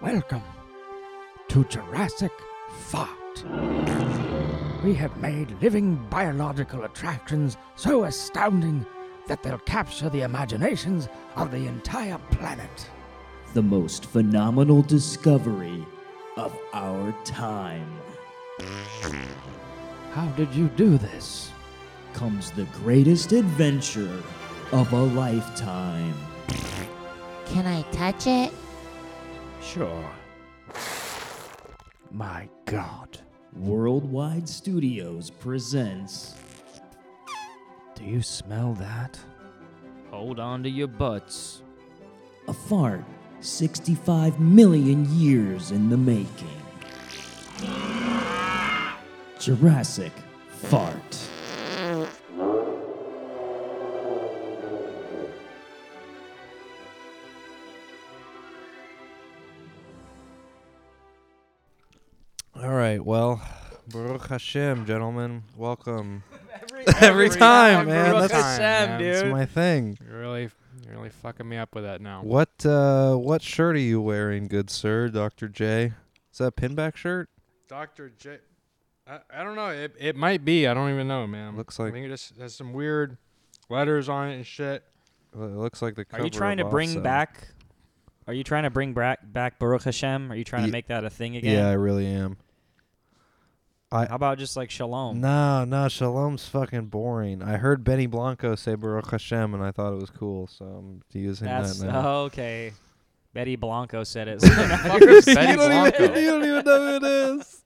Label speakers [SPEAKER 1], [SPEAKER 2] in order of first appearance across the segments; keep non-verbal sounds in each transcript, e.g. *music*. [SPEAKER 1] Welcome to Jurassic Fart. We have made living biological attractions so astounding that they'll capture the imaginations of the entire planet.
[SPEAKER 2] the most phenomenal discovery of our time.
[SPEAKER 1] How did you do this?
[SPEAKER 2] Comes the greatest adventure of a lifetime.
[SPEAKER 3] Can I touch it?
[SPEAKER 1] Sure. My god.
[SPEAKER 2] Worldwide Studios presents
[SPEAKER 1] Do you smell that?
[SPEAKER 4] Hold on to your butts.
[SPEAKER 2] a fart 65 million years in the making. Jurassic Fart.
[SPEAKER 5] All right. Well, Baruch Hashem, gentlemen,
[SPEAKER 6] *laughs*
[SPEAKER 5] welcome. Every, time, man.
[SPEAKER 4] Baruch
[SPEAKER 5] That's,
[SPEAKER 4] Hashem, man.
[SPEAKER 5] that's
[SPEAKER 4] dude.
[SPEAKER 5] my thing.
[SPEAKER 4] You're really, you're really fucking me up with that now.
[SPEAKER 5] What uh, what shirt are you wearing, good sir, Doctor J? Is that a pinback shirt?
[SPEAKER 4] Dr. J. I, I don't know. It, it might be. I don't even know, man.
[SPEAKER 5] Looks like-
[SPEAKER 4] I think it just has some weird letters on it and shit.
[SPEAKER 5] Well, It looks like the.
[SPEAKER 6] Are you
[SPEAKER 5] cover
[SPEAKER 6] trying to
[SPEAKER 5] of
[SPEAKER 6] bring
[SPEAKER 5] Awesome.
[SPEAKER 6] back? Are you trying to bring back back Baruch Hashem? Are you trying
[SPEAKER 5] Ye-
[SPEAKER 6] to make that a thing
[SPEAKER 5] Yeah, I
[SPEAKER 6] again?
[SPEAKER 5] really am.
[SPEAKER 6] How about just like Shalom?
[SPEAKER 5] No, no, Shalom's fucking boring. I heard Benny Blanco say Baruch Hashem, and I thought it was cool, so I'm using
[SPEAKER 6] That's
[SPEAKER 5] that now.
[SPEAKER 6] *laughs* okay. Betty Blanco
[SPEAKER 5] *laughs*
[SPEAKER 6] said it. so now
[SPEAKER 4] Fuck
[SPEAKER 6] you're-
[SPEAKER 5] *laughs*
[SPEAKER 4] is
[SPEAKER 5] you,
[SPEAKER 4] Betty
[SPEAKER 5] don't
[SPEAKER 4] Blanco?
[SPEAKER 5] even, *laughs* you don't even know who it is.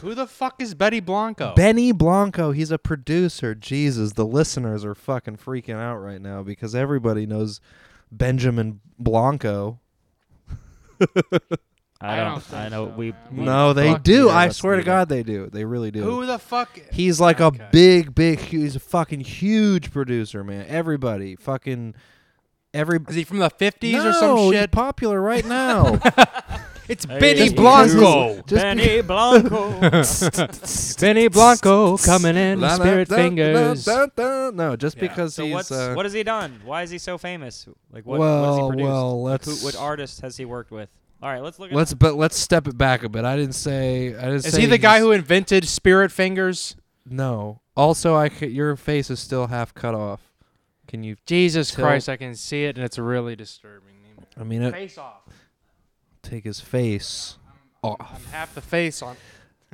[SPEAKER 4] Who the fuck is Betty Blanco?
[SPEAKER 5] Benny Blanco, he's a producer. Jesus, the listeners are fucking freaking out right now because everybody knows Benjamin Blanco.
[SPEAKER 6] I
[SPEAKER 4] I don't
[SPEAKER 6] don't.
[SPEAKER 4] think
[SPEAKER 6] I know
[SPEAKER 4] so,
[SPEAKER 6] we.
[SPEAKER 4] man.
[SPEAKER 6] we-
[SPEAKER 5] No, they
[SPEAKER 4] fuck
[SPEAKER 5] do.
[SPEAKER 4] you,
[SPEAKER 5] I
[SPEAKER 4] that's
[SPEAKER 5] swear to
[SPEAKER 4] weird.
[SPEAKER 5] God, they do. They really do.
[SPEAKER 4] Who the fuck?
[SPEAKER 5] He's like
[SPEAKER 4] Okay.
[SPEAKER 5] a big, big. hu- He's a fucking huge producer, man. Everybody, fucking every.
[SPEAKER 4] Is he from the 50s or
[SPEAKER 5] No,
[SPEAKER 4] some
[SPEAKER 5] he's
[SPEAKER 4] shit?
[SPEAKER 5] popular
[SPEAKER 4] *laughs*
[SPEAKER 5] right now.
[SPEAKER 4] It's
[SPEAKER 6] Hey,
[SPEAKER 4] Benny
[SPEAKER 6] just
[SPEAKER 5] because-
[SPEAKER 4] Blanco.
[SPEAKER 5] Just be- *laughs*
[SPEAKER 4] *laughs*
[SPEAKER 6] Benny Blanco.
[SPEAKER 4] Benny Blanco coming in with
[SPEAKER 5] La- la-
[SPEAKER 4] spirit
[SPEAKER 5] da- da-
[SPEAKER 4] fingers.
[SPEAKER 5] da- da- No, just
[SPEAKER 4] Yeah.
[SPEAKER 5] because
[SPEAKER 6] so
[SPEAKER 5] he's.
[SPEAKER 6] what's
[SPEAKER 5] uh,
[SPEAKER 6] what has he done? Why is he so famous? Like what? what has he
[SPEAKER 5] well,
[SPEAKER 6] produced?
[SPEAKER 5] well,
[SPEAKER 6] Like,
[SPEAKER 5] let's.
[SPEAKER 6] who, what artist has he worked with? All right, let's look. At
[SPEAKER 5] Let's but let's step it back a bit. I didn't say. I didn't
[SPEAKER 4] Is
[SPEAKER 5] say
[SPEAKER 4] he the guy
[SPEAKER 5] he's-
[SPEAKER 4] who invented spirit fingers?
[SPEAKER 5] No. Also, I c- your face is still half cut off. Can you?
[SPEAKER 4] Jesus
[SPEAKER 5] Till-
[SPEAKER 4] Christ, I can see it and it's really disturbing.
[SPEAKER 5] I mean, it,
[SPEAKER 4] Face off.
[SPEAKER 5] take his face
[SPEAKER 4] I'm
[SPEAKER 5] off.
[SPEAKER 4] half the face on.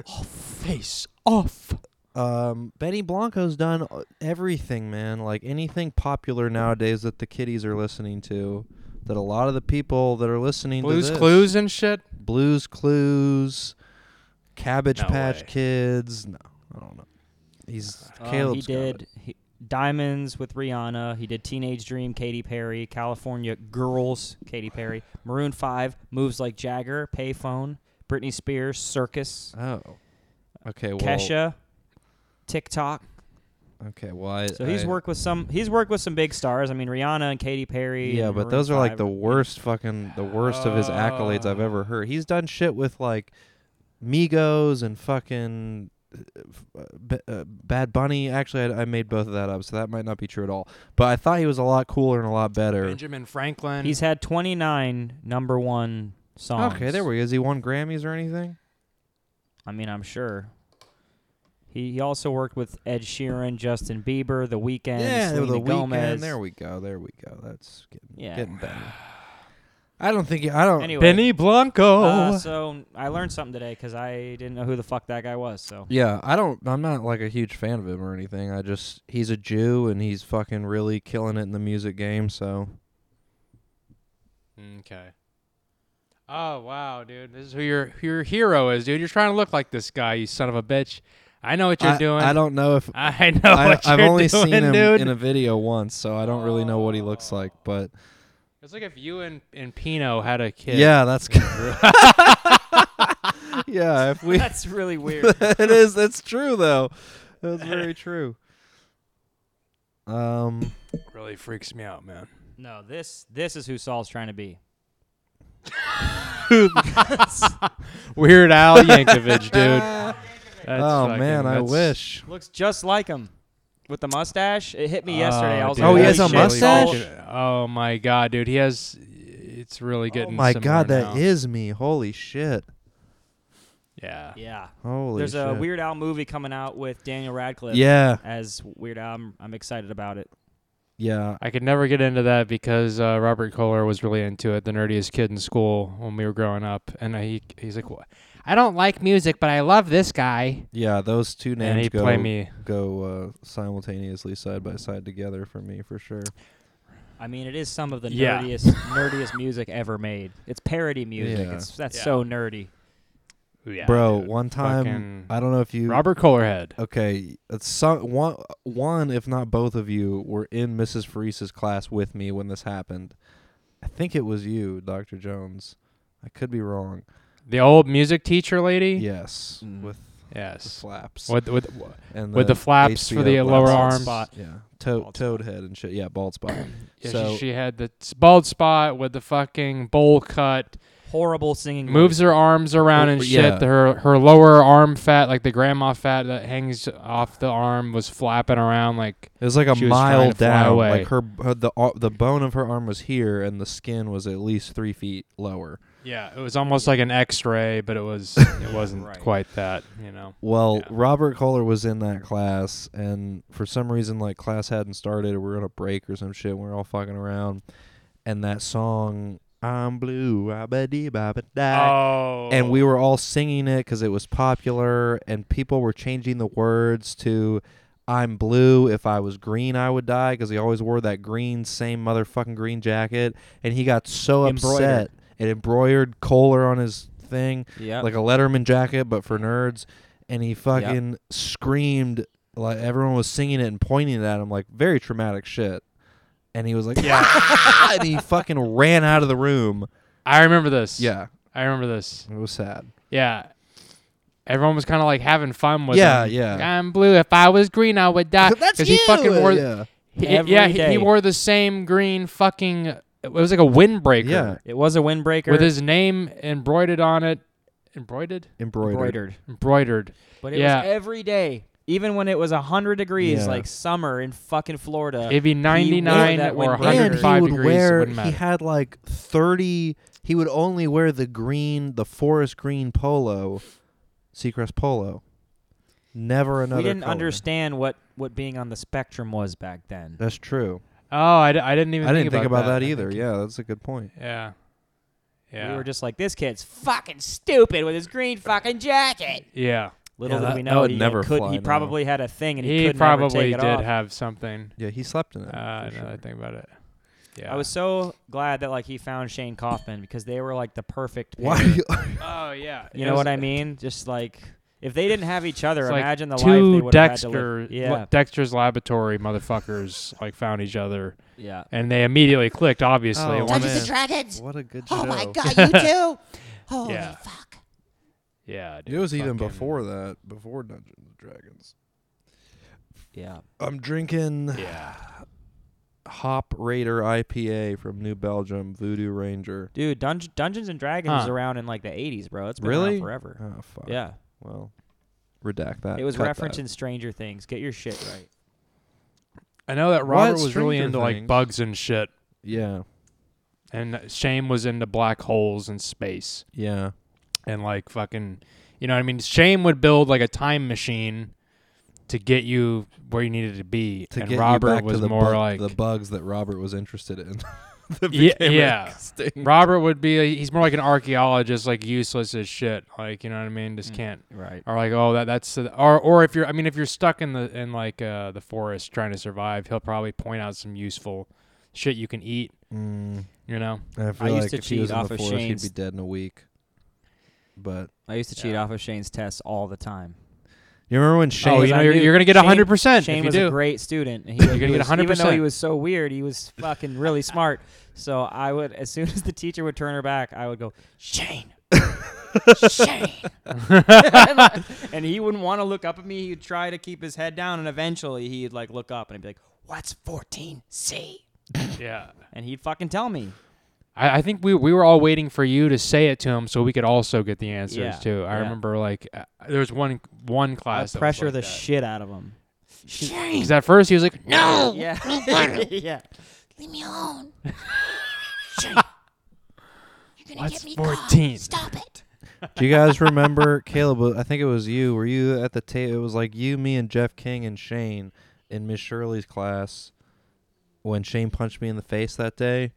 [SPEAKER 4] Off face.
[SPEAKER 5] Off. Um, Benny Blanco's done uh, everything, man. Like anything popular nowadays that the kiddies are listening to, that a lot of the people that are listening
[SPEAKER 4] Blues
[SPEAKER 5] to this,
[SPEAKER 4] Clues and shit.
[SPEAKER 5] Blues Clues, Cabbage
[SPEAKER 4] No
[SPEAKER 5] Patch
[SPEAKER 4] way.
[SPEAKER 5] Kids. No, I don't know. He's
[SPEAKER 6] Um,
[SPEAKER 5] Caleb's
[SPEAKER 6] he
[SPEAKER 5] got it.
[SPEAKER 6] did he, Diamonds with Rihanna. He did Teenage Dream, Katy Perry, California Girls, Katy Perry, Maroon Five, Moves Like Jagger, Payphone, Britney Spears, Circus,
[SPEAKER 5] Oh. Okay. Well.
[SPEAKER 6] Kesha, TikTok.
[SPEAKER 5] Okay. Well, I,
[SPEAKER 6] So he's
[SPEAKER 5] I-
[SPEAKER 6] worked with some. He's worked with some big stars. I mean, Rihanna and Katy Perry.
[SPEAKER 5] Yeah,
[SPEAKER 6] and
[SPEAKER 5] but
[SPEAKER 6] Maroon
[SPEAKER 5] those are like
[SPEAKER 6] 5.
[SPEAKER 5] the worst fucking the worst of his accolades I've ever heard. He's done shit with like Migos and fucking uh, f- uh, B- uh, Bad Bunny. Actually, I, I made both of that up, so that might not be true at all. But I thought he was a lot cooler and a lot better.
[SPEAKER 4] Benjamin Franklin.
[SPEAKER 6] He's had 29 number one songs.
[SPEAKER 5] Okay, there we go. Has he won Grammys or anything?
[SPEAKER 6] I mean, I'm sure. He, he also worked with Ed Sheeran, Justin Bieber, The Weeknd,
[SPEAKER 5] yeah,
[SPEAKER 6] Selena
[SPEAKER 5] the
[SPEAKER 6] Gomez.
[SPEAKER 5] weekend. There we go. There we go. That's getting,
[SPEAKER 6] Yeah.
[SPEAKER 5] getting
[SPEAKER 6] *sighs*
[SPEAKER 5] better. I don't think. He, I don't.
[SPEAKER 6] Anyway,
[SPEAKER 4] Benny Blanco.
[SPEAKER 6] uh, so I learned something today because I didn't know who the fuck that guy
[SPEAKER 5] *laughs*
[SPEAKER 6] was. So
[SPEAKER 5] Yeah, I don't. I'm not like a huge fan of him or anything. I just he's a Jew and he's fucking really killing it in the music game. So
[SPEAKER 4] okay. Oh wow, dude, this is who your who your hero is, dude. You're trying to look like this guy, you son of a bitch. I know what you're
[SPEAKER 5] I,
[SPEAKER 4] doing.
[SPEAKER 5] I don't know if
[SPEAKER 4] *laughs* I know
[SPEAKER 5] I,
[SPEAKER 4] what
[SPEAKER 5] I've
[SPEAKER 4] you're
[SPEAKER 5] only
[SPEAKER 4] doing,
[SPEAKER 5] seen him
[SPEAKER 4] dude. Oh.
[SPEAKER 5] in a video once, so I don't really know what he looks like. But
[SPEAKER 4] it's like if you and and Pino had a kid.
[SPEAKER 5] yeah,
[SPEAKER 4] *laughs*
[SPEAKER 5] that's *laughs* yeah. If
[SPEAKER 4] *laughs*
[SPEAKER 5] we *laughs*
[SPEAKER 6] that's really weird.
[SPEAKER 5] it is that's true though.
[SPEAKER 4] *laughs*
[SPEAKER 5] That's very true. Um.
[SPEAKER 4] really freaks me out, man.
[SPEAKER 6] no, this this is who Saul's trying to be.
[SPEAKER 4] Weird Al
[SPEAKER 5] *laughs*
[SPEAKER 4] Yankovic, dude. That's
[SPEAKER 5] oh
[SPEAKER 4] fucking-
[SPEAKER 5] man, I
[SPEAKER 4] that's-
[SPEAKER 5] wish.
[SPEAKER 6] Looks just like him with the
[SPEAKER 4] Uh,
[SPEAKER 6] mustache. It hit me yesterday. I was
[SPEAKER 5] Oh,
[SPEAKER 6] like,
[SPEAKER 5] he has
[SPEAKER 6] "Holy
[SPEAKER 5] a
[SPEAKER 6] shit, Saul."
[SPEAKER 5] mustache?
[SPEAKER 4] Oh my god, dude, he has. it's really
[SPEAKER 5] Oh
[SPEAKER 4] getting.
[SPEAKER 5] my god,
[SPEAKER 4] somewhere
[SPEAKER 5] that
[SPEAKER 4] now.
[SPEAKER 5] is me. Holy shit.
[SPEAKER 4] Yeah.
[SPEAKER 6] Yeah.
[SPEAKER 5] Holy
[SPEAKER 6] There's
[SPEAKER 5] shit.
[SPEAKER 6] a Weird Al movie coming out with Daniel Radcliffe.
[SPEAKER 5] Yeah.
[SPEAKER 6] As Weird Al, I'm, I'm excited about it.
[SPEAKER 5] Yeah.
[SPEAKER 4] I could never get into that because uh, Robert Kohler was really into it, the nerdiest kid in school when we were growing up, and he he's like, "Wha- I don't like music, but I love this guy,
[SPEAKER 5] Yeah, those two
[SPEAKER 4] and
[SPEAKER 5] names
[SPEAKER 4] he
[SPEAKER 5] go
[SPEAKER 4] play me.
[SPEAKER 5] go uh, simultaneously side by side together for me for sure.
[SPEAKER 6] I mean, it is some of the
[SPEAKER 4] Yeah.
[SPEAKER 6] nerdiest nerdiest music ever made. It's parody music.
[SPEAKER 5] Yeah.
[SPEAKER 6] It's that's
[SPEAKER 4] Yeah.
[SPEAKER 6] so nerdy.
[SPEAKER 4] Yeah,
[SPEAKER 5] Bro,
[SPEAKER 4] dude.
[SPEAKER 5] one time
[SPEAKER 4] Fucking
[SPEAKER 5] I don't know if you
[SPEAKER 4] Robert Kohlerhead.
[SPEAKER 5] Okay, it's some, one one if not both of you were in Mrs. Farise's class with me when this happened. I think it was you, Dr. Jones. I could be wrong.
[SPEAKER 4] The old music teacher lady.
[SPEAKER 5] Yes,
[SPEAKER 2] Mm.
[SPEAKER 5] with the
[SPEAKER 4] Yes.
[SPEAKER 5] flaps.
[SPEAKER 4] With with
[SPEAKER 5] and
[SPEAKER 4] with the flaps for
[SPEAKER 5] HBO
[SPEAKER 4] the
[SPEAKER 5] glasses.
[SPEAKER 4] lower
[SPEAKER 6] Bald
[SPEAKER 4] arms.
[SPEAKER 6] spot.
[SPEAKER 5] Yeah, toad,
[SPEAKER 6] Bald
[SPEAKER 5] toad head and shit. Yeah, bald spot.
[SPEAKER 4] Yeah, she-
[SPEAKER 5] So-
[SPEAKER 4] she, had the s- bald spot with the fucking bowl cut.
[SPEAKER 6] Horrible singing.
[SPEAKER 4] Moves her arms around and shit.
[SPEAKER 5] Mm-hmm. Oh, Yeah.
[SPEAKER 4] The- Her her lower arm fat, like the grandma fat that hangs off the arm, was flapping around like.
[SPEAKER 5] It was like a
[SPEAKER 4] She was
[SPEAKER 5] mile
[SPEAKER 4] trying to fly
[SPEAKER 5] down.
[SPEAKER 4] away.
[SPEAKER 5] Like her, her the ar- the bone of her arm was here, and the skin was at least three feet lower.
[SPEAKER 4] Yeah, it was almost like an X-ray, but it *laughs* was it wasn't
[SPEAKER 6] Right.
[SPEAKER 4] quite that, you know.
[SPEAKER 5] Well,
[SPEAKER 4] Yeah.
[SPEAKER 5] Robert Kohler was in that class, and for some reason, like class hadn't started, or we are on a break or some shit. And we are all fucking around, and that song "I'm Blue," "Rabba-dee, babba-da,"
[SPEAKER 4] Oh,
[SPEAKER 5] and we were all singing it because it was popular, and people were changing the words to "I'm blue." If I was green, I would die because he always wore that green, same motherfucking green jacket, and he got so upset.
[SPEAKER 6] Embroidered.
[SPEAKER 5] It embroidered Kohler on his thing,
[SPEAKER 6] Yeah.
[SPEAKER 5] like a Letterman jacket, but for nerds, and he fucking screamed like everyone was singing it and pointing it at him, like very traumatic shit. And he was like, "Ah!" and he fucking ran out of the room.
[SPEAKER 4] I remember this.
[SPEAKER 5] Yeah,
[SPEAKER 4] I remember this.
[SPEAKER 5] it was sad.
[SPEAKER 4] Yeah, everyone was kind of like having fun with.
[SPEAKER 5] Yeah,
[SPEAKER 4] him.
[SPEAKER 5] yeah.
[SPEAKER 4] Like, I'm blue. If I was green, I would die. Because Uh, he fucking wore.
[SPEAKER 5] yeah.
[SPEAKER 4] He,
[SPEAKER 6] Every
[SPEAKER 4] yeah, he-
[SPEAKER 6] day.
[SPEAKER 4] he wore the same green fucking. It was like a windbreaker.
[SPEAKER 5] Yeah.
[SPEAKER 6] It was a windbreaker.
[SPEAKER 4] With his name embroidered on it. Embroidered?
[SPEAKER 5] embroidered.
[SPEAKER 6] embroidered.
[SPEAKER 4] Embroidered.
[SPEAKER 6] But it
[SPEAKER 4] Yeah.
[SPEAKER 6] was every day, even when it was hundred degrees,
[SPEAKER 5] Yeah.
[SPEAKER 6] like summer in fucking
[SPEAKER 5] Uh,
[SPEAKER 6] Florida.
[SPEAKER 4] It'd be 99
[SPEAKER 6] that
[SPEAKER 4] or
[SPEAKER 6] windbreaker.
[SPEAKER 5] And he
[SPEAKER 4] 105
[SPEAKER 5] would
[SPEAKER 4] degrees. it
[SPEAKER 5] wear.
[SPEAKER 4] wouldn't
[SPEAKER 5] He
[SPEAKER 4] matter.
[SPEAKER 5] had like thirty. He would only wear the green, the forest green polo, Seacrest polo. Never another.
[SPEAKER 6] we didn't
[SPEAKER 5] color.
[SPEAKER 6] understand what what being on the spectrum was back then.
[SPEAKER 5] That's true.
[SPEAKER 4] oh, I, d- I didn't even
[SPEAKER 5] I didn't think about that,
[SPEAKER 4] I
[SPEAKER 5] either.
[SPEAKER 4] think-
[SPEAKER 5] Yeah, that's a good point.
[SPEAKER 4] Yeah. Yeah.
[SPEAKER 6] We were just like, this kid's fucking stupid with his green fucking jacket.
[SPEAKER 4] yeah.
[SPEAKER 6] Little
[SPEAKER 5] Yeah,
[SPEAKER 6] did
[SPEAKER 5] that-
[SPEAKER 6] we
[SPEAKER 5] that
[SPEAKER 6] know
[SPEAKER 5] would
[SPEAKER 6] he
[SPEAKER 5] never
[SPEAKER 6] could.
[SPEAKER 5] fly
[SPEAKER 6] he
[SPEAKER 5] now.
[SPEAKER 6] probably had a thing, and he,
[SPEAKER 4] He
[SPEAKER 6] could
[SPEAKER 4] probably
[SPEAKER 6] never
[SPEAKER 4] did
[SPEAKER 6] take it off.
[SPEAKER 4] have something.
[SPEAKER 5] Yeah, he slept in
[SPEAKER 4] Uh,
[SPEAKER 5] it.
[SPEAKER 4] now
[SPEAKER 5] for
[SPEAKER 4] that I
[SPEAKER 5] sure.
[SPEAKER 4] think about it. Yeah.
[SPEAKER 6] I was so glad that like he found Shane Kaufman because they were like the perfect.
[SPEAKER 5] Why?
[SPEAKER 6] pair.
[SPEAKER 5] Are you, *laughs*
[SPEAKER 4] Oh, yeah.
[SPEAKER 6] You
[SPEAKER 4] It
[SPEAKER 6] know
[SPEAKER 4] was
[SPEAKER 6] what I mean? Just like if they didn't have each other,
[SPEAKER 4] It's like
[SPEAKER 6] imagine the life they
[SPEAKER 4] Two
[SPEAKER 6] would
[SPEAKER 4] Dexter,
[SPEAKER 6] have had to live.
[SPEAKER 4] la-
[SPEAKER 6] Yeah,
[SPEAKER 4] Dexter's laboratory motherfuckers like found each other,
[SPEAKER 6] yeah.
[SPEAKER 4] and they immediately clicked. Obviously,
[SPEAKER 5] Oh,
[SPEAKER 4] One-
[SPEAKER 3] Dungeons
[SPEAKER 5] man.
[SPEAKER 3] and Dragons.
[SPEAKER 5] what a good show.
[SPEAKER 3] Oh my god,
[SPEAKER 4] *laughs*
[SPEAKER 3] you too? Holy
[SPEAKER 4] Yeah.
[SPEAKER 3] fuck.
[SPEAKER 4] yeah, dude,
[SPEAKER 5] e- It was even
[SPEAKER 4] fucking-
[SPEAKER 5] before that. Before Dungeons and Dragons.
[SPEAKER 6] Yeah.
[SPEAKER 5] I'm drinking
[SPEAKER 4] Yeah,
[SPEAKER 5] Hop Raider IPA from New Belgium, Voodoo Ranger.
[SPEAKER 6] Dude, Dunge- Dungeons and Dragons was
[SPEAKER 4] Huh.
[SPEAKER 6] around in like the 80s, bro. It's been
[SPEAKER 5] Really?
[SPEAKER 6] around forever.
[SPEAKER 5] Oh fuck.
[SPEAKER 6] Yeah.
[SPEAKER 5] Well, redact that.
[SPEAKER 6] It was
[SPEAKER 5] Cut
[SPEAKER 6] referenced
[SPEAKER 5] that.
[SPEAKER 6] in Stranger Things. Get your shit right.
[SPEAKER 4] I know that
[SPEAKER 5] What?
[SPEAKER 4] Robert was really
[SPEAKER 5] Stranger
[SPEAKER 4] into
[SPEAKER 5] Things.
[SPEAKER 4] like bugs and shit,
[SPEAKER 5] Yeah,
[SPEAKER 4] and Shane was into black holes and space
[SPEAKER 5] yeah.
[SPEAKER 4] and like fucking, you know what I mean. Shane would build like a time machine to get you where you needed to be,
[SPEAKER 5] To
[SPEAKER 4] and
[SPEAKER 5] get
[SPEAKER 4] Robert
[SPEAKER 5] you back
[SPEAKER 4] was
[SPEAKER 5] to the
[SPEAKER 4] more
[SPEAKER 5] bug-
[SPEAKER 4] like
[SPEAKER 5] the bugs that Robert was interested in. *laughs* that
[SPEAKER 4] Ye-
[SPEAKER 5] became
[SPEAKER 4] yeah.
[SPEAKER 5] *laughs* extinct.
[SPEAKER 4] Robert would be. He's more like an archaeologist, like useless as shit. Like you know what I mean.
[SPEAKER 5] Hmm.
[SPEAKER 4] Just can't.
[SPEAKER 6] Right.
[SPEAKER 4] Or like oh that that's or or if you're I mean if you're stuck in the in like uh, the forest trying to survive, he'll probably point out some useful shit you can eat.
[SPEAKER 5] Mm,
[SPEAKER 4] You know.
[SPEAKER 5] I feel
[SPEAKER 6] I used
[SPEAKER 5] like
[SPEAKER 6] to
[SPEAKER 5] if he was
[SPEAKER 6] cheat
[SPEAKER 5] in
[SPEAKER 6] off
[SPEAKER 5] the
[SPEAKER 6] of
[SPEAKER 5] forest, he'd
[SPEAKER 6] Shane's-
[SPEAKER 5] be dead in a week. But
[SPEAKER 6] I used to cheat
[SPEAKER 4] Yeah.
[SPEAKER 6] off of Shane's tests all the time.
[SPEAKER 5] you remember when
[SPEAKER 4] Oh,
[SPEAKER 5] Shane?
[SPEAKER 4] you
[SPEAKER 6] I
[SPEAKER 4] know you're,
[SPEAKER 6] knew
[SPEAKER 4] you're gonna get
[SPEAKER 6] Shane-
[SPEAKER 4] hundred percent if
[SPEAKER 6] Shane
[SPEAKER 4] you
[SPEAKER 6] was
[SPEAKER 4] do.
[SPEAKER 6] a great student. and He,
[SPEAKER 4] *laughs* You're
[SPEAKER 6] he
[SPEAKER 4] gonna get
[SPEAKER 6] was, Even though
[SPEAKER 4] 100%.
[SPEAKER 6] he was so weird, he was fucking really smart. So I would, as soon *laughs* as the teacher would turn her back, I would go, Shane. Shane. *laughs* and he wouldn't want to look up at me. He'd try to keep his head down, and eventually he'd like look up and I'd be like, "What's 14C?"
[SPEAKER 4] yeah.
[SPEAKER 6] And he'd fucking tell me.
[SPEAKER 4] I, I think we we were all waiting for you to say it to him so we could also get the answers
[SPEAKER 6] Yeah,
[SPEAKER 4] too. I
[SPEAKER 6] yeah.
[SPEAKER 4] remember like uh, there was one one
[SPEAKER 6] I
[SPEAKER 4] class that was
[SPEAKER 6] pressure
[SPEAKER 4] like
[SPEAKER 6] the
[SPEAKER 4] that.
[SPEAKER 6] shit out of him.
[SPEAKER 4] Because at first he was like, no.
[SPEAKER 3] No!
[SPEAKER 6] *laughs* Yeah. yeah.
[SPEAKER 4] *laughs*
[SPEAKER 3] Leave me alone.
[SPEAKER 7] You're gonna
[SPEAKER 4] What's
[SPEAKER 7] get me
[SPEAKER 4] fourteen?
[SPEAKER 7] caught. Stop it.
[SPEAKER 5] Do you
[SPEAKER 6] *laughs*
[SPEAKER 5] guys remember Caleb? uh, I think it was you. Were you at the table? It was like you, me, and Jeff King and Shane in Miss Shirley's class when Shane punched me in the face that day.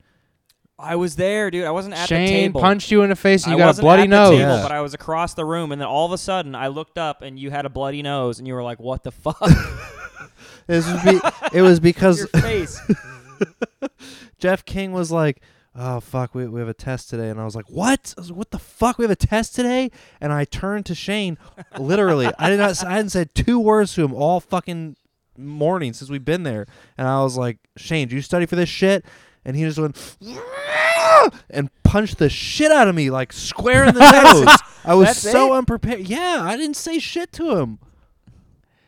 [SPEAKER 6] I was there, dude. I wasn't at
[SPEAKER 4] Shane
[SPEAKER 6] the table.
[SPEAKER 4] punched you in the face and you
[SPEAKER 6] I
[SPEAKER 4] got a
[SPEAKER 6] wasn't
[SPEAKER 4] bloody
[SPEAKER 6] at
[SPEAKER 4] nose.
[SPEAKER 6] The table,
[SPEAKER 5] Yeah.
[SPEAKER 6] But I was across the room, and then all of a sudden, I looked up, and you had a bloody nose, and you were like, "What
[SPEAKER 4] *laughs*
[SPEAKER 6] the fuck?"
[SPEAKER 5] This was be- it was because
[SPEAKER 6] Your face.
[SPEAKER 5] Jeff King was like, "Oh fuck, we, we have a test today," and I was like, "What? I was like, what the fuck? We have a test today?" And I turned to Shane. Literally, I did not. s- I hadn't said two words to him all fucking morning since we've been there, and I was like, "Shane, do you study for this shit?" And he just went and punched the shit out of me like square
[SPEAKER 6] *laughs*
[SPEAKER 5] in the nose. I was
[SPEAKER 6] That's
[SPEAKER 5] so
[SPEAKER 6] it?
[SPEAKER 5] unprepared. Yeah, I didn't say shit to him.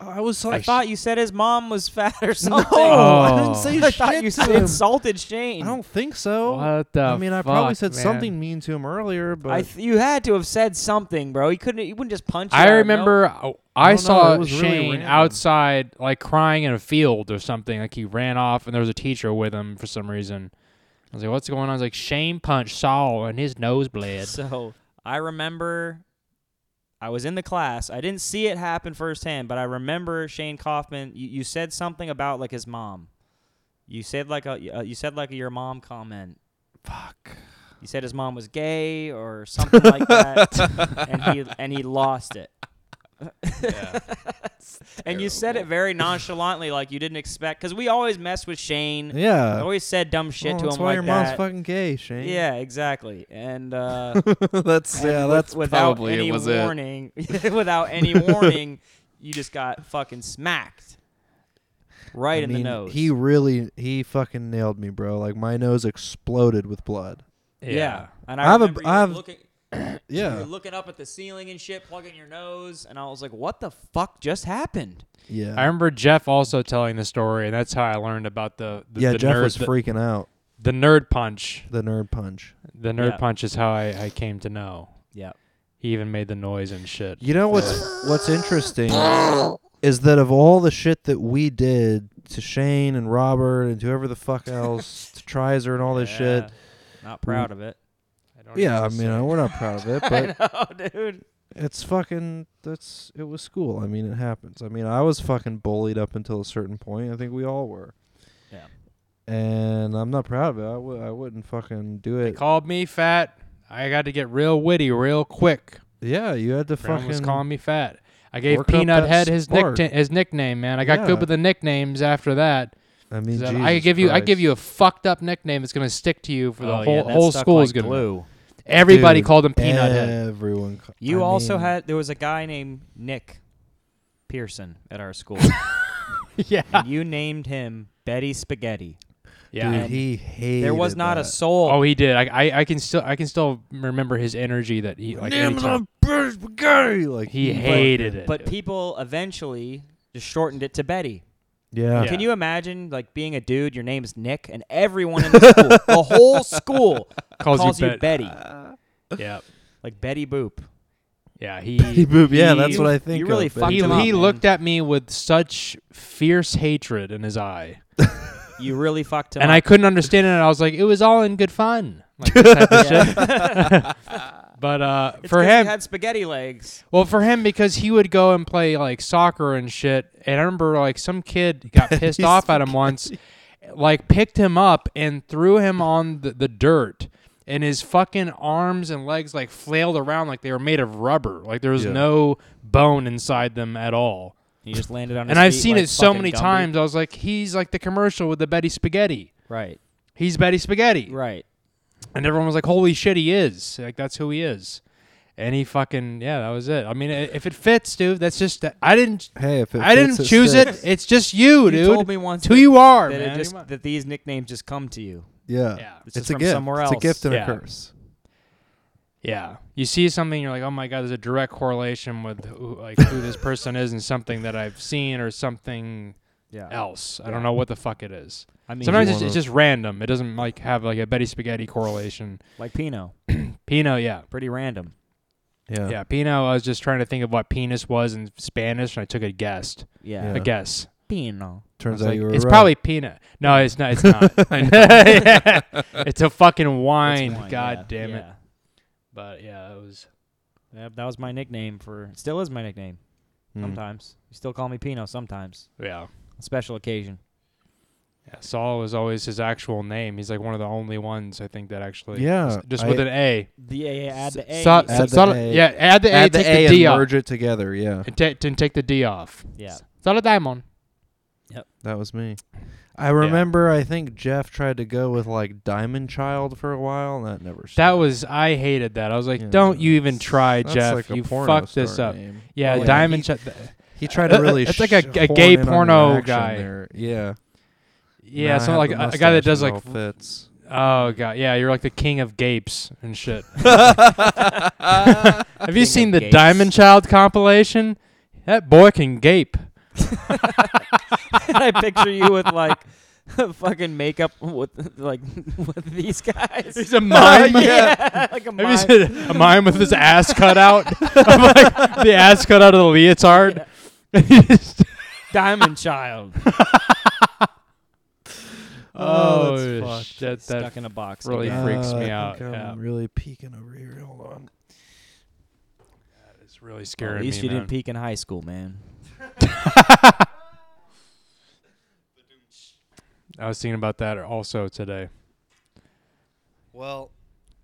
[SPEAKER 5] I was
[SPEAKER 6] I
[SPEAKER 5] like,
[SPEAKER 6] thought you said his mom was fat
[SPEAKER 4] *laughs*
[SPEAKER 6] or something.
[SPEAKER 5] "Oh, I didn't
[SPEAKER 4] Oh.
[SPEAKER 5] say
[SPEAKER 6] *laughs* I
[SPEAKER 5] shit
[SPEAKER 6] thought you
[SPEAKER 5] to him."
[SPEAKER 6] insulted Shane.
[SPEAKER 5] I don't think so.
[SPEAKER 4] What the
[SPEAKER 5] I mean, I probably
[SPEAKER 4] fuck,
[SPEAKER 5] said
[SPEAKER 4] man.
[SPEAKER 5] something mean to him earlier, but
[SPEAKER 6] I th- you had to have said something, bro. He couldn't. He wouldn't just punch. you
[SPEAKER 4] I
[SPEAKER 6] out of
[SPEAKER 4] remember I,
[SPEAKER 5] I
[SPEAKER 4] I
[SPEAKER 5] don't know,
[SPEAKER 4] saw
[SPEAKER 5] it was really
[SPEAKER 4] Shane
[SPEAKER 5] random.
[SPEAKER 4] outside, like crying in a field or something. Like he ran off, and there was a teacher with him for some reason. I was like, "What's going on?" I was like, "Shane punched Saul, and his nose
[SPEAKER 6] nowhere.
[SPEAKER 4] bled."
[SPEAKER 6] So I remember. I was in the class. I didn't see it happen firsthand, but I remember Shane Kaufman. You, you said something about like his mom. You said like a uh, you said like a your mom comment.
[SPEAKER 5] fuck.
[SPEAKER 6] You said his mom was gay or something like
[SPEAKER 5] *laughs*
[SPEAKER 6] that, and he and he lost it. *laughs* and you said it very nonchalantly, like you didn't expect, because we always mess with Shane. I
[SPEAKER 5] Yeah.
[SPEAKER 6] always said dumb shit
[SPEAKER 5] Oh,
[SPEAKER 6] to
[SPEAKER 5] that's
[SPEAKER 6] him
[SPEAKER 5] why
[SPEAKER 6] like
[SPEAKER 5] your mom's
[SPEAKER 6] that.
[SPEAKER 5] fucking gay, Shane.
[SPEAKER 6] yeah, exactly. And uh,
[SPEAKER 5] *laughs* that's yeah, that's
[SPEAKER 6] without
[SPEAKER 5] probably
[SPEAKER 6] any
[SPEAKER 5] it was it.
[SPEAKER 6] warning, *laughs* without
[SPEAKER 5] *laughs*
[SPEAKER 6] any warning, you just got fucking smacked right
[SPEAKER 5] I
[SPEAKER 6] in the
[SPEAKER 5] mean,
[SPEAKER 6] nose.
[SPEAKER 5] He really he fucking nailed me, bro. Like my nose exploded with blood.
[SPEAKER 6] yeah. and I,
[SPEAKER 5] I have a-
[SPEAKER 6] remember you
[SPEAKER 5] I
[SPEAKER 6] were
[SPEAKER 5] have-
[SPEAKER 6] looking. You
[SPEAKER 5] Yeah.
[SPEAKER 6] were looking up at the ceiling and shit, plugging your nose, and I was like, "What the fuck just happened?"
[SPEAKER 5] Yeah.
[SPEAKER 4] I remember Jeff also telling the story, and that's how I learned about the, the
[SPEAKER 5] yeah,
[SPEAKER 4] the
[SPEAKER 5] Jeff
[SPEAKER 4] nerd,
[SPEAKER 5] was
[SPEAKER 4] the,
[SPEAKER 5] freaking out.
[SPEAKER 4] the nerd punch.
[SPEAKER 5] The nerd punch.
[SPEAKER 4] The nerd
[SPEAKER 6] Yeah.
[SPEAKER 4] punch is how I, I came to know.
[SPEAKER 6] Yeah.
[SPEAKER 4] He even made the noise and shit.
[SPEAKER 5] You know what's what's interesting is that of all the shit that we did to Shane and Robert and whoever the fuck else
[SPEAKER 6] *laughs*
[SPEAKER 5] to Trizer and all this shit,
[SPEAKER 6] Not proud of it. *laughs*
[SPEAKER 4] I don't
[SPEAKER 5] Yeah,
[SPEAKER 4] know
[SPEAKER 5] I
[SPEAKER 4] what to
[SPEAKER 5] mean,
[SPEAKER 4] say.
[SPEAKER 5] uh, we're not proud of it, but
[SPEAKER 6] oh, dude.
[SPEAKER 5] it's fucking. That's it was school. I mean, it happens. I mean, I was fucking bullied up until a certain point. I think we all were.
[SPEAKER 6] Yeah.
[SPEAKER 5] And I'm not proud of it. I w- I wouldn't fucking do
[SPEAKER 4] They
[SPEAKER 5] it.
[SPEAKER 4] called me fat. I got to get real witty, real quick.
[SPEAKER 5] Yeah, you had to
[SPEAKER 4] Brown
[SPEAKER 5] fucking.
[SPEAKER 4] was calling me fat. I gave
[SPEAKER 5] work up
[SPEAKER 4] Peanut
[SPEAKER 5] that
[SPEAKER 4] Head his
[SPEAKER 5] spark.
[SPEAKER 4] nickname. His nickname, man. I got
[SPEAKER 5] Yeah.
[SPEAKER 4] good with the nicknames after that.
[SPEAKER 5] I mean,
[SPEAKER 4] 'Cause
[SPEAKER 5] Jesus
[SPEAKER 4] I give you, I give
[SPEAKER 5] Christ.
[SPEAKER 4] you a fucked up nickname that's gonna stick to you for the
[SPEAKER 6] Oh, yeah,
[SPEAKER 4] whole
[SPEAKER 6] that
[SPEAKER 4] whole
[SPEAKER 6] stuck
[SPEAKER 4] school
[SPEAKER 6] like
[SPEAKER 4] is gonna.
[SPEAKER 6] glue.
[SPEAKER 4] Everybody
[SPEAKER 5] Dude,
[SPEAKER 4] called him Peanut Head.
[SPEAKER 5] Everyone. ca-
[SPEAKER 6] You
[SPEAKER 5] I
[SPEAKER 6] also
[SPEAKER 5] mean,
[SPEAKER 6] had there was a guy named Nick Pearson at our school.
[SPEAKER 4] *laughs* Yeah,
[SPEAKER 6] and you named him Betty Spaghetti.
[SPEAKER 4] yeah.
[SPEAKER 5] Dude,
[SPEAKER 6] and
[SPEAKER 5] he hated.
[SPEAKER 6] There was not a
[SPEAKER 5] that.
[SPEAKER 6] soul.
[SPEAKER 4] Oh, he did. I, I, I can still, I can still remember his energy that he like.
[SPEAKER 5] Name's
[SPEAKER 4] anytime-
[SPEAKER 5] on British spaghetti. Like
[SPEAKER 4] He hated it.
[SPEAKER 6] but
[SPEAKER 4] dude.
[SPEAKER 6] people eventually just shortened it to Betty.
[SPEAKER 5] Yeah.
[SPEAKER 4] Yeah.
[SPEAKER 6] Can you imagine like being a dude, your name's Nick, and everyone in the school,
[SPEAKER 4] *laughs*
[SPEAKER 6] the whole school
[SPEAKER 4] calls,
[SPEAKER 6] calls
[SPEAKER 4] you,
[SPEAKER 6] you
[SPEAKER 4] Bet.
[SPEAKER 6] Betty.
[SPEAKER 4] Yeah,
[SPEAKER 6] Like Betty Boop.
[SPEAKER 4] yeah. He
[SPEAKER 5] He boop. Yeah, that's
[SPEAKER 4] he-
[SPEAKER 5] what I think.
[SPEAKER 6] really
[SPEAKER 5] of, but-
[SPEAKER 6] fucked
[SPEAKER 4] He,
[SPEAKER 6] him up,
[SPEAKER 4] he
[SPEAKER 6] man.
[SPEAKER 4] looked at me with such fierce hatred in his eye.
[SPEAKER 6] You really fucked him
[SPEAKER 4] and
[SPEAKER 6] up.
[SPEAKER 4] I couldn't understand it. And I was like, it was all in good fun, like this type
[SPEAKER 6] *laughs*
[SPEAKER 4] of shit. *laughs* but uh,
[SPEAKER 6] It's
[SPEAKER 4] for
[SPEAKER 6] 'cause
[SPEAKER 4] him,
[SPEAKER 6] he had spaghetti legs.
[SPEAKER 4] well, for him because he would go and play like soccer and shit. And I remember like some kid
[SPEAKER 6] *laughs*
[SPEAKER 4] got pissed off at him once, like picked him up and threw him on the, the dirt. And his fucking arms and legs like flailed around like they were made of rubber. Like there was
[SPEAKER 5] Yeah.
[SPEAKER 4] no bone inside them at all.
[SPEAKER 6] He just landed on.
[SPEAKER 4] And
[SPEAKER 6] his
[SPEAKER 4] I've
[SPEAKER 6] feet
[SPEAKER 4] seen
[SPEAKER 6] like
[SPEAKER 4] it so
[SPEAKER 6] fucking
[SPEAKER 4] many
[SPEAKER 6] Gumby.
[SPEAKER 4] times. I was like, he's like the commercial with the Betty Spaghetti.
[SPEAKER 6] Right.
[SPEAKER 4] He's Betty Spaghetti.
[SPEAKER 6] Right.
[SPEAKER 4] And everyone was like, "Holy shit, he is! Like that's who he is." And he fucking yeah, that was it. I mean, i- if it fits, dude, that's just that. I didn't,
[SPEAKER 5] Hey, if it
[SPEAKER 4] I didn't
[SPEAKER 5] fits,
[SPEAKER 4] choose
[SPEAKER 5] sticks.
[SPEAKER 4] it. It's just you,
[SPEAKER 6] You
[SPEAKER 4] dude.
[SPEAKER 6] told me once
[SPEAKER 4] it's who
[SPEAKER 6] that-
[SPEAKER 4] you are,
[SPEAKER 6] that, it
[SPEAKER 4] man.
[SPEAKER 6] just, that these nicknames just come to you.
[SPEAKER 5] Yeah.
[SPEAKER 4] Yeah.
[SPEAKER 6] This
[SPEAKER 5] It's
[SPEAKER 6] is
[SPEAKER 5] a
[SPEAKER 6] from
[SPEAKER 5] gift.
[SPEAKER 6] somewhere
[SPEAKER 5] It's a
[SPEAKER 6] else.
[SPEAKER 5] gift and a
[SPEAKER 4] Yeah.
[SPEAKER 5] curse.
[SPEAKER 4] yeah, you see something, you're like, "Oh my god, there's a direct correlation with who, like who this person is and something that I've seen or something
[SPEAKER 6] Yeah.
[SPEAKER 4] else." I don't know what the fuck it is.
[SPEAKER 6] I mean,
[SPEAKER 4] Sometimes
[SPEAKER 5] you
[SPEAKER 4] it's,
[SPEAKER 5] wanna-
[SPEAKER 4] it's just random. It doesn't like have like a Betty Spaghetti correlation.
[SPEAKER 6] like Pino,
[SPEAKER 4] Pino, yeah.
[SPEAKER 6] pretty random.
[SPEAKER 5] Yeah.
[SPEAKER 4] Yeah, Pino. I was just trying to think of what penis was in Spanish, and I took a guess.
[SPEAKER 6] Yeah.
[SPEAKER 4] A guess.
[SPEAKER 6] Pino.
[SPEAKER 5] Turns
[SPEAKER 4] I was
[SPEAKER 5] out
[SPEAKER 4] like,
[SPEAKER 5] you were
[SPEAKER 4] it's
[SPEAKER 5] right.
[SPEAKER 4] probably peanut.
[SPEAKER 5] *laughs*
[SPEAKER 4] No, *laughs* it's not. It's not. Yeah. It's a fucking wine.
[SPEAKER 6] It's wine,
[SPEAKER 4] God
[SPEAKER 6] yeah,
[SPEAKER 4] damn it.
[SPEAKER 6] yeah.
[SPEAKER 4] But yeah, it was.
[SPEAKER 6] Yep, that was my nickname for. Still is my nickname.
[SPEAKER 5] Mm.
[SPEAKER 6] Sometimes you still call me Pino. Sometimes
[SPEAKER 4] Yeah.
[SPEAKER 6] on special occasion.
[SPEAKER 4] Yeah, Saul was always his actual name. He's like one of the only ones I think that actually.
[SPEAKER 5] Yeah,
[SPEAKER 4] just- Just
[SPEAKER 5] I-
[SPEAKER 4] with an A.
[SPEAKER 6] The A add the A.
[SPEAKER 4] Sa-
[SPEAKER 5] Add the
[SPEAKER 4] Saul-
[SPEAKER 5] A.
[SPEAKER 4] Yeah, add the A,
[SPEAKER 5] Add the
[SPEAKER 4] take
[SPEAKER 5] A
[SPEAKER 4] the
[SPEAKER 5] and
[SPEAKER 4] D off.
[SPEAKER 5] merge it together. Yeah,
[SPEAKER 4] And, ta- and take the D off.
[SPEAKER 6] yeah.
[SPEAKER 4] Saul Diamond.
[SPEAKER 5] that was me. I remember. I think Jeff tried to go with like Diamond Child for a while, and that never.
[SPEAKER 4] That
[SPEAKER 5] stuck.
[SPEAKER 4] was I hated that. I was like,
[SPEAKER 5] Yeah,
[SPEAKER 4] don't you even
[SPEAKER 5] that's-
[SPEAKER 4] try,
[SPEAKER 5] that's
[SPEAKER 4] Jeff.
[SPEAKER 5] like a
[SPEAKER 4] you
[SPEAKER 5] porno
[SPEAKER 4] fucked this
[SPEAKER 5] star
[SPEAKER 4] up.
[SPEAKER 5] name.
[SPEAKER 4] Yeah,
[SPEAKER 5] Well,
[SPEAKER 4] Diamond.
[SPEAKER 5] He, *laughs*
[SPEAKER 4] Ch-
[SPEAKER 5] he tried to really.
[SPEAKER 4] It's like a- a
[SPEAKER 5] horn
[SPEAKER 4] gay
[SPEAKER 5] in on the
[SPEAKER 4] porno
[SPEAKER 5] action
[SPEAKER 4] guy.
[SPEAKER 5] there. Yeah.
[SPEAKER 4] yeah,
[SPEAKER 5] Now I
[SPEAKER 4] something like
[SPEAKER 5] have the
[SPEAKER 4] a, a guy
[SPEAKER 5] mustache
[SPEAKER 4] that does
[SPEAKER 5] and it
[SPEAKER 4] like.
[SPEAKER 5] all fits.
[SPEAKER 4] Oh god, yeah, you're like the king of gapes and *laughs* shit. Have you seen the
[SPEAKER 6] gapes.
[SPEAKER 4] Diamond Child compilation? That boy can gape.
[SPEAKER 6] *laughs* I picture you with like *laughs* fucking makeup with like *laughs* with these guys.
[SPEAKER 4] He's a mime.
[SPEAKER 6] *laughs* yeah, like a
[SPEAKER 4] Have you
[SPEAKER 6] mime. *laughs*
[SPEAKER 4] seen a mime with his ass cut out? Of, like, the ass cut out of the leotard. *laughs*
[SPEAKER 6] Diamond Child
[SPEAKER 5] Oh, that's
[SPEAKER 4] Oh,
[SPEAKER 5] fucked.
[SPEAKER 4] shit, that
[SPEAKER 6] stuck in a box.
[SPEAKER 4] really
[SPEAKER 6] again.
[SPEAKER 4] It freaks
[SPEAKER 5] Uh,
[SPEAKER 4] me
[SPEAKER 5] I
[SPEAKER 4] out,
[SPEAKER 5] think I'm
[SPEAKER 4] yeah.
[SPEAKER 5] really peeking over here. Hold on.
[SPEAKER 4] is really
[SPEAKER 6] Well,
[SPEAKER 4] scary.
[SPEAKER 6] at least
[SPEAKER 4] me,
[SPEAKER 6] you
[SPEAKER 4] man.
[SPEAKER 6] didn't peak in high school, man.
[SPEAKER 4] I was thinking about that also today.
[SPEAKER 5] Well,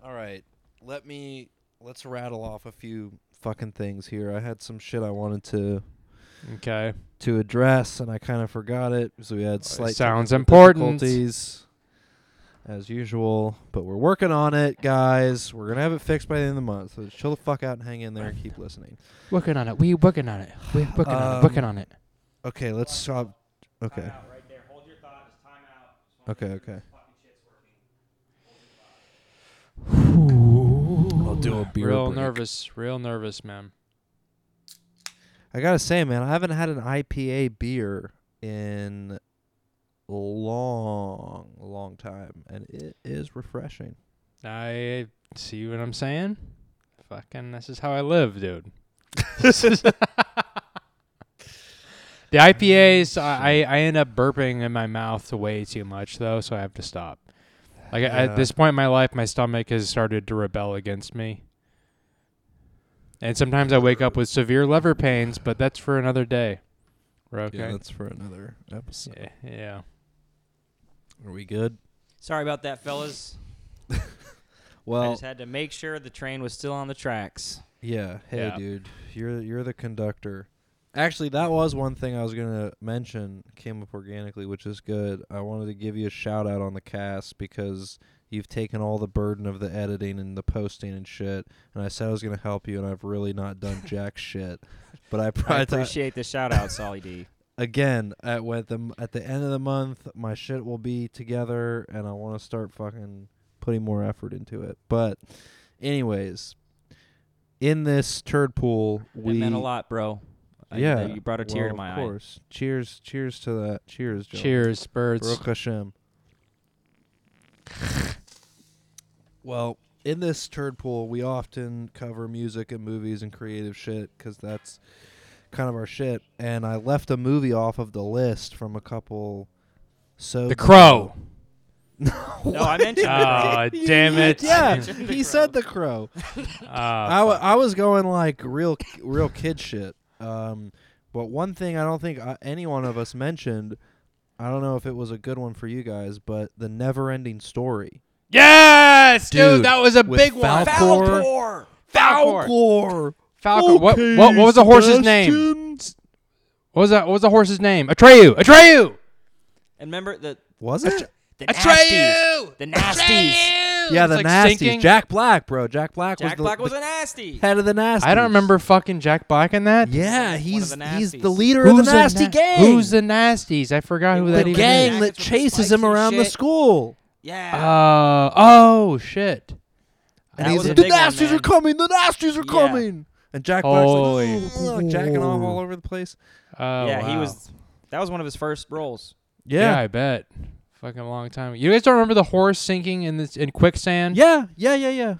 [SPEAKER 5] all right. Let me let's rattle off a few fucking things here. I had some shit I wanted to
[SPEAKER 4] Okay.
[SPEAKER 5] to address, and I kind of forgot it. So we had slight
[SPEAKER 4] sounds
[SPEAKER 5] technical
[SPEAKER 4] important.
[SPEAKER 5] difficulties, as usual. But we're working on it, guys. We're gonna have it fixed by the end of the month. So just chill the fuck out and hang in there. and Keep listening.
[SPEAKER 4] Working on it. We working on it. We working on
[SPEAKER 5] Um,
[SPEAKER 4] it. Working on it.
[SPEAKER 5] Okay, let's stop. Okay. Okay. Okay. I'll do a beer
[SPEAKER 4] Real
[SPEAKER 5] break.
[SPEAKER 4] nervous. Real nervous, man.
[SPEAKER 5] I gotta say, man, I haven't had an IPA beer in a long, long time, and it is refreshing.
[SPEAKER 4] I see what I'm saying. Fucking, this is how I live, dude. This
[SPEAKER 5] *laughs*
[SPEAKER 4] is- the IPAs,
[SPEAKER 5] Mm,
[SPEAKER 4] I, I end up burping in my mouth way too much though, so I have to stop. Like
[SPEAKER 5] Yeah.
[SPEAKER 4] I- at this point in my life, my stomach has started to rebel against me. And sometimes I wake up with severe liver pains, but that's for another day. We're
[SPEAKER 5] Yeah,
[SPEAKER 4] okay.
[SPEAKER 5] that's for another episode.
[SPEAKER 4] Yeah, yeah.
[SPEAKER 5] Are we good?
[SPEAKER 6] Sorry about that, fellas. I
[SPEAKER 5] Well,
[SPEAKER 6] just had to make sure the train was still on the tracks.
[SPEAKER 5] yeah. Hey,
[SPEAKER 4] Yeah.
[SPEAKER 5] dude, you're you're the conductor. Actually, that was one thing I was gonna mention came up organically, which is good. I wanted to give you a shout out on the cast because you've taken all the burden of the editing and the posting and shit. And I said I was gonna help you, and I've really not done *laughs* jack shit. But I,
[SPEAKER 6] I
[SPEAKER 5] probably thought-
[SPEAKER 6] appreciate the shout out, *laughs* Solly D.
[SPEAKER 5] again at what the at the end of the month my shit will be together and I want to start fucking putting more effort into it. But anyways, in this turd pool, we
[SPEAKER 6] It meant a lot, bro. I-
[SPEAKER 5] Yeah,
[SPEAKER 6] you brought a tear
[SPEAKER 5] well,
[SPEAKER 6] to my
[SPEAKER 5] of
[SPEAKER 6] eye.
[SPEAKER 5] course. Cheers, cheers to that. Cheers, John.
[SPEAKER 4] Cheers, birds.
[SPEAKER 5] Baruch Hashem. *laughs* well, in this turd pool, we often cover music and movies and creative shit because that's kind of our shit. And I left a movie off of the list from a couple. So *laughs*
[SPEAKER 4] The crow.
[SPEAKER 6] No, I mentioned it.
[SPEAKER 4] oh, damn it. *laughs*
[SPEAKER 5] Yeah, he said the crow. I,
[SPEAKER 4] Uh,
[SPEAKER 5] w- I was going like real real kid shit. Um, but one thing I don't think uh, any one of us mentioned. I don't know if it was a good one for you guys, but the never-ending story.
[SPEAKER 4] yes, dude,
[SPEAKER 5] Dude,
[SPEAKER 4] that was a
[SPEAKER 5] with
[SPEAKER 4] big one.
[SPEAKER 5] Falcor.
[SPEAKER 4] Falcor.
[SPEAKER 5] Falcor.
[SPEAKER 4] Falcor. What, what, what was the horse's name? What was that? What was the horse's name? Atreyu. Atreyu.
[SPEAKER 6] And remember the
[SPEAKER 5] Was
[SPEAKER 4] *laughs*
[SPEAKER 5] it?
[SPEAKER 6] the nasties.
[SPEAKER 4] Atreyu.
[SPEAKER 6] The nasties.
[SPEAKER 5] Yeah, the
[SPEAKER 4] It's like
[SPEAKER 5] nasties.
[SPEAKER 4] sinking.
[SPEAKER 5] Jack Black, bro. Jack Black was
[SPEAKER 6] Jack
[SPEAKER 5] the,
[SPEAKER 6] Black
[SPEAKER 5] the
[SPEAKER 6] was a nasty.
[SPEAKER 5] head of the nasties.
[SPEAKER 4] I don't remember fucking Jack Black in that.
[SPEAKER 5] Yeah,
[SPEAKER 6] One of
[SPEAKER 5] he's
[SPEAKER 6] the
[SPEAKER 5] he's the
[SPEAKER 6] nasties.
[SPEAKER 5] leader of the
[SPEAKER 4] na-
[SPEAKER 5] nasty gang.
[SPEAKER 4] Who's the nasties? I forgot who
[SPEAKER 6] The
[SPEAKER 5] the
[SPEAKER 4] that even
[SPEAKER 5] gang
[SPEAKER 4] is.
[SPEAKER 6] Jackets
[SPEAKER 5] that
[SPEAKER 6] with the
[SPEAKER 5] chases
[SPEAKER 6] spikes
[SPEAKER 5] him
[SPEAKER 6] and
[SPEAKER 5] around the
[SPEAKER 6] shit.
[SPEAKER 5] school?
[SPEAKER 6] Yeah.
[SPEAKER 4] Uh, oh shit.
[SPEAKER 5] And
[SPEAKER 6] That
[SPEAKER 5] he's
[SPEAKER 6] was a
[SPEAKER 5] like, the
[SPEAKER 6] big one,
[SPEAKER 5] nasties are
[SPEAKER 6] man.
[SPEAKER 5] coming. The nasties are
[SPEAKER 6] Yeah.
[SPEAKER 5] coming. And Jack
[SPEAKER 4] Holy.
[SPEAKER 5] Black's like, "Oh, "Ugh," jacking off all over the place.
[SPEAKER 4] Oh,
[SPEAKER 6] yeah, he
[SPEAKER 4] wow.
[SPEAKER 6] was that was one of his first roles.
[SPEAKER 4] Yeah,
[SPEAKER 5] Yeah.
[SPEAKER 4] I bet. Fucking long time. You guys don't remember the horse sinking in this in quicksand?
[SPEAKER 5] Yeah, yeah, yeah, yeah.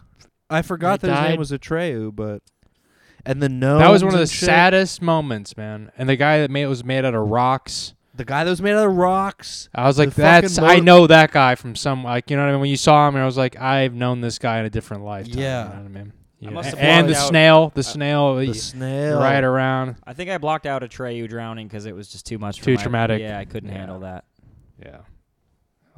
[SPEAKER 5] I forgot
[SPEAKER 4] They
[SPEAKER 5] that his name
[SPEAKER 4] died.
[SPEAKER 5] was Atreyu, but and the no.
[SPEAKER 4] That was one of the saddest moments, man. And the guy that made it was made out of rocks.
[SPEAKER 5] The guy that was made out of rocks.
[SPEAKER 4] I was like,
[SPEAKER 5] The fucking
[SPEAKER 4] that's
[SPEAKER 5] mo-
[SPEAKER 4] I know that guy from some like you know what I mean. When you saw him, and I was like, I've known this guy in a different lifetime.
[SPEAKER 5] Yeah.
[SPEAKER 4] you know what I mean.
[SPEAKER 6] I must have
[SPEAKER 4] and the
[SPEAKER 6] blocked out-
[SPEAKER 4] snail, the snail,
[SPEAKER 5] The
[SPEAKER 4] y-
[SPEAKER 5] snail.
[SPEAKER 4] right around.
[SPEAKER 6] I think I blocked out Atreyu drowning because it was just too much. For
[SPEAKER 4] Too
[SPEAKER 6] my-
[SPEAKER 4] traumatic.
[SPEAKER 6] Yeah, I couldn't
[SPEAKER 4] Yeah.
[SPEAKER 6] handle that.
[SPEAKER 4] Yeah,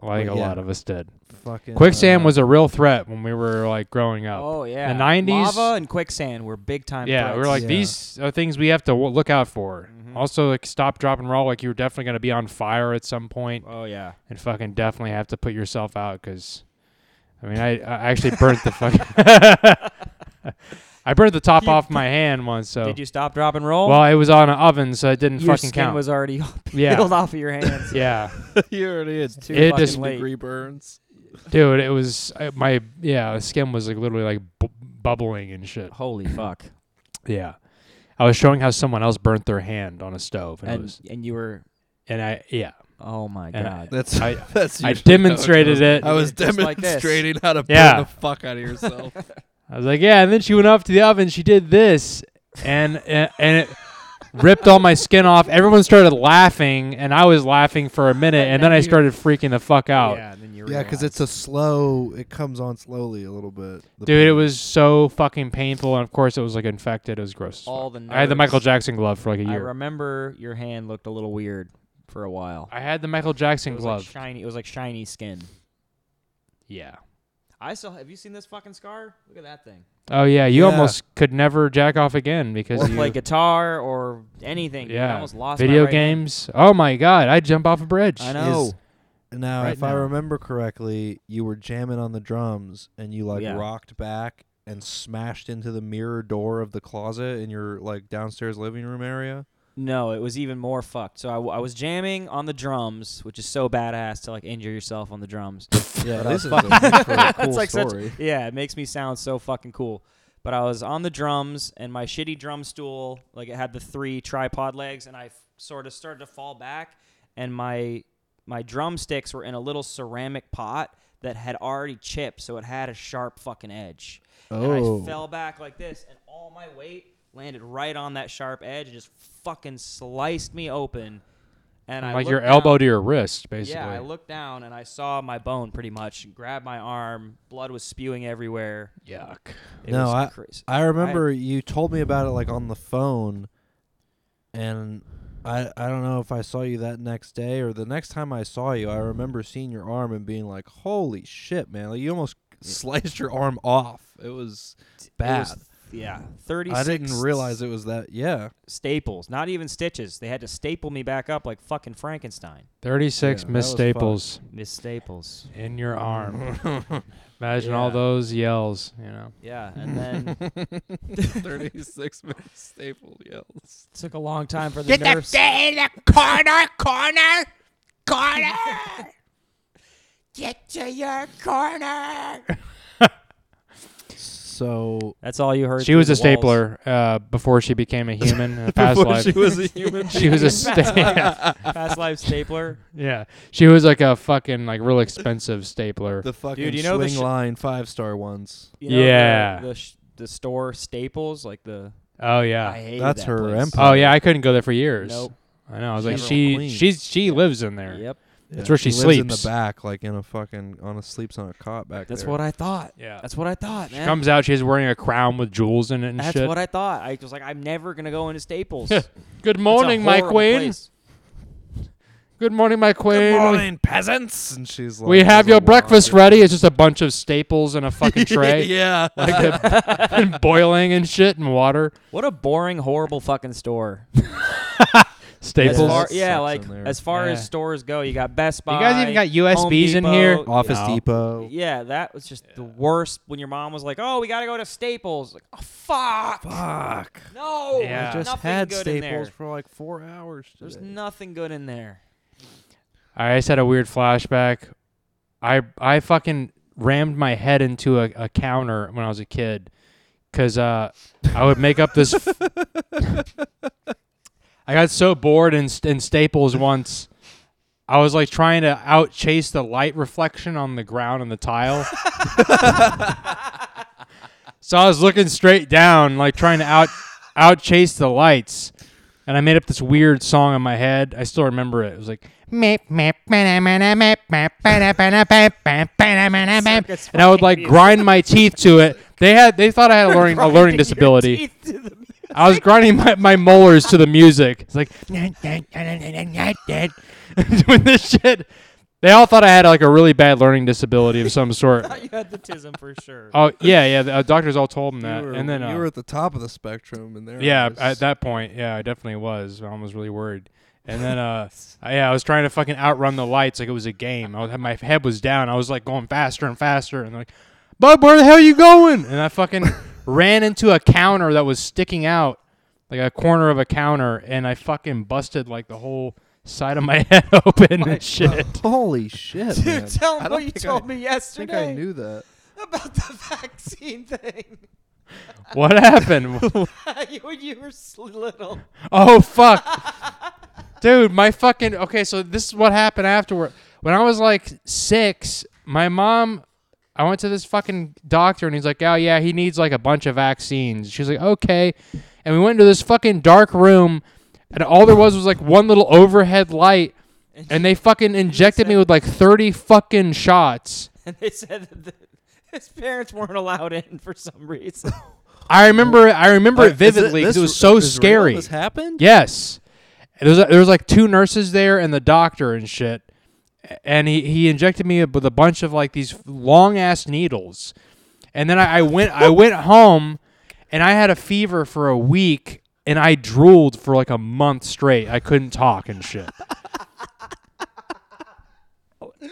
[SPEAKER 4] like
[SPEAKER 5] Well,
[SPEAKER 4] a
[SPEAKER 5] yeah.
[SPEAKER 4] lot of us did.
[SPEAKER 5] Fucking,
[SPEAKER 4] Quicksand
[SPEAKER 5] uh,
[SPEAKER 4] *laughs* was a real threat when we were like growing up.
[SPEAKER 6] Oh yeah,
[SPEAKER 4] 90s
[SPEAKER 6] lava and quicksand were big time.
[SPEAKER 4] yeah, we
[SPEAKER 6] threats.
[SPEAKER 4] we're like
[SPEAKER 5] Yeah.
[SPEAKER 4] these are things we have to w- look out for. Also, like stop, drop, and roll. Like you're definitely gonna be on fire at some point,
[SPEAKER 6] oh yeah.
[SPEAKER 4] and fucking definitely have to put yourself out because, I mean, I, I actually burnt the fuck. *laughs* I burnt the top
[SPEAKER 6] You
[SPEAKER 4] off my hand once. So
[SPEAKER 6] Did you stop, drop, and roll?
[SPEAKER 4] oh. well, it was on an oven, so it didn't
[SPEAKER 6] your
[SPEAKER 4] fucking
[SPEAKER 6] skin
[SPEAKER 4] count.
[SPEAKER 6] was already
[SPEAKER 4] *laughs*
[SPEAKER 6] *laughs*
[SPEAKER 4] Yeah.
[SPEAKER 6] peeled off of
[SPEAKER 4] *laughs*
[SPEAKER 6] your hands. *laughs*
[SPEAKER 4] yeah,
[SPEAKER 5] you already had two
[SPEAKER 4] It
[SPEAKER 6] fucking
[SPEAKER 4] just-
[SPEAKER 6] late.
[SPEAKER 5] degree burns.
[SPEAKER 4] dude, it was I, my yeah the skin was like literally like bu- bubbling and shit.
[SPEAKER 6] Holy fuck!
[SPEAKER 4] Yeah. I was showing how someone else burnt their hand on a stove, and, it
[SPEAKER 6] And
[SPEAKER 4] was,
[SPEAKER 6] and you were.
[SPEAKER 4] and I yeah,
[SPEAKER 6] Oh my
[SPEAKER 4] And
[SPEAKER 6] god.
[SPEAKER 5] That's
[SPEAKER 4] I-
[SPEAKER 5] *laughs* that's. usually
[SPEAKER 4] I
[SPEAKER 5] how it
[SPEAKER 4] demonstrated
[SPEAKER 5] goes.
[SPEAKER 4] it.
[SPEAKER 5] I was
[SPEAKER 6] Just like this.
[SPEAKER 5] demonstrating how to
[SPEAKER 4] Yeah.
[SPEAKER 5] burn the fuck out of yourself.
[SPEAKER 4] I was like, yeah. And then she went off to the oven. She did this, and *laughs* and, and it ripped all my skin off. Everyone started laughing, and I was laughing for a minute, and then I started freaking the fuck out,
[SPEAKER 6] Yeah, and then you.
[SPEAKER 5] *laughs* yeah, because it's a slow. It comes on slowly a little bit. the
[SPEAKER 4] dude. It
[SPEAKER 5] pain.
[SPEAKER 4] was so fucking painful, and of course it was like infected. It was gross. as
[SPEAKER 6] All
[SPEAKER 4] fuck.
[SPEAKER 6] the
[SPEAKER 4] I had the
[SPEAKER 6] nerves.
[SPEAKER 4] Michael Jackson glove for like a
[SPEAKER 6] I
[SPEAKER 4] year.
[SPEAKER 6] remember your hand looked a little weird for a while.
[SPEAKER 4] I had the Michael
[SPEAKER 6] It
[SPEAKER 4] Jackson
[SPEAKER 6] was
[SPEAKER 4] glove.
[SPEAKER 6] like shiny. It was like shiny skin.
[SPEAKER 4] yeah.
[SPEAKER 6] I still. Have you seen this fucking scar? Look at that thing.
[SPEAKER 4] Oh yeah. You
[SPEAKER 5] Yeah.
[SPEAKER 4] almost could never jack off again because
[SPEAKER 6] Or *laughs*
[SPEAKER 4] you,
[SPEAKER 6] play guitar or anything. dude. I
[SPEAKER 4] Yeah.
[SPEAKER 6] almost lost my
[SPEAKER 4] video
[SPEAKER 6] right hand.
[SPEAKER 4] games. Oh my god! I jump off a bridge.
[SPEAKER 6] I know.
[SPEAKER 5] Now,
[SPEAKER 4] Right
[SPEAKER 5] if I
[SPEAKER 4] now.
[SPEAKER 5] remember correctly, you were jamming on the drums and you like
[SPEAKER 6] Yeah.
[SPEAKER 5] rocked back and smashed into the mirror door of the closet in your like downstairs living room area.
[SPEAKER 6] No, it was even more fucked. So I, w- I was jamming on the drums, which is so badass to like injure yourself on the drums.
[SPEAKER 5] Yeah,
[SPEAKER 6] I
[SPEAKER 5] this is
[SPEAKER 6] fuck-
[SPEAKER 5] a really cool
[SPEAKER 6] It's like such-
[SPEAKER 5] story.
[SPEAKER 6] *laughs* yeah, it makes me sound so fucking cool. But I was on the drums and my shitty drum stool, like it had the three tripod legs, and I f- sort of started to fall back, and my my drumsticks were in a little ceramic pot that had already chipped, so it had a sharp fucking edge.
[SPEAKER 5] Oh.
[SPEAKER 6] And I fell back like this, and all my weight landed right on that sharp edge and just fucking sliced me open. And I
[SPEAKER 4] like your
[SPEAKER 6] looked down-
[SPEAKER 4] elbow to your wrist, basically.
[SPEAKER 6] yeah, I looked down and I saw my bone pretty much. and Grabbed my arm, blood was spewing everywhere.
[SPEAKER 4] Yuck.
[SPEAKER 6] It
[SPEAKER 5] No,
[SPEAKER 6] was
[SPEAKER 5] I-
[SPEAKER 6] crazy.
[SPEAKER 5] I remember you told me about it like on the phone, and I I don't know if I saw you that next day or the next time I saw you. I remember seeing your arm and being like, "Holy shit, man! Like you almost *laughs* sliced your arm off." It was bad.
[SPEAKER 6] yeah, thirty.
[SPEAKER 5] I didn't realize it was that. Yeah,
[SPEAKER 6] staples, not even stitches. They had to staple me back up like fucking Frankenstein.
[SPEAKER 4] 36
[SPEAKER 5] Yeah, that
[SPEAKER 4] missed
[SPEAKER 5] was
[SPEAKER 4] staples
[SPEAKER 6] Miss Staples.
[SPEAKER 4] in
[SPEAKER 5] *laughs*
[SPEAKER 4] your arm. Imagine all
[SPEAKER 6] Yeah.
[SPEAKER 4] those yells, you know.
[SPEAKER 6] Yeah, and then
[SPEAKER 5] *laughs* thirty-six staple yells.
[SPEAKER 6] took a long time for the nurse.
[SPEAKER 3] in the corner, corner, corner. Get to your corner.
[SPEAKER 5] So
[SPEAKER 6] That's all you heard.
[SPEAKER 4] She
[SPEAKER 6] through
[SPEAKER 4] was
[SPEAKER 6] the
[SPEAKER 4] a
[SPEAKER 6] walls.
[SPEAKER 4] stapler uh, before
[SPEAKER 5] *laughs*
[SPEAKER 4] she became a human in a past life. She was,
[SPEAKER 5] a
[SPEAKER 4] *laughs*
[SPEAKER 5] human.
[SPEAKER 4] a sta- *laughs*
[SPEAKER 6] Fast life stapler.
[SPEAKER 4] yeah. She was like a fucking like real expensive stapler.
[SPEAKER 5] the fucking
[SPEAKER 6] Dude, you know the
[SPEAKER 5] swing
[SPEAKER 6] sh-
[SPEAKER 5] line five-star ones.
[SPEAKER 6] You know, the-
[SPEAKER 4] Yeah.
[SPEAKER 6] The, sh- the store Staples, like the.
[SPEAKER 4] oh
[SPEAKER 6] I
[SPEAKER 4] yeah.
[SPEAKER 6] hated
[SPEAKER 5] That's
[SPEAKER 6] that
[SPEAKER 5] her
[SPEAKER 6] place.
[SPEAKER 5] empire.
[SPEAKER 4] Oh yeah, I couldn't go there for years.
[SPEAKER 6] Nope.
[SPEAKER 4] I know. I was
[SPEAKER 5] She's
[SPEAKER 4] like
[SPEAKER 5] from
[SPEAKER 4] she
[SPEAKER 5] Queens.
[SPEAKER 4] she's she lives in there.
[SPEAKER 6] Yep.
[SPEAKER 4] That's where she
[SPEAKER 5] lives in
[SPEAKER 4] sleeps.
[SPEAKER 5] the back, like in a fucking on a sleeps on a cot back
[SPEAKER 6] That's
[SPEAKER 5] there.
[SPEAKER 6] what I thought.
[SPEAKER 4] Yeah.
[SPEAKER 6] That's what I thought,
[SPEAKER 4] she
[SPEAKER 6] man.
[SPEAKER 4] comes out she's wearing a crown with jewels in it and
[SPEAKER 6] That's
[SPEAKER 4] shit.
[SPEAKER 6] what I thought. I was like, I'm never gonna go
[SPEAKER 4] *laughs*
[SPEAKER 6] into Staples.
[SPEAKER 4] Good morning, my queen. Good morning, my queen.
[SPEAKER 5] Good morning, peasants. And she's like,
[SPEAKER 4] We have
[SPEAKER 5] doesn't
[SPEAKER 4] your
[SPEAKER 5] want
[SPEAKER 4] breakfast
[SPEAKER 5] it.
[SPEAKER 4] ready. It's just a bunch of staples in
[SPEAKER 5] *laughs*
[SPEAKER 4] a fucking tray.
[SPEAKER 5] yeah. *laughs*
[SPEAKER 4] Like the- and boiling and shit and water.
[SPEAKER 6] What a boring, horrible fucking store. As
[SPEAKER 4] Staples.
[SPEAKER 6] far,
[SPEAKER 5] That
[SPEAKER 6] yeah,
[SPEAKER 5] sucks
[SPEAKER 6] like
[SPEAKER 5] in there.
[SPEAKER 6] as far
[SPEAKER 4] Yeah.
[SPEAKER 6] as stores go, you got Best Buy.
[SPEAKER 4] you guys even got
[SPEAKER 6] Home
[SPEAKER 4] USBs in here.
[SPEAKER 6] Depot.
[SPEAKER 5] Office
[SPEAKER 4] No.
[SPEAKER 5] Depot.
[SPEAKER 6] Yeah, that was just the worst. When your mom was like, "Oh, we gotta go to Staples," like, oh, "Fuck,
[SPEAKER 5] Fuck.
[SPEAKER 6] no,
[SPEAKER 4] Yeah.
[SPEAKER 6] there's
[SPEAKER 5] Just
[SPEAKER 6] nothing
[SPEAKER 5] had
[SPEAKER 6] good in
[SPEAKER 5] Staples
[SPEAKER 6] there.
[SPEAKER 5] for like four hours.
[SPEAKER 6] There's
[SPEAKER 5] today.
[SPEAKER 6] nothing good
[SPEAKER 5] *laughs*
[SPEAKER 6] in there."
[SPEAKER 4] I just had a weird flashback. I I fucking rammed my head into a, a counter when I was a kid, cause uh, I would make up this. *laughs* f- I got so bored in st- in Staples once. I was like trying to out chase the light reflection on the ground and the tile. *laughs* so I was looking straight down, like trying to out out chase the lights. And I made up this weird song in my head. I still remember it. It was like meep meep meep meep meep meep meep meep meep meep meep meep meep meep meep meep meep. and I would like grind my teeth to it They had they thought I had a learning a learning disability. I was grinding my, my molars to the music. It's like *laughs* doing this shit. They all thought I had like a really bad learning disability of some sort.
[SPEAKER 6] you had the tism for sure.
[SPEAKER 4] Oh yeah, yeah. The uh, doctors all told them that,
[SPEAKER 5] you were,
[SPEAKER 4] and then
[SPEAKER 5] you
[SPEAKER 4] uh,
[SPEAKER 5] were at the top of the spectrum, and there.
[SPEAKER 4] yeah,
[SPEAKER 5] I was.
[SPEAKER 4] at that point, yeah, I definitely was. I was really worried. And then, *laughs* uh, I, yeah, I was trying to fucking outrun the lights like it was a game. I was, my head was down. I was like going faster and faster, and like, Bub, where the hell are you going? And I *laughs* fucking ran into a counter that was sticking out, like a corner of a counter, and I fucking busted like the whole side of Oh my *laughs* head open and shit.
[SPEAKER 5] *laughs* Holy shit, man.
[SPEAKER 6] Dude, tell
[SPEAKER 5] I
[SPEAKER 6] him
[SPEAKER 5] don't
[SPEAKER 6] what you
[SPEAKER 5] think
[SPEAKER 6] told
[SPEAKER 5] I,
[SPEAKER 6] me
[SPEAKER 5] I think
[SPEAKER 6] yesterday
[SPEAKER 5] I knew that.
[SPEAKER 6] about the vaccine thing.
[SPEAKER 4] What
[SPEAKER 5] *laughs*
[SPEAKER 4] happened? *laughs*
[SPEAKER 6] when you were s- little,
[SPEAKER 4] Oh fuck,
[SPEAKER 5] *laughs*
[SPEAKER 4] dude! My fucking okay. So this is what happened afterward. When I was like six, my mom, I went to this fucking doctor, and he's like, "Oh yeah, he needs like a bunch of vaccines." She's like, "Okay," and we went into this fucking dark room, and all there was was like one little overhead light, and they fucking injected me with like thirty fucking shots.
[SPEAKER 6] *laughs* and they said that the, his parents weren't allowed in for some reason.
[SPEAKER 4] I remember, it- I remember
[SPEAKER 5] Like,
[SPEAKER 4] it
[SPEAKER 5] is it-
[SPEAKER 4] vividly. 'cause
[SPEAKER 5] this
[SPEAKER 4] it was
[SPEAKER 5] r-
[SPEAKER 4] so
[SPEAKER 5] is real?
[SPEAKER 4] scary.
[SPEAKER 5] This happened.
[SPEAKER 4] Yes. There was, there was like two nurses there and the doctor and shit. And he, he injected me with a bunch of like these long ass needles. And then I, I went I went home and I had a fever for a week and I drooled for like a month straight. I couldn't talk and shit.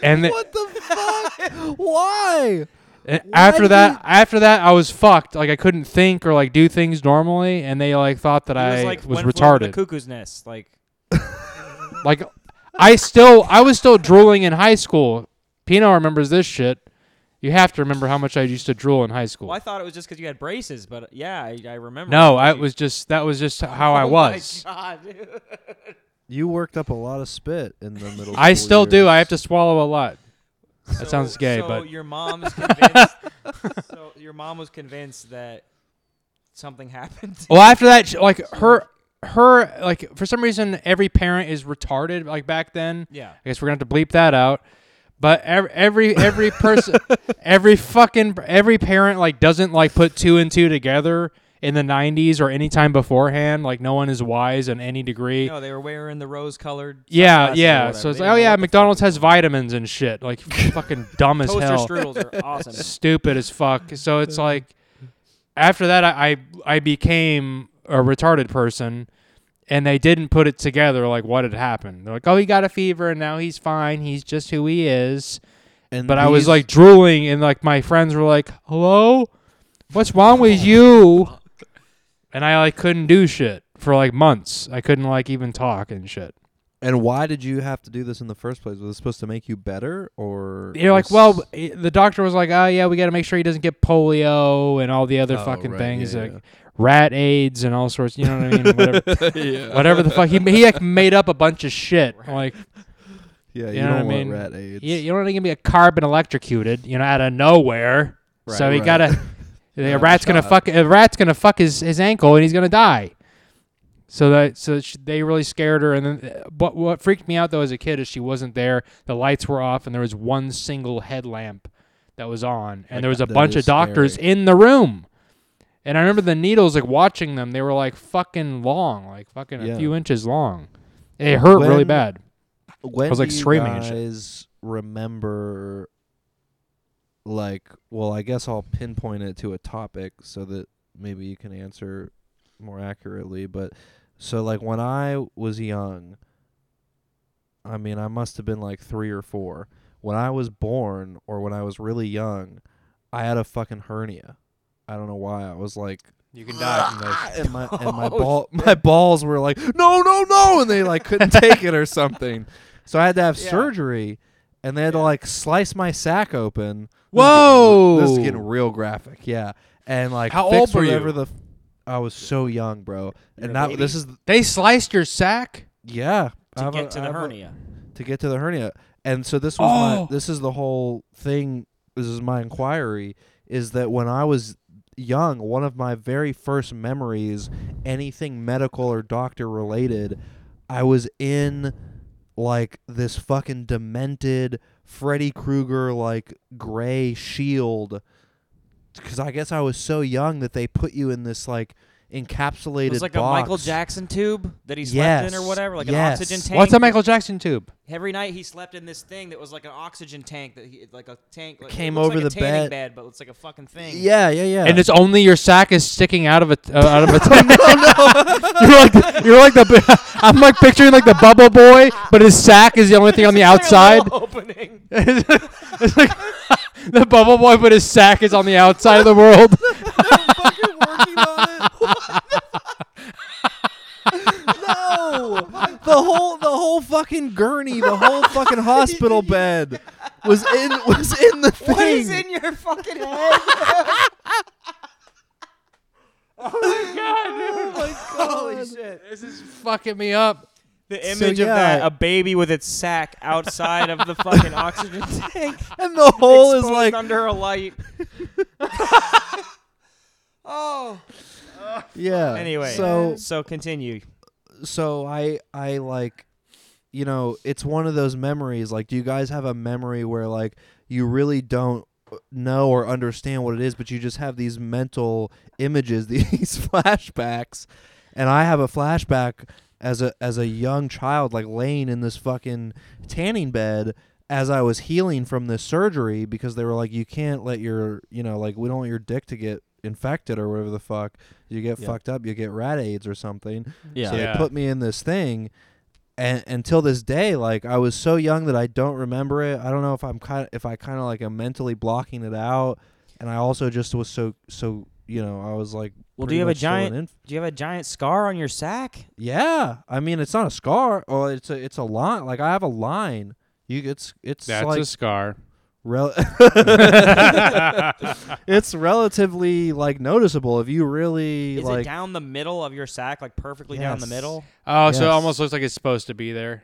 [SPEAKER 4] And the-
[SPEAKER 5] What the fuck? Why?
[SPEAKER 4] and after
[SPEAKER 5] did
[SPEAKER 4] that, after that, I was fucked. Like I couldn't think or like do things normally, and they like thought that *laughs* I
[SPEAKER 6] It
[SPEAKER 4] was,
[SPEAKER 6] like when Flew to
[SPEAKER 4] retarded.
[SPEAKER 6] the cuckoo's nest. Like
[SPEAKER 4] Like I still I was still drooling in high school. Pino remembers this shit. You have to remember how much I used to drool in high school.
[SPEAKER 6] well, I thought it was just because you had braces, but yeah, I, I remember.
[SPEAKER 4] No, I
[SPEAKER 6] You-
[SPEAKER 4] was just that was just how I
[SPEAKER 6] Oh my
[SPEAKER 4] was.
[SPEAKER 6] God, dude.
[SPEAKER 5] You worked up a lot of spit in the middle.
[SPEAKER 4] I
[SPEAKER 5] school
[SPEAKER 4] still do. I
[SPEAKER 5] years.
[SPEAKER 4] have to swallow a lot. That
[SPEAKER 6] So-
[SPEAKER 4] sounds gay,
[SPEAKER 6] so
[SPEAKER 4] but
[SPEAKER 6] your mom is convinced. *laughs* so your mom was convinced that something happened.
[SPEAKER 4] well, after that, she- like her her like for some reason every parent is retarded. Like back then,
[SPEAKER 6] Yeah.
[SPEAKER 4] I guess we're gonna have to bleep that out. But every every every person, every fucking every parent like doesn't like put two and two together in the '90s or any time beforehand. Like no one is wise in any degree.
[SPEAKER 6] No, they were wearing the rose-colored.
[SPEAKER 4] yeah,
[SPEAKER 6] sunglasses or
[SPEAKER 4] yeah.
[SPEAKER 6] whatever.
[SPEAKER 4] So it's
[SPEAKER 6] They
[SPEAKER 4] like, oh
[SPEAKER 6] didn't know
[SPEAKER 4] yeah,
[SPEAKER 6] what the
[SPEAKER 4] McDonald's has vitamins and shit. Like *laughs* fucking dumb as
[SPEAKER 6] *laughs* Toaster
[SPEAKER 4] hell,
[SPEAKER 6] strudels
[SPEAKER 4] *laughs*
[SPEAKER 6] are awesome.
[SPEAKER 4] stupid as fuck. So it's like after that, I, I I became a retarded person. And they didn't put it together, like what had happened. They're like, "Oh, he got a fever, and now he's fine. He's just who he is."
[SPEAKER 5] And
[SPEAKER 4] But I was
[SPEAKER 5] these-
[SPEAKER 4] like drooling, and like my friends were like, "Hello, what's wrong with you?" And I like couldn't do shit for like months. I couldn't like even talk and shit.
[SPEAKER 5] And why did you have to do this in the first place? Was it supposed to make you better, or
[SPEAKER 4] You're like,
[SPEAKER 5] was-
[SPEAKER 4] well, eh, the doctor was like, "Oh yeah, we got to make sure he doesn't get polio and all the other
[SPEAKER 5] Oh,
[SPEAKER 4] fucking
[SPEAKER 5] right,
[SPEAKER 4] things,
[SPEAKER 5] yeah,
[SPEAKER 4] like rat AIDS and all sorts." You know what I
[SPEAKER 5] *laughs*
[SPEAKER 4] mean? Whatever, whatever the fuck. He he like made up a bunch of shit. Like,
[SPEAKER 5] yeah, you,
[SPEAKER 4] know what I
[SPEAKER 5] don't want
[SPEAKER 4] mean?
[SPEAKER 5] rat AIDS.
[SPEAKER 4] you, you're not gonna be a carbon electrocuted, you know, out of nowhere.
[SPEAKER 5] Right,
[SPEAKER 4] so he
[SPEAKER 5] right. *laughs*
[SPEAKER 4] gotta a
[SPEAKER 5] Not
[SPEAKER 4] rat's gonna
[SPEAKER 5] shot.
[SPEAKER 4] fuck a rat's gonna fuck his, his ankle and he's gonna die. So that so she, they really scared her. And then uh, but what freaked me out though as a kid is she wasn't there. The lights were off and there was one single headlamp that was on, and
[SPEAKER 5] Like,
[SPEAKER 4] there was a
[SPEAKER 5] that
[SPEAKER 4] bunch
[SPEAKER 5] is
[SPEAKER 4] of doctors
[SPEAKER 5] scary.
[SPEAKER 4] in the room. And I remember the needles like watching them. They were like fucking long, like fucking
[SPEAKER 5] Yeah.
[SPEAKER 4] a few inches long. It hurt really
[SPEAKER 5] When-
[SPEAKER 4] bad.
[SPEAKER 5] when
[SPEAKER 4] was, like,
[SPEAKER 5] do you
[SPEAKER 4] screaming and shit.
[SPEAKER 5] guys remember like well i guess i'll pinpoint it to a topic so that maybe you can answer more accurately but so like when i was young i mean i must have been like three or four when i was born or when i was really young i had a fucking hernia i don't know why i was like
[SPEAKER 4] You can
[SPEAKER 5] *laughs* and my and my ball my balls were like no no no and they like couldn't take it or something. So I had to have
[SPEAKER 6] Yeah.
[SPEAKER 5] surgery and they had to like slice my sack open. This is getting-
[SPEAKER 4] Whoa.
[SPEAKER 5] this is getting real graphic. Yeah. And like
[SPEAKER 4] How
[SPEAKER 5] fix
[SPEAKER 4] old were
[SPEAKER 5] whatever
[SPEAKER 4] you?
[SPEAKER 5] the f- I was so young, bro. and
[SPEAKER 6] a
[SPEAKER 5] not this is
[SPEAKER 4] They sliced your sack.
[SPEAKER 5] yeah, I
[SPEAKER 6] To
[SPEAKER 5] have a-
[SPEAKER 6] get to
[SPEAKER 5] I
[SPEAKER 6] the
[SPEAKER 5] have a-
[SPEAKER 6] hernia.
[SPEAKER 5] to get to the hernia. And so this was
[SPEAKER 4] Oh.
[SPEAKER 5] my this is the whole thing. This is my inquiry is that when I was young, one of my very first memories, anything medical or doctor related, I was in like this fucking demented Freddy Krueger like gray shield because I guess I was so young that they put you in this like encapsulated
[SPEAKER 6] It was like
[SPEAKER 5] box.
[SPEAKER 6] a Michael Jackson tube that he slept
[SPEAKER 5] Yes.
[SPEAKER 6] in or whatever, like
[SPEAKER 5] Yes.
[SPEAKER 6] an oxygen tank.
[SPEAKER 4] What's a Michael Jackson tube?
[SPEAKER 6] Every night he slept in this thing that was like an oxygen tank that he like a tank. Like,
[SPEAKER 5] Came
[SPEAKER 6] it looks
[SPEAKER 5] over
[SPEAKER 6] like
[SPEAKER 5] the
[SPEAKER 6] a tanning
[SPEAKER 5] bed.
[SPEAKER 6] but it's like a fucking thing.
[SPEAKER 5] Yeah, yeah, yeah.
[SPEAKER 4] And it's only your sack is sticking out of a uh, out of a *laughs* tank. you're like the, you're like the *laughs* b- I'm like picturing like the bubble boy, but his sack is the only thing on the outside.
[SPEAKER 6] *laughs* Opening.
[SPEAKER 4] it's like the bubble boy, but his sack is on the outside of the world.
[SPEAKER 5] fucking working on it. no, the whole the whole fucking gurney, the whole fucking hospital bed was in was in the thing.
[SPEAKER 6] What is in your fucking *laughs* head? Oh
[SPEAKER 5] *laughs* Oh Holy shit!
[SPEAKER 4] this is fucking me up.
[SPEAKER 6] The
[SPEAKER 5] So,
[SPEAKER 6] image
[SPEAKER 5] yeah.
[SPEAKER 6] of that, a baby with its sack outside of the
[SPEAKER 5] *laughs*
[SPEAKER 6] fucking oxygen tank,
[SPEAKER 5] And the hole is
[SPEAKER 6] exposed
[SPEAKER 5] like
[SPEAKER 6] under a light. oh.
[SPEAKER 5] yeah.
[SPEAKER 6] Anyway, so
[SPEAKER 5] so
[SPEAKER 6] so continue.
[SPEAKER 5] so I I like you know, it's one of those memories like do you guys have a memory where like you really don't know or understand what it is but you just have these mental images, *laughs* these flashbacks. And I have a flashback as a as a young child like laying in this fucking tanning bed as I was healing from this surgery because they were like you can't let your, you know, like we don't want your dick to get infected or whatever the fuck. You get fucked up, you get rat AIDS or something.
[SPEAKER 2] Yeah.
[SPEAKER 5] So
[SPEAKER 4] Yeah.
[SPEAKER 5] they put me in this thing, and until this day, like I was so young that I don't remember it. I don't know if I'm kind of, if I kind of like am mentally blocking it out, and I also just was so so you know I was like.
[SPEAKER 6] Well, do
[SPEAKER 5] pretty
[SPEAKER 6] you have a
[SPEAKER 5] much still an
[SPEAKER 6] giant-
[SPEAKER 5] inf-
[SPEAKER 6] Do you have a giant scar on your sack?
[SPEAKER 5] yeah, I mean it's not a scar, or it's a it's a line. Like I have a line. You it's it's
[SPEAKER 4] That's
[SPEAKER 5] like
[SPEAKER 4] a scar. *laughs*
[SPEAKER 5] rel- *laughs* it's relatively like noticeable if you really
[SPEAKER 6] Is
[SPEAKER 5] like
[SPEAKER 6] it down the middle of your sack, like perfectly down the
[SPEAKER 5] Yes.
[SPEAKER 6] middle?
[SPEAKER 4] Oh, so
[SPEAKER 5] Yes.
[SPEAKER 4] it almost looks like it's supposed to be there.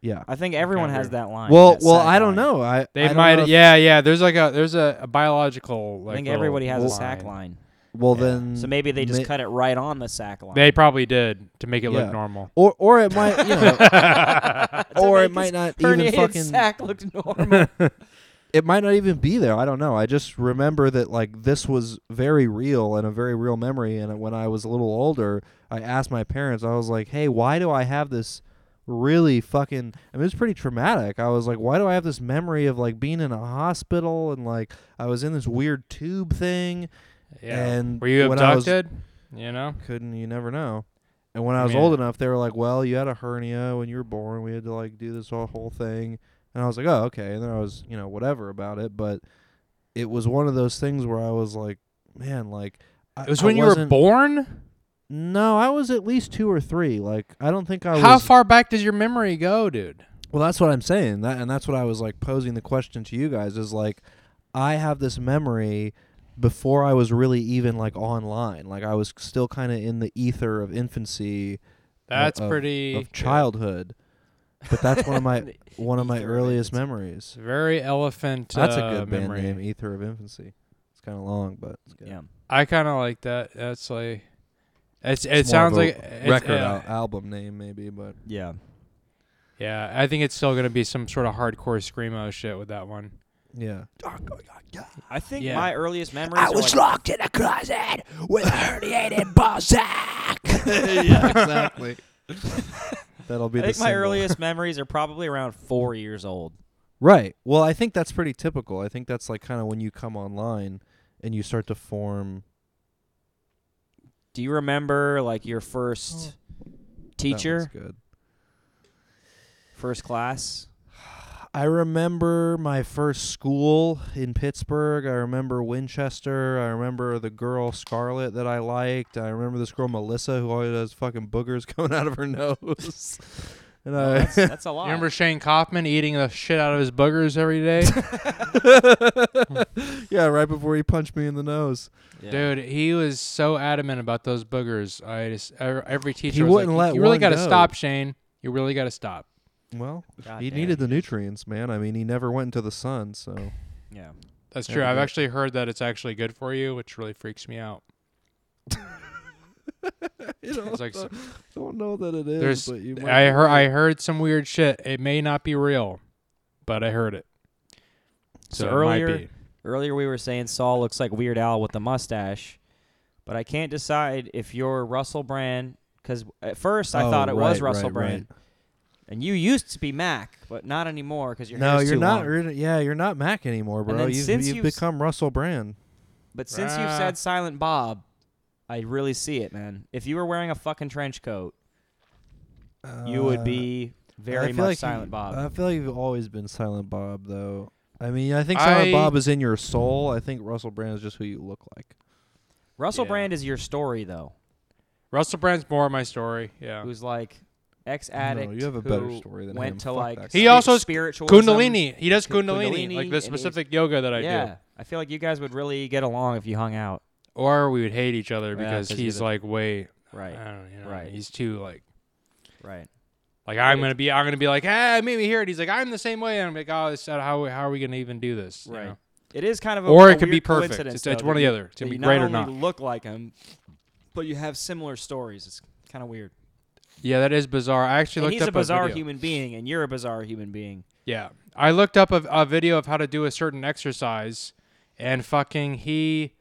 [SPEAKER 5] yeah.
[SPEAKER 6] I think everyone has
[SPEAKER 4] weird.
[SPEAKER 6] that line.
[SPEAKER 5] Well,
[SPEAKER 6] that
[SPEAKER 5] well,
[SPEAKER 6] sack
[SPEAKER 5] I don't
[SPEAKER 6] line.
[SPEAKER 5] know. I I
[SPEAKER 4] They
[SPEAKER 5] don't know
[SPEAKER 4] might.
[SPEAKER 5] if-
[SPEAKER 4] Yeah, yeah. There's like a there's a, a biological.
[SPEAKER 6] I
[SPEAKER 4] Like,
[SPEAKER 6] think
[SPEAKER 4] little
[SPEAKER 6] everybody has a sack line.
[SPEAKER 5] Well,
[SPEAKER 6] Yeah.
[SPEAKER 5] then
[SPEAKER 6] so maybe they just
[SPEAKER 5] ma-
[SPEAKER 6] cut it right on the sack line. *laughs*
[SPEAKER 4] They probably did to make it
[SPEAKER 5] Yeah.
[SPEAKER 4] look normal.
[SPEAKER 5] or or it might you
[SPEAKER 4] *laughs*
[SPEAKER 5] know or it might not even
[SPEAKER 6] Herniated
[SPEAKER 5] fucking
[SPEAKER 6] sack looked normal.
[SPEAKER 5] it might not even be there i don't know i just remember that like this was very real and a very real memory and when i was a little older i asked my parents i was like hey why do i have this really fucking i mean it's pretty traumatic i was like why do i have this memory of like being in a hospital and like i was in this weird tube thing
[SPEAKER 4] Yeah.
[SPEAKER 5] And
[SPEAKER 4] Were you
[SPEAKER 5] when I was-
[SPEAKER 4] abducted? you know.
[SPEAKER 5] couldn't you never know and when i
[SPEAKER 4] I
[SPEAKER 5] was
[SPEAKER 4] mean-
[SPEAKER 5] old enough they were like well you had a hernia when you were born we had to like do this whole, whole thing and i was like oh okay and then i was you know whatever about it but it was one of those things where i was like man like I,
[SPEAKER 4] It was
[SPEAKER 5] I
[SPEAKER 4] when you were
[SPEAKER 5] wasn't-
[SPEAKER 4] born.
[SPEAKER 5] no i was at least two or three like i don't think i
[SPEAKER 4] How
[SPEAKER 5] was
[SPEAKER 4] far back does your memory go, dude?
[SPEAKER 5] well that's what i'm saying that and that's what i was like posing the question to you guys is like i have this memory before i was really even like online like i was still kind of in the ether of infancy
[SPEAKER 4] That's
[SPEAKER 5] Uh, of-
[SPEAKER 4] pretty
[SPEAKER 5] of childhood. But that's one of my *laughs* one of my
[SPEAKER 6] Ether of
[SPEAKER 5] earliest
[SPEAKER 6] Infancy.
[SPEAKER 5] memories.
[SPEAKER 4] It's very elephant.
[SPEAKER 5] That's a
[SPEAKER 4] uh,
[SPEAKER 5] good band
[SPEAKER 4] memory.
[SPEAKER 5] name, Ether of Infancy. It's kind of long, but it's good.
[SPEAKER 6] *laughs* yeah.
[SPEAKER 4] I kind of like that. That's like. It's, it
[SPEAKER 5] It's more
[SPEAKER 4] sounds
[SPEAKER 5] of a
[SPEAKER 4] like it's-
[SPEAKER 5] record
[SPEAKER 4] yeah.
[SPEAKER 5] al- album name maybe, but
[SPEAKER 6] Yeah.
[SPEAKER 4] Yeah, I think it's still gonna be some sort of hardcore screamo shit with that one.
[SPEAKER 5] yeah.
[SPEAKER 6] I think
[SPEAKER 4] Yeah.
[SPEAKER 6] my earliest memories
[SPEAKER 3] I
[SPEAKER 6] are
[SPEAKER 3] was
[SPEAKER 6] like,
[SPEAKER 3] locked in a closet with a herniated ball
[SPEAKER 5] *laughs*
[SPEAKER 3] sack.
[SPEAKER 5] exactly. That'll be
[SPEAKER 6] I
[SPEAKER 5] the
[SPEAKER 6] think my
[SPEAKER 5] single.
[SPEAKER 6] earliest memories are probably around four years old.
[SPEAKER 5] *laughs* Right. Well, I think that's pretty typical. I think that's like kind of when you come online and you start to form
[SPEAKER 6] Do you remember like your first
[SPEAKER 5] that one's
[SPEAKER 6] teacher,
[SPEAKER 5] good.
[SPEAKER 6] first class?
[SPEAKER 5] I remember my first school in Pittsburgh. I remember Winchester. I remember the girl Scarlet that I liked. I remember this girl Melissa who always has fucking boogers *laughs* coming out of her nose. *laughs* And
[SPEAKER 6] Well,
[SPEAKER 5] I *laughs*
[SPEAKER 6] that's, that's a lot.
[SPEAKER 4] You remember Shane Kaufman eating the shit out of his boogers every
[SPEAKER 5] *laughs*
[SPEAKER 4] day?
[SPEAKER 5] yeah, right before he punched me in the nose,
[SPEAKER 6] Yeah.
[SPEAKER 4] Dude, he was so adamant about those boogers. I just ev- every teacher
[SPEAKER 5] He
[SPEAKER 4] was
[SPEAKER 5] wouldn't
[SPEAKER 4] like,
[SPEAKER 5] let
[SPEAKER 4] "You really
[SPEAKER 5] one
[SPEAKER 4] got to
[SPEAKER 5] go."
[SPEAKER 4] stop, Shane. You really got to stop."
[SPEAKER 5] well,
[SPEAKER 6] God
[SPEAKER 5] he
[SPEAKER 6] damn.
[SPEAKER 5] needed the nutrients, man. I mean, he never went into the sun,
[SPEAKER 6] *laughs*
[SPEAKER 5] so
[SPEAKER 6] Yeah.
[SPEAKER 4] That's
[SPEAKER 5] Yeah,
[SPEAKER 4] true.
[SPEAKER 5] but
[SPEAKER 4] I've
[SPEAKER 5] that-
[SPEAKER 4] actually heard that it's actually good for you, which really freaks me out.
[SPEAKER 5] you know,
[SPEAKER 4] It's like s-
[SPEAKER 5] don't know that it is.
[SPEAKER 4] there's
[SPEAKER 5] but you might
[SPEAKER 4] I
[SPEAKER 5] be
[SPEAKER 4] heard
[SPEAKER 5] right.
[SPEAKER 4] I heard some weird shit. It may not be real, but I heard it.
[SPEAKER 6] So,
[SPEAKER 4] it might
[SPEAKER 6] earlier,
[SPEAKER 4] be.
[SPEAKER 6] Earlier we were saying Saul looks like Weird Al with the mustache, but I can't decide if you're Russell Brand because at first I
[SPEAKER 5] Oh,
[SPEAKER 6] thought it
[SPEAKER 5] right,
[SPEAKER 6] was Russell
[SPEAKER 5] right, right.
[SPEAKER 6] Brand, and you used to be Mac, but not anymore because your
[SPEAKER 5] no,
[SPEAKER 6] hair's
[SPEAKER 5] you're
[SPEAKER 6] too
[SPEAKER 5] not.
[SPEAKER 6] long.
[SPEAKER 5] really- yeah, you're not Mac anymore, bro.
[SPEAKER 6] then
[SPEAKER 5] you've
[SPEAKER 6] since
[SPEAKER 5] you've
[SPEAKER 6] you've s-
[SPEAKER 5] become Russell Brand.
[SPEAKER 6] But since you've said Silent Bob, I really see it, man. If you were wearing a fucking trench coat, you would
[SPEAKER 5] Uh,
[SPEAKER 6] be
[SPEAKER 5] I
[SPEAKER 6] very
[SPEAKER 5] feel
[SPEAKER 6] much
[SPEAKER 5] like
[SPEAKER 6] Silent
[SPEAKER 5] you-
[SPEAKER 6] Bob.
[SPEAKER 5] I feel like you've always been Silent Bob, though. I mean, I think Silent
[SPEAKER 4] I-
[SPEAKER 5] Bob is in your soul. I think Russell Brand is just who you look like.
[SPEAKER 6] Russell
[SPEAKER 4] yeah.
[SPEAKER 6] Brand is your story though,
[SPEAKER 4] Russell Brand's more of my story. Yeah.
[SPEAKER 6] who's like ex addict.
[SPEAKER 5] you have a better
[SPEAKER 6] who
[SPEAKER 5] story than
[SPEAKER 6] went
[SPEAKER 5] him.
[SPEAKER 6] to
[SPEAKER 5] Fuck
[SPEAKER 6] like
[SPEAKER 5] that guy.
[SPEAKER 4] He also is
[SPEAKER 6] spiritual
[SPEAKER 4] Kundalini. He does
[SPEAKER 6] Kun-
[SPEAKER 4] Kundalini,
[SPEAKER 6] Kundalini,
[SPEAKER 4] like
[SPEAKER 6] and
[SPEAKER 4] the
[SPEAKER 6] he's-
[SPEAKER 4] specific yoga that I
[SPEAKER 6] yeah,
[SPEAKER 4] do.
[SPEAKER 6] I feel like you guys would really get along if you hung out.
[SPEAKER 4] Or we would hate each other
[SPEAKER 6] Yeah,
[SPEAKER 4] because
[SPEAKER 6] 'cause
[SPEAKER 4] he's
[SPEAKER 6] you're the-
[SPEAKER 4] like way
[SPEAKER 6] Right,
[SPEAKER 4] I don't know, you know,
[SPEAKER 6] Right.
[SPEAKER 4] He's too like
[SPEAKER 6] right.
[SPEAKER 4] like I'm gonna be I'm gonna be like hey meet me here and he's like I'm the same way and I'm like oh this, how how are we gonna even do this you
[SPEAKER 6] Right.
[SPEAKER 4] know?
[SPEAKER 6] It is kind of a
[SPEAKER 4] or
[SPEAKER 6] a
[SPEAKER 4] it could be
[SPEAKER 6] weird
[SPEAKER 4] perfect
[SPEAKER 6] coincidence,
[SPEAKER 4] it's, it's
[SPEAKER 6] though,
[SPEAKER 4] one or
[SPEAKER 6] that
[SPEAKER 4] the
[SPEAKER 6] you-
[SPEAKER 4] other it's
[SPEAKER 6] that
[SPEAKER 4] gonna be
[SPEAKER 6] you
[SPEAKER 4] great or
[SPEAKER 6] not
[SPEAKER 4] not
[SPEAKER 6] only look like him, but you have similar stories. It's kind of weird.
[SPEAKER 4] yeah that is bizarre I actually
[SPEAKER 6] And
[SPEAKER 4] looked
[SPEAKER 6] he's
[SPEAKER 4] up
[SPEAKER 6] a bizarre
[SPEAKER 4] video.
[SPEAKER 6] human being, and you're a bizarre human being.
[SPEAKER 4] Yeah. I looked up a, a video of how to do a certain exercise and fucking he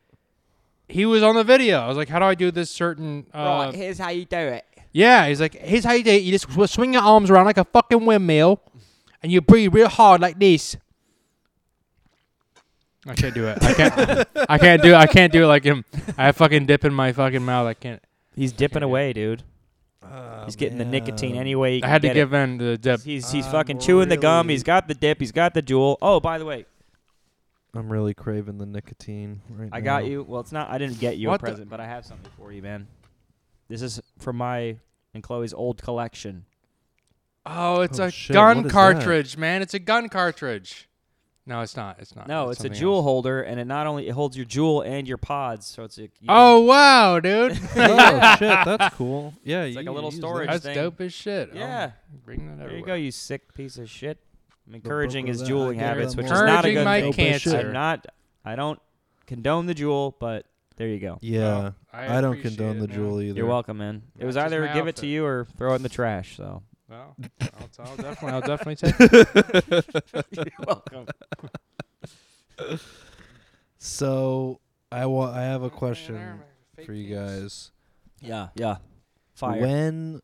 [SPEAKER 4] he was on the video. I was like, how do I do this certain uh,
[SPEAKER 6] here's how you do it.
[SPEAKER 4] Yeah, he's like, here's how you do it. You just sw- swing your arms around like a fucking windmill and you breathe real hard like this. I can't do it. I can't *laughs* I can't do it. I can't do it like him. I fucking dip in my fucking mouth. I can't
[SPEAKER 6] He's dipping away, dude.
[SPEAKER 5] Oh,
[SPEAKER 6] He's getting the nicotine
[SPEAKER 5] man.
[SPEAKER 6] anyway.
[SPEAKER 4] I had to give in to the dip.
[SPEAKER 6] He's he's
[SPEAKER 5] I'm
[SPEAKER 6] fucking chewing the gum.
[SPEAKER 5] really-
[SPEAKER 6] He's got the dip. He's got the jewel. Oh, by the way,
[SPEAKER 5] I'm really craving the nicotine right now.
[SPEAKER 6] I got you. Well, it's not. I didn't get you
[SPEAKER 4] What
[SPEAKER 6] a
[SPEAKER 4] the-
[SPEAKER 6] present, but I have something for you, man. This is from my and Chloe's old collection.
[SPEAKER 4] Oh, it's
[SPEAKER 5] Oh,
[SPEAKER 4] a
[SPEAKER 5] shit, what
[SPEAKER 4] gun
[SPEAKER 5] is that?
[SPEAKER 4] cartridge, man. It's a gun cartridge. No, it's not. It's not.
[SPEAKER 6] No, it's a
[SPEAKER 4] Uh, something
[SPEAKER 6] jewel
[SPEAKER 4] else.
[SPEAKER 6] holder, and it not only it holds your jewel and your pods, so it's a you can-
[SPEAKER 4] Oh wow,
[SPEAKER 6] *laughs*
[SPEAKER 4] dude,
[SPEAKER 5] *laughs* oh shit, that's cool. Yeah,
[SPEAKER 6] It's like a little storage
[SPEAKER 4] that's
[SPEAKER 6] thing.
[SPEAKER 4] dope as shit. I'll
[SPEAKER 6] Yeah.
[SPEAKER 4] bring that
[SPEAKER 6] There
[SPEAKER 4] everywhere.
[SPEAKER 6] you go, you sick piece of shit. I'm encouraging his
[SPEAKER 5] that,
[SPEAKER 6] jeweling
[SPEAKER 5] I get it,
[SPEAKER 6] habits,
[SPEAKER 5] I'm
[SPEAKER 6] which is
[SPEAKER 5] all
[SPEAKER 6] not a
[SPEAKER 4] Encouraging
[SPEAKER 6] good
[SPEAKER 4] my
[SPEAKER 6] thing.
[SPEAKER 4] cancer.
[SPEAKER 6] I'm not. I don't condone the jewel, but there you go.
[SPEAKER 5] Yeah, I, don't condone the
[SPEAKER 4] jewel.
[SPEAKER 5] jewel either.
[SPEAKER 6] You're welcome, man. It
[SPEAKER 4] That's
[SPEAKER 6] was
[SPEAKER 4] just
[SPEAKER 6] either
[SPEAKER 4] my
[SPEAKER 6] give it to
[SPEAKER 4] outfit.
[SPEAKER 6] you or throw it in the
[SPEAKER 4] *laughs*
[SPEAKER 6] trash. So
[SPEAKER 4] Well, I'll, I'll definitely,
[SPEAKER 5] *laughs*
[SPEAKER 4] I'll definitely take. It.
[SPEAKER 6] you're welcome.
[SPEAKER 5] So I wa- I have a question for you guys.
[SPEAKER 6] Yeah, yeah. Fire.
[SPEAKER 5] When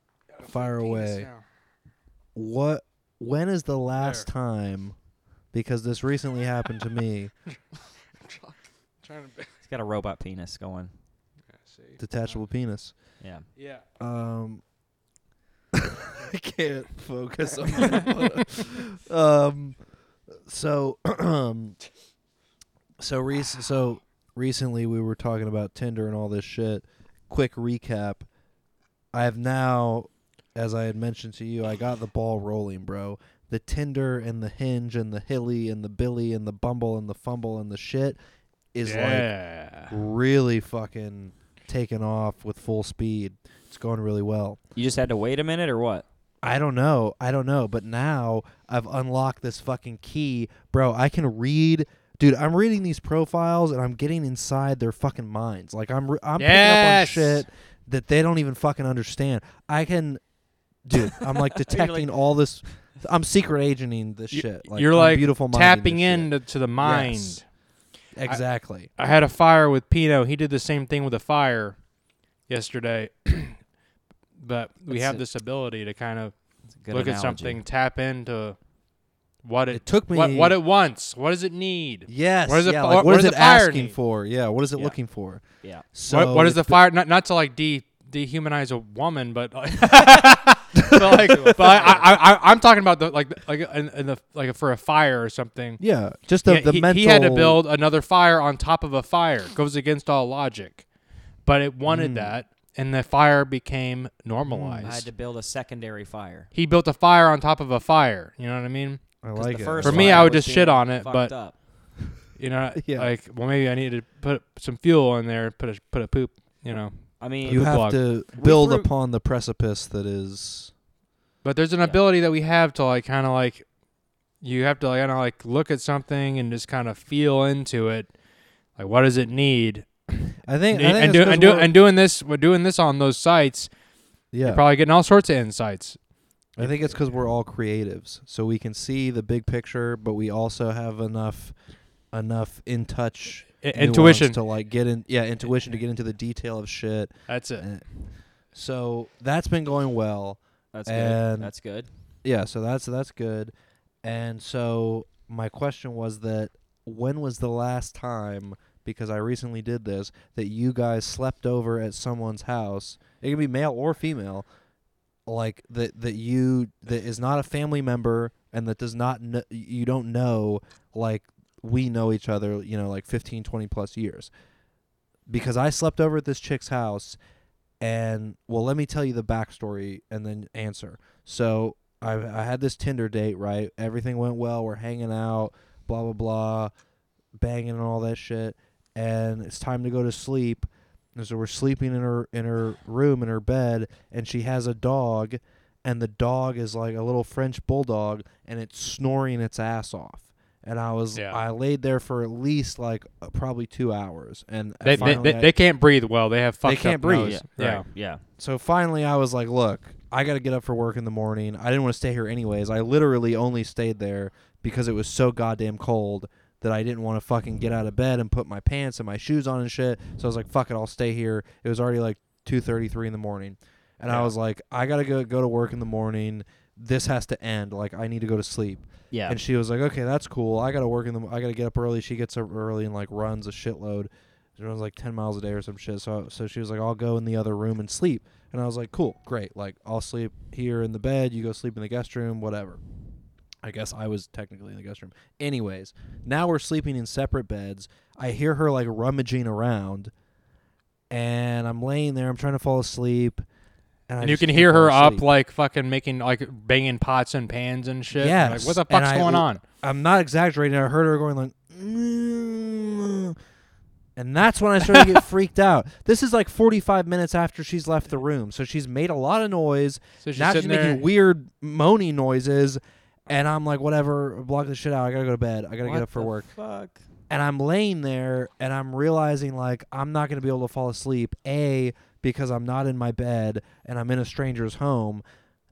[SPEAKER 5] fire away. What? When is the last time? Because this recently happened to me.
[SPEAKER 4] Trying to
[SPEAKER 6] He's got a robot penis going.
[SPEAKER 4] see.
[SPEAKER 5] Detachable penis.
[SPEAKER 6] Yeah.
[SPEAKER 4] Yeah.
[SPEAKER 5] Um, *laughs* I can't focus on that one. um, so, *clears throat* so rec- so recently we were talking about Tinder and all this shit. Quick recap: I have now, as I had mentioned to you, I got the ball rolling, bro. The Tinder and the Hinge and the Hilly and the Billy and the Bumble and the Fumble and the shit is like
[SPEAKER 4] yeah.
[SPEAKER 5] really fucking taken off with full speed. It's going really well.
[SPEAKER 6] You just had to wait a minute or what?
[SPEAKER 5] I don't know. I don't know. But now I've unlocked this fucking key. Bro, I can read. Dude, I'm reading these profiles and I'm getting inside their fucking minds. Like, I'm, re- I'm
[SPEAKER 4] Yes.
[SPEAKER 5] picking up on shit that they don't even fucking understand. I can. Dude,
[SPEAKER 4] *laughs*
[SPEAKER 5] I'm like detecting all this. I'm secret agenting this
[SPEAKER 4] You-
[SPEAKER 5] shit.
[SPEAKER 4] You're
[SPEAKER 5] I'm
[SPEAKER 4] like
[SPEAKER 5] beautiful minding
[SPEAKER 4] tapping
[SPEAKER 5] this
[SPEAKER 4] in
[SPEAKER 5] shit.
[SPEAKER 4] to, to the mind.
[SPEAKER 5] Yes. Exactly.
[SPEAKER 4] I had a fire with Pino. He did the same thing with a fire yesterday. *clears throat* but we
[SPEAKER 6] That's
[SPEAKER 4] have
[SPEAKER 6] it.
[SPEAKER 4] this ability to kind of
[SPEAKER 6] It's a good
[SPEAKER 4] look at
[SPEAKER 6] analogy.
[SPEAKER 4] something, tap into what it,
[SPEAKER 5] It took me.
[SPEAKER 4] what, what it wants, what does it need,
[SPEAKER 5] Yes.
[SPEAKER 4] What is it
[SPEAKER 5] yeah,
[SPEAKER 4] fi-
[SPEAKER 5] like, what
[SPEAKER 4] what- what
[SPEAKER 5] is it
[SPEAKER 4] does the fire
[SPEAKER 5] asking
[SPEAKER 4] need?
[SPEAKER 5] for? Yeah. What is it
[SPEAKER 6] Yeah.
[SPEAKER 5] looking for?
[SPEAKER 6] Yeah.
[SPEAKER 5] So
[SPEAKER 4] what, what is the
[SPEAKER 5] it's-
[SPEAKER 4] fire? Not not to like de dehumanize a woman, but like, but, like but I, I, I I'm talking about the like like in, in the like for a fire or something.
[SPEAKER 5] Yeah, just the,
[SPEAKER 4] Yeah,
[SPEAKER 5] the
[SPEAKER 4] he,
[SPEAKER 5] mental.
[SPEAKER 4] he had to build another fire on top of a fire. Goes against all logic, but it
[SPEAKER 5] Hmm.
[SPEAKER 4] wanted that, and the fire became
[SPEAKER 6] I had
[SPEAKER 4] normalized.
[SPEAKER 6] to build a secondary fire.
[SPEAKER 4] he built a fire on top of a fire. You know what I mean?
[SPEAKER 5] I
[SPEAKER 6] 'Cause
[SPEAKER 5] like
[SPEAKER 6] the
[SPEAKER 5] it.
[SPEAKER 6] first
[SPEAKER 4] For me,
[SPEAKER 6] fire
[SPEAKER 4] I would
[SPEAKER 6] was
[SPEAKER 4] just
[SPEAKER 6] being
[SPEAKER 4] shit on it,
[SPEAKER 6] fucked
[SPEAKER 4] but-
[SPEAKER 6] up.
[SPEAKER 4] You know,
[SPEAKER 5] *laughs* Yeah.
[SPEAKER 4] like well, maybe I need to put some fuel in there, put a put a poop. You know,
[SPEAKER 6] I mean,
[SPEAKER 5] you
[SPEAKER 4] the
[SPEAKER 5] have
[SPEAKER 4] blog.
[SPEAKER 5] to build
[SPEAKER 6] threw-
[SPEAKER 5] upon the precipice that is.
[SPEAKER 4] But there's an
[SPEAKER 6] Yeah.
[SPEAKER 4] ability that we have to like kind of like you have to like kind of like look at something and just kind of feel into it. Like what does it need?
[SPEAKER 5] I think. I think
[SPEAKER 4] and
[SPEAKER 5] it's
[SPEAKER 4] do,
[SPEAKER 5] 'cause
[SPEAKER 4] and, do,
[SPEAKER 5] we're-
[SPEAKER 4] and doing this, we're doing this on those sites.
[SPEAKER 5] yeah,
[SPEAKER 4] You're probably getting all sorts of insights.
[SPEAKER 5] I think it's because we're all creatives, so we can see the big picture, but we also have enough enough in touch
[SPEAKER 4] I-
[SPEAKER 5] nuance
[SPEAKER 4] intuition.
[SPEAKER 5] to like get in yeah intuition to get into the detail of shit
[SPEAKER 4] That's it.
[SPEAKER 5] so that's been going well
[SPEAKER 6] That's
[SPEAKER 5] And-
[SPEAKER 6] good. That's good.
[SPEAKER 5] yeah so that's that's good and so my question was that when was the last time because i recently did this that you guys slept over at someone's house it can be male or female like that that you that is not a family member and that does not kn- you don't know like we know each other you know like 15 20 plus years because i slept over at this chick's house and well let me tell you the backstory and then answer so I, I had this Tinder date, right? Everything went well. We're hanging out, blah, blah, blah, banging and all that shit. And it's time to go to sleep. And so we're sleeping in her in her room in her bed, and she has a dog, and the dog is like a little French bulldog, and it's snoring its ass off. And I was
[SPEAKER 4] Yeah.
[SPEAKER 5] I laid there for at least like uh, probably two hours, and
[SPEAKER 4] They, they,
[SPEAKER 5] finally
[SPEAKER 4] they,
[SPEAKER 5] I-
[SPEAKER 4] they can't breathe well. They have fucked up
[SPEAKER 5] can't breathe.
[SPEAKER 4] nose.
[SPEAKER 5] Oh, Yeah.
[SPEAKER 4] Yeah.
[SPEAKER 5] Right.
[SPEAKER 6] Yeah.
[SPEAKER 5] so finally I was like, look, I got to get up for work in the morning. I didn't want to stay here anyways. I literally only stayed there because it was so goddamn cold that I didn't want to fucking get out of bed and put my pants and my shoes on and shit. So I was like, fuck it, I'll stay here. It was already like 2:33 in the morning. And I was like, I got to go go to work in the morning. This has to end. Like I need to go to sleep.
[SPEAKER 6] Yeah.
[SPEAKER 5] And she was like, "Okay, that's cool. I gotta work in the. I gotta get up early." She gets up early and like runs a shitload. She runs like ten miles a day or some shit. So so she was like, "I'll go in the other room and sleep." And I was like, "Cool, great. Like I'll sleep here in the bed. You go sleep in the guest room, whatever." I guess I was technically in the guest room. Anyways, now we're sleeping in separate beds. I hear her like rummaging around, and I'm laying there. I'm trying to fall asleep. I
[SPEAKER 4] And you
[SPEAKER 5] just
[SPEAKER 4] can
[SPEAKER 5] can't
[SPEAKER 4] hear
[SPEAKER 5] fall
[SPEAKER 4] her up
[SPEAKER 5] asleep.
[SPEAKER 4] like fucking making like banging pots and pans and shit.
[SPEAKER 5] Yes.
[SPEAKER 4] Like what the
[SPEAKER 5] And
[SPEAKER 4] fuck's
[SPEAKER 5] I-
[SPEAKER 4] going on?
[SPEAKER 5] I'm not exaggerating. I heard her going like, "Mm." and that's when I started
[SPEAKER 4] *laughs*
[SPEAKER 5] to get freaked out. This is like 45 minutes after she's left the room, so she's made a lot of noise.
[SPEAKER 4] So she's
[SPEAKER 5] now she's
[SPEAKER 4] sitting there-
[SPEAKER 5] making weird moaning noises, and I'm like, whatever, block the shit out. I gotta go to bed. I gotta get up for work.
[SPEAKER 6] Fuck.
[SPEAKER 5] And I'm laying there, and I'm realizing like I'm not gonna be able to fall asleep. A because I'm not in my bed and I'm in a stranger's home,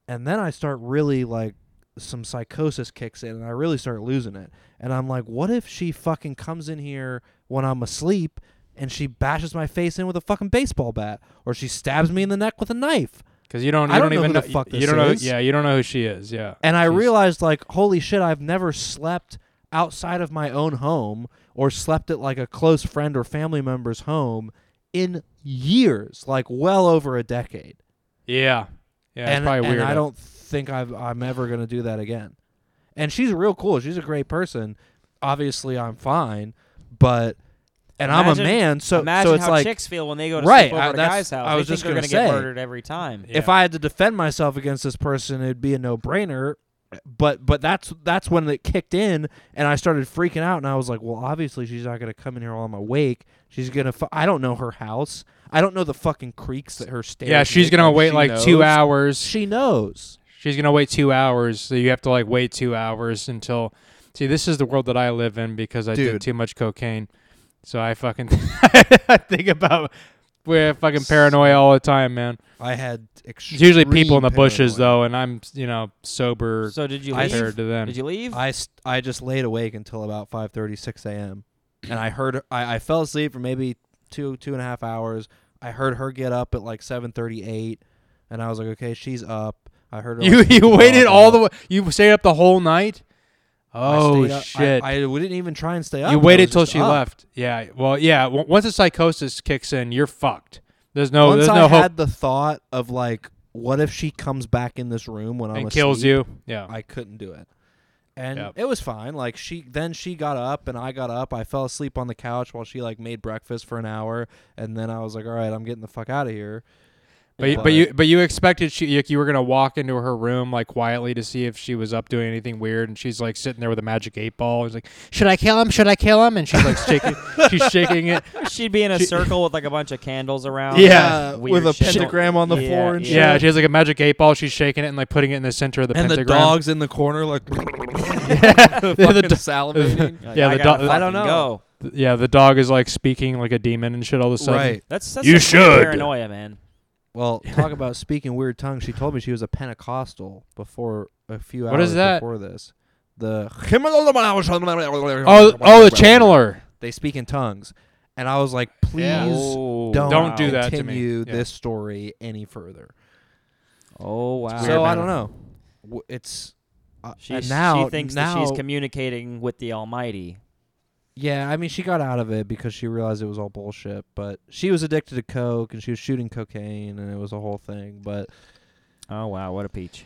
[SPEAKER 5] and then I start really like some psychosis kicks in and I really start losing it. And I'm like, what if she fucking comes in here when I'm asleep and she bashes my face in with a fucking baseball bat or she stabs me in the neck with a knife?
[SPEAKER 4] Because you don't, you
[SPEAKER 5] I don't know
[SPEAKER 4] even
[SPEAKER 5] who the
[SPEAKER 4] know,
[SPEAKER 5] fuck
[SPEAKER 4] you
[SPEAKER 5] this
[SPEAKER 4] don't know,
[SPEAKER 5] is.
[SPEAKER 4] yeah, you don't know who she is, yeah.
[SPEAKER 5] And I
[SPEAKER 4] She's-
[SPEAKER 5] realized like, holy shit, I've never slept outside of my own home or slept at like a close friend or family member's home in years, like well over a decade.
[SPEAKER 4] yeah, yeah, it's
[SPEAKER 5] and,
[SPEAKER 4] probably
[SPEAKER 5] and
[SPEAKER 4] weird.
[SPEAKER 5] I don't think I've, I'm ever going to do that again. And she's real cool. She's a great person. Obviously, I'm fine, but and I'm a
[SPEAKER 6] Imagine-
[SPEAKER 5] man, so
[SPEAKER 6] Imagine
[SPEAKER 5] so it's
[SPEAKER 6] how
[SPEAKER 5] like
[SPEAKER 6] chicks feel when they go to
[SPEAKER 5] Right,
[SPEAKER 6] sleep over
[SPEAKER 5] I-
[SPEAKER 6] at a
[SPEAKER 5] that's-
[SPEAKER 6] guy's house.
[SPEAKER 5] I was
[SPEAKER 6] they
[SPEAKER 5] just
[SPEAKER 6] think they're
[SPEAKER 5] gonna
[SPEAKER 6] gonna
[SPEAKER 5] say.
[SPEAKER 6] get murdered every time.
[SPEAKER 5] if
[SPEAKER 4] Yeah.
[SPEAKER 5] I had to defend myself against this person, it'd be a no-brainer. But but that's that's when it kicked in, and I started freaking out, and I was like, well, obviously she's not gonna come in here while I'm awake. She's gonna. Fu- I don't know her house. I don't know the fucking creaks that her stairs.
[SPEAKER 4] yeah, she's
[SPEAKER 5] make,
[SPEAKER 4] gonna
[SPEAKER 5] like,
[SPEAKER 4] wait
[SPEAKER 5] she
[SPEAKER 4] like two
[SPEAKER 5] knows.
[SPEAKER 4] hours.
[SPEAKER 5] She knows.
[SPEAKER 4] She's gonna wait two hours, so you have to like wait two hours until. See, this is the world that I live in because I
[SPEAKER 5] Dude.
[SPEAKER 4] did too much cocaine, so I fucking *laughs* I think about we're fucking paranoia all the time, man.
[SPEAKER 5] I had
[SPEAKER 4] It's usually people in the
[SPEAKER 5] extreme
[SPEAKER 4] bushes
[SPEAKER 5] paranoia.
[SPEAKER 4] though, and I'm you know sober
[SPEAKER 6] So did you
[SPEAKER 5] I
[SPEAKER 6] leave?
[SPEAKER 4] compared to them.
[SPEAKER 6] Did you leave?
[SPEAKER 5] I, st- I just laid awake until about 5.30, 6 a.m. And I heard I, I fell asleep for maybe two, two and a half hours. I heard her get up at like 7.38. And I was like, okay, she's up. I heard her.
[SPEAKER 4] *laughs* You
[SPEAKER 5] like,
[SPEAKER 4] *laughs* you
[SPEAKER 5] kick
[SPEAKER 4] waited
[SPEAKER 5] off
[SPEAKER 4] all
[SPEAKER 5] and
[SPEAKER 4] the way. You stayed up the whole night.
[SPEAKER 5] I
[SPEAKER 4] Oh
[SPEAKER 5] stayed up- I-
[SPEAKER 4] shit!
[SPEAKER 5] I, we didn't even try and stay up. I
[SPEAKER 4] you
[SPEAKER 5] was
[SPEAKER 4] waited till
[SPEAKER 5] just
[SPEAKER 4] she
[SPEAKER 5] up.
[SPEAKER 4] left. Yeah. Well, yeah. w- once the psychosis kicks in, you're fucked. There's no
[SPEAKER 5] Once
[SPEAKER 4] there's
[SPEAKER 5] I
[SPEAKER 4] no hope.
[SPEAKER 5] had the thought of like, what if she comes back in this room when I'm
[SPEAKER 4] and kills
[SPEAKER 5] asleep?
[SPEAKER 4] you. Yeah.
[SPEAKER 5] I couldn't do it. And
[SPEAKER 4] Yep.
[SPEAKER 5] it was fine. Like she then she got up and I got up. I fell asleep on the couch while she like made breakfast for an hour and then I was like, "All right, I'm getting the fuck out of here."
[SPEAKER 4] but you, but you but you expected she like, you were gonna walk into her room like quietly to see if she was up doing anything weird, and she's like sitting there with a magic eight ball. He's like, should I kill him? Should I kill him? And she's like
[SPEAKER 5] *laughs*
[SPEAKER 4] shaking. she's shaking it.
[SPEAKER 6] She'd be in a
[SPEAKER 4] She-
[SPEAKER 6] circle with like a bunch of candles around.
[SPEAKER 4] Yeah.
[SPEAKER 5] Uh,
[SPEAKER 6] Weird
[SPEAKER 5] with a
[SPEAKER 6] shit.
[SPEAKER 5] pentagram on the
[SPEAKER 6] Yeah,
[SPEAKER 5] floor and
[SPEAKER 6] yeah.
[SPEAKER 5] shit.
[SPEAKER 4] Yeah. She has like a magic eight ball. She's shaking it and like putting it in the center of the
[SPEAKER 5] and the
[SPEAKER 4] pentagram. *laughs*
[SPEAKER 5] dogs in the corner like *laughs*
[SPEAKER 4] The
[SPEAKER 5] fucking
[SPEAKER 4] do- *laughs*
[SPEAKER 5] salivating.
[SPEAKER 6] Like,
[SPEAKER 4] Yeah,
[SPEAKER 6] I
[SPEAKER 4] the
[SPEAKER 6] gotta
[SPEAKER 4] do-
[SPEAKER 5] I don't
[SPEAKER 6] fucking
[SPEAKER 5] know.
[SPEAKER 6] go.
[SPEAKER 4] yeah. The dog is like speaking like a demon and shit. All of a sudden.
[SPEAKER 5] right.
[SPEAKER 6] That's, that's
[SPEAKER 4] You
[SPEAKER 6] some weird
[SPEAKER 4] should.
[SPEAKER 6] paranoia, man.
[SPEAKER 5] Well, talk about speaking weird tongues. She told me she was a Pentecostal before a few
[SPEAKER 4] What
[SPEAKER 5] hours
[SPEAKER 4] is that?
[SPEAKER 5] before this. the *laughs*
[SPEAKER 4] Oh,
[SPEAKER 5] oh
[SPEAKER 4] oh, the Channeler.
[SPEAKER 5] They speak in tongues, and I was like, please
[SPEAKER 4] Yeah.
[SPEAKER 6] Oh,
[SPEAKER 5] don't
[SPEAKER 4] Don't do that to me.
[SPEAKER 5] continue
[SPEAKER 4] Yeah.
[SPEAKER 5] this story any further.
[SPEAKER 6] Oh wow.
[SPEAKER 5] so I
[SPEAKER 4] man.
[SPEAKER 5] don't know. W- It's uh,
[SPEAKER 6] she,
[SPEAKER 5] and now
[SPEAKER 6] she thinks
[SPEAKER 5] now
[SPEAKER 6] that she's communicating with the Almighty.
[SPEAKER 5] Yeah, I mean, she got out of it because she realized it was all bullshit. But she was addicted to coke, and she was shooting cocaine, and it was a whole thing. But
[SPEAKER 6] Oh wow, what a peach.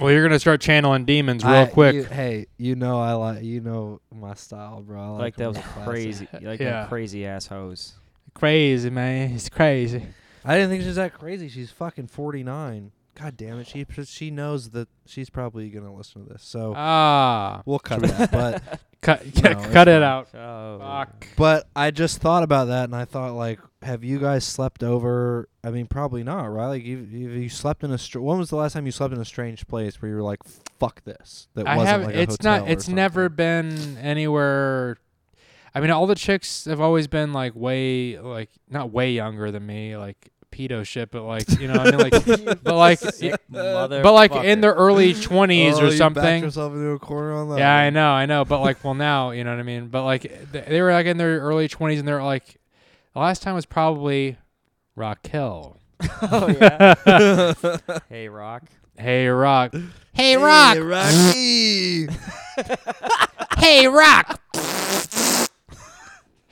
[SPEAKER 4] Well, you're gonna start channeling demons real
[SPEAKER 5] I-
[SPEAKER 4] quick.
[SPEAKER 5] you- hey, you know I like you know my style, bro. I like,
[SPEAKER 6] Like,
[SPEAKER 5] Oh, a
[SPEAKER 6] those
[SPEAKER 5] real classic.
[SPEAKER 6] crazy like
[SPEAKER 4] Yeah.
[SPEAKER 6] them crazy ass *laughs* hoes.
[SPEAKER 4] crazy man, it's crazy.
[SPEAKER 5] I didn't think she's that crazy. She's fucking forty nine. God damn it, she she knows that she's probably gonna listen to this. So
[SPEAKER 6] Uh,
[SPEAKER 4] Ah,
[SPEAKER 5] we'll cut that. But
[SPEAKER 4] cut,
[SPEAKER 5] No, it's
[SPEAKER 4] cut it
[SPEAKER 5] fine.
[SPEAKER 4] out.
[SPEAKER 6] *laughs* Oh.
[SPEAKER 4] Fuck.
[SPEAKER 5] But I just thought about that, and I thought, like, have you guys slept over? I mean, probably not, right? Like, you you, you slept in a. Str- when was the last time you slept in a strange place where you were like, "Fuck this"? That
[SPEAKER 4] I
[SPEAKER 5] wasn't
[SPEAKER 4] have.
[SPEAKER 5] like a
[SPEAKER 4] it's
[SPEAKER 5] hotel
[SPEAKER 4] not.
[SPEAKER 5] or
[SPEAKER 4] It's never
[SPEAKER 5] something.
[SPEAKER 4] been anywhere. I mean, all the chicks have always been like way, like not way younger than me, like pedo shit, but like you know, what I mean, *laughs* like, but like,
[SPEAKER 6] Sick mother.
[SPEAKER 4] but like in their early twenties
[SPEAKER 5] Oh,
[SPEAKER 4] or
[SPEAKER 5] you backed
[SPEAKER 4] something.
[SPEAKER 5] yourself into a corner on that.
[SPEAKER 4] Yeah, I
[SPEAKER 5] one.
[SPEAKER 4] know, I know. But like, well, now you know what I mean. But like, th- they were like in their early twenties, and they're like, the last time was probably Raquel.
[SPEAKER 6] oh yeah.
[SPEAKER 5] Oh,
[SPEAKER 6] *laughs* hey Rock.
[SPEAKER 4] *laughs* Hey, Rock.
[SPEAKER 3] Hey, Rock.
[SPEAKER 5] Hey, Rocky.
[SPEAKER 3] Hey, Rock.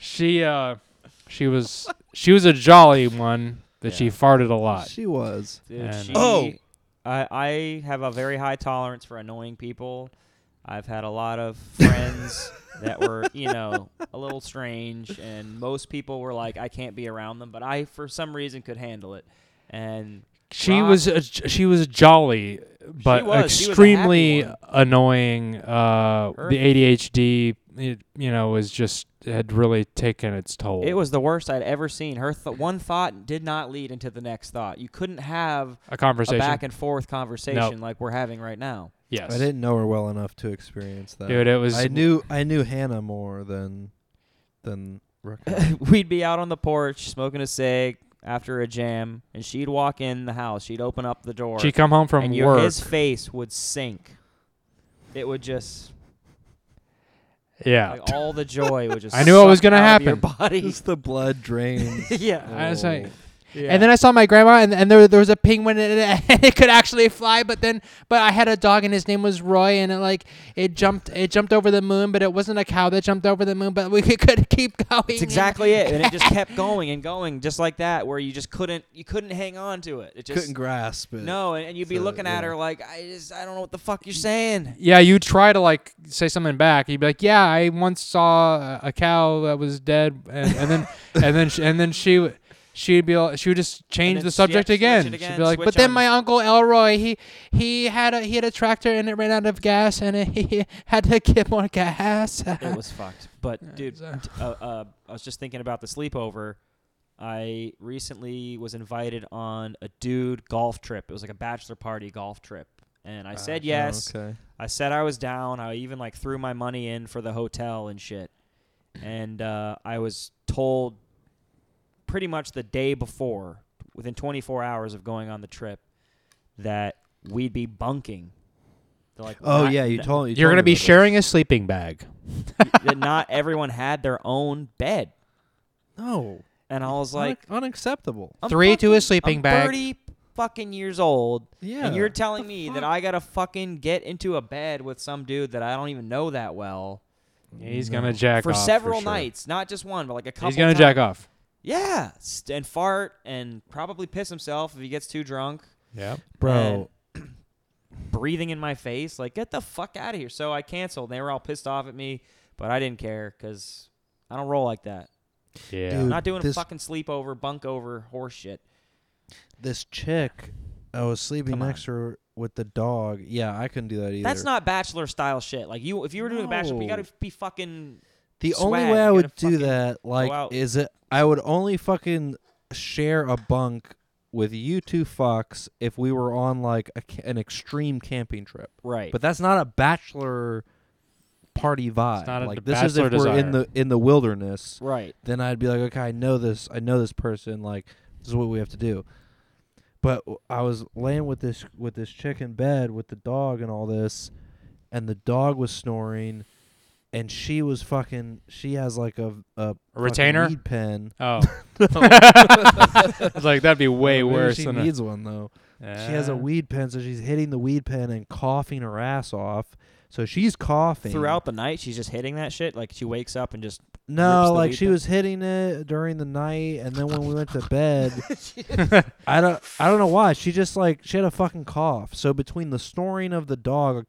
[SPEAKER 4] She uh, she was she was a jolly one that she farted a lot.
[SPEAKER 5] she was.
[SPEAKER 6] Dude,
[SPEAKER 4] And-
[SPEAKER 6] she,
[SPEAKER 5] Oh.
[SPEAKER 6] I, I have a very high tolerance for annoying people. I've had a lot of
[SPEAKER 5] *laughs*
[SPEAKER 6] friends that were, you know, a little strange, and most people were like, I can't be around them, but I, for some reason, could handle it. And
[SPEAKER 4] She
[SPEAKER 6] Rock-
[SPEAKER 4] was a, she was jolly, but
[SPEAKER 6] was. She was a happy
[SPEAKER 4] extremely
[SPEAKER 6] one.
[SPEAKER 4] annoying. Uh,
[SPEAKER 6] Her-
[SPEAKER 4] the ADHD, it, you know, was just had really taken its toll.
[SPEAKER 6] it was the worst I'd ever seen. Her th- one thought did not lead into the next thought. You couldn't have
[SPEAKER 4] a
[SPEAKER 6] a
[SPEAKER 4] conversation.
[SPEAKER 6] back and forth conversation like we're having right now. *laughs*
[SPEAKER 4] yes,
[SPEAKER 5] I didn't know her well enough to experience that.
[SPEAKER 4] dude. It was.
[SPEAKER 5] I knew I knew Hannah more than
[SPEAKER 6] *laughs*
[SPEAKER 5] than Raquel.
[SPEAKER 6] we'd be out on the porch smoking a cig after a jam, and she'd walk in the house. She'd open up the door.
[SPEAKER 4] She come home from
[SPEAKER 6] and your,
[SPEAKER 4] work.
[SPEAKER 6] his face would sink. It would just
[SPEAKER 4] yeah.
[SPEAKER 6] like all the joy would
[SPEAKER 4] *laughs*
[SPEAKER 6] just.
[SPEAKER 4] I knew it was
[SPEAKER 6] suck
[SPEAKER 4] gonna
[SPEAKER 6] out of Your *laughs*
[SPEAKER 4] happen.
[SPEAKER 6] body.
[SPEAKER 5] Just the blood drains.
[SPEAKER 6] yeah.
[SPEAKER 4] I was like,
[SPEAKER 6] yeah.
[SPEAKER 4] And then I saw my grandma, and, and there there was a penguin, *laughs* and it, and it could actually fly. But then, but I had a dog, and his name was Roy, and it like it jumped it jumped over the moon, but it wasn't a cow that jumped over the moon. But we *laughs* could keep going.
[SPEAKER 6] It's exactly it, and it just kept going and going, just like that, where you just couldn't you couldn't hang on to it. It *laughs* just
[SPEAKER 5] couldn't grasp it.
[SPEAKER 6] no, and, and you'd be
[SPEAKER 5] So,
[SPEAKER 6] looking at
[SPEAKER 5] yeah.
[SPEAKER 6] her like I just I don't know what the fuck you're saying.
[SPEAKER 4] Yeah, you try to like say something back. You'd be like, "Yeah, I once saw a- a cow that was dead," and, and *laughs* then and then she, and then she w- she'd be all- she would just change
[SPEAKER 6] then
[SPEAKER 4] the
[SPEAKER 6] s- yeah,
[SPEAKER 4] subject
[SPEAKER 6] switch it
[SPEAKER 4] again. She'd
[SPEAKER 6] again,
[SPEAKER 4] be like, "But
[SPEAKER 6] switch
[SPEAKER 4] then
[SPEAKER 6] on."
[SPEAKER 4] my uncle Elroy he he had a he had a tractor and it ran out of gas and *laughs* he had to get more gas." *laughs*
[SPEAKER 6] It was fucked. But dude,
[SPEAKER 4] so-
[SPEAKER 6] t- uh, uh, I was just thinking about the sleepover. I recently was invited on a dude golf trip. It was like a bachelor party golf trip, and I said yes.
[SPEAKER 5] Oh, Okay.
[SPEAKER 6] I said I was down. I even like threw my money in for the hotel and shit. And uh, I was told pretty much the day before, within 24 hours of going on the trip, that we'd be bunking. They're like,
[SPEAKER 5] Oh
[SPEAKER 6] not-
[SPEAKER 5] yeah, you
[SPEAKER 6] n-
[SPEAKER 5] told you
[SPEAKER 4] You're
[SPEAKER 5] told me
[SPEAKER 4] gonna be
[SPEAKER 5] about this.
[SPEAKER 4] sharing a sleeping bag.
[SPEAKER 6] *laughs* that not everyone had their own bed.
[SPEAKER 5] No,
[SPEAKER 6] And I was like,
[SPEAKER 5] like unacceptable.
[SPEAKER 6] I'm
[SPEAKER 4] Three to a
[SPEAKER 6] fucking-
[SPEAKER 4] sleeping
[SPEAKER 6] I'm
[SPEAKER 4] bag.
[SPEAKER 6] 30 fucking years old.
[SPEAKER 5] Yeah.
[SPEAKER 6] And you're telling me that
[SPEAKER 5] fuck?
[SPEAKER 6] I gotta fucking get into a bed with some dude that I don't even know that well
[SPEAKER 4] He's
[SPEAKER 5] Mm-hmm.
[SPEAKER 4] gonna jack
[SPEAKER 6] for
[SPEAKER 4] off
[SPEAKER 6] several
[SPEAKER 4] sure.
[SPEAKER 6] nights, not just one, but like a couple.
[SPEAKER 4] He's gonna
[SPEAKER 6] times.
[SPEAKER 4] jack off.
[SPEAKER 6] Yeah, st- and fart and probably piss himself if he gets too drunk.
[SPEAKER 4] Yeah.
[SPEAKER 5] Bro,
[SPEAKER 6] *clears throat* Breathing in my face, like get the fuck out of here. So I canceled. And they were all pissed off at me, but I didn't care because I don't roll like that.
[SPEAKER 4] Yeah.
[SPEAKER 5] Dude.
[SPEAKER 6] I'm not doing
[SPEAKER 5] this-
[SPEAKER 6] a fucking sleepover, bunk over, horse shit.
[SPEAKER 5] this chick, I was sleeping
[SPEAKER 6] Come on.
[SPEAKER 5] next to her with the dog. Yeah, I couldn't do that either.
[SPEAKER 6] That's not bachelor style shit. Like you, if you were doing a bachelor, you
[SPEAKER 5] No.
[SPEAKER 6] gotta be fucking.
[SPEAKER 5] the only
[SPEAKER 6] swag.
[SPEAKER 5] way I
[SPEAKER 6] You
[SPEAKER 5] would
[SPEAKER 6] gotta
[SPEAKER 5] do
[SPEAKER 6] fucking
[SPEAKER 5] that. Like,
[SPEAKER 6] out.
[SPEAKER 5] is it? I would only fucking share a bunk with you two fucks if we were on like a, ca- an extreme camping trip.
[SPEAKER 6] Right.
[SPEAKER 5] But that's not a bachelor party vibe.
[SPEAKER 4] not a
[SPEAKER 5] like
[SPEAKER 4] d-
[SPEAKER 5] this is if
[SPEAKER 4] bachelor
[SPEAKER 5] we're in
[SPEAKER 4] desire.
[SPEAKER 5] the in the wilderness.
[SPEAKER 6] right.
[SPEAKER 5] then I'd be like, okay, I know this. I know this person. Like, this is what we have to do. But w- I was laying with this with this chick in bed with the dog and all this, and the dog was snoring, and she was fucking. She has like a a, fucking
[SPEAKER 4] retainer?
[SPEAKER 5] weed
[SPEAKER 4] *laughs*
[SPEAKER 5] pen.
[SPEAKER 4] Oh.
[SPEAKER 5] *laughs*
[SPEAKER 4] I was like, that'd be way
[SPEAKER 5] Maybe
[SPEAKER 4] worse
[SPEAKER 5] She
[SPEAKER 4] than
[SPEAKER 5] needs one though.
[SPEAKER 4] a,
[SPEAKER 5] She has a
[SPEAKER 4] Uh,
[SPEAKER 5] weed pen, so she's hitting the weed pen and coughing her ass off. So she's coughing
[SPEAKER 6] Throughout the night, she's just hitting that shit. Like she wakes up and just rips
[SPEAKER 5] No,
[SPEAKER 6] the
[SPEAKER 5] like
[SPEAKER 6] weed
[SPEAKER 5] she
[SPEAKER 6] pen.
[SPEAKER 5] was hitting it during the night, and then when we went to bed,
[SPEAKER 6] *laughs*
[SPEAKER 5] I don't, I don't know why. She just like she had a fucking cough. So between the snoring of the dog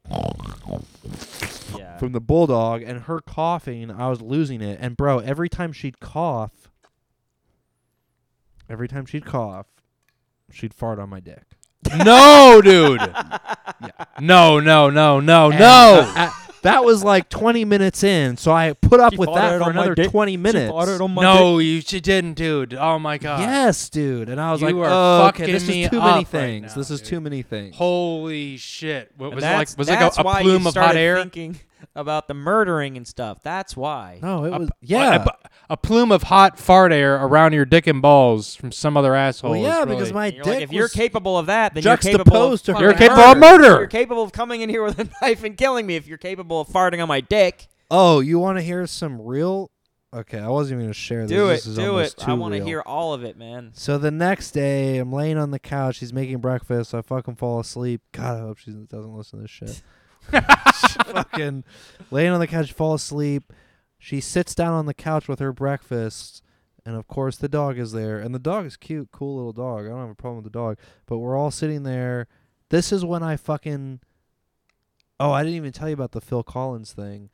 [SPEAKER 6] yeah.
[SPEAKER 5] from the bulldog and her coughing, I was losing it. And bro, every time she'd cough, every time she'd cough, she'd fart on my
[SPEAKER 6] *laughs*
[SPEAKER 5] dick.
[SPEAKER 4] no, dude. No, no, no, no,
[SPEAKER 5] And,
[SPEAKER 4] no.
[SPEAKER 5] uh, I- that was like 20 minutes in, so I put up
[SPEAKER 6] She
[SPEAKER 5] with
[SPEAKER 6] farted
[SPEAKER 5] that for
[SPEAKER 6] on my
[SPEAKER 5] another
[SPEAKER 6] dick.
[SPEAKER 5] 20 minutes.
[SPEAKER 4] No, you she didn't, dude. Oh my god.
[SPEAKER 5] Yes, dude. And I was
[SPEAKER 4] You
[SPEAKER 5] like,
[SPEAKER 4] are
[SPEAKER 5] oh, okay,
[SPEAKER 4] fucking
[SPEAKER 5] this
[SPEAKER 4] me
[SPEAKER 5] is too
[SPEAKER 4] up
[SPEAKER 5] many
[SPEAKER 4] right
[SPEAKER 5] things.
[SPEAKER 4] now,
[SPEAKER 5] this is
[SPEAKER 4] dude.
[SPEAKER 5] too many things.
[SPEAKER 4] Holy shit. What was it
[SPEAKER 6] that's,
[SPEAKER 4] like was it like
[SPEAKER 6] that's
[SPEAKER 4] a, a
[SPEAKER 6] why you
[SPEAKER 4] plume of hot
[SPEAKER 6] started
[SPEAKER 4] air?
[SPEAKER 6] Thinking about the murdering and stuff. That's why.
[SPEAKER 5] no, it was
[SPEAKER 4] Like,
[SPEAKER 5] yeah.
[SPEAKER 4] a, bu- a plume of hot fart air around your dick and balls from some other asshole.
[SPEAKER 5] Well,
[SPEAKER 4] is
[SPEAKER 5] yeah,
[SPEAKER 4] really-
[SPEAKER 5] because my
[SPEAKER 6] And
[SPEAKER 5] dick
[SPEAKER 6] you're like, if you're
[SPEAKER 5] was-
[SPEAKER 6] capable of that, then you're capable of
[SPEAKER 5] juxtaposed to her
[SPEAKER 6] fucking
[SPEAKER 4] You're capable of murder.
[SPEAKER 6] You're capable of coming in here with a *laughs* knife and killing me if you're capable of farting on my dick.
[SPEAKER 5] Oh, you want to hear some real? Okay, I wasn't even gonna share this.
[SPEAKER 6] Do
[SPEAKER 5] this
[SPEAKER 6] it,
[SPEAKER 5] is
[SPEAKER 6] do it.
[SPEAKER 5] almost
[SPEAKER 6] I
[SPEAKER 5] too
[SPEAKER 6] want to
[SPEAKER 5] real.
[SPEAKER 6] hear all of it, man.
[SPEAKER 5] So the next day, I'm laying on the couch. She's making breakfast. I fucking fall asleep. God, I hope she doesn't listen to this shit. fucking laying on the couch, fall asleep. She sits down on the couch with her breakfast, and of course the dog is there. And the dog is cute, cool little dog. I don't have a problem with the dog. But we're all sitting there. This is when I fucking. Oh, I didn't even tell you about the Phil Collins thing.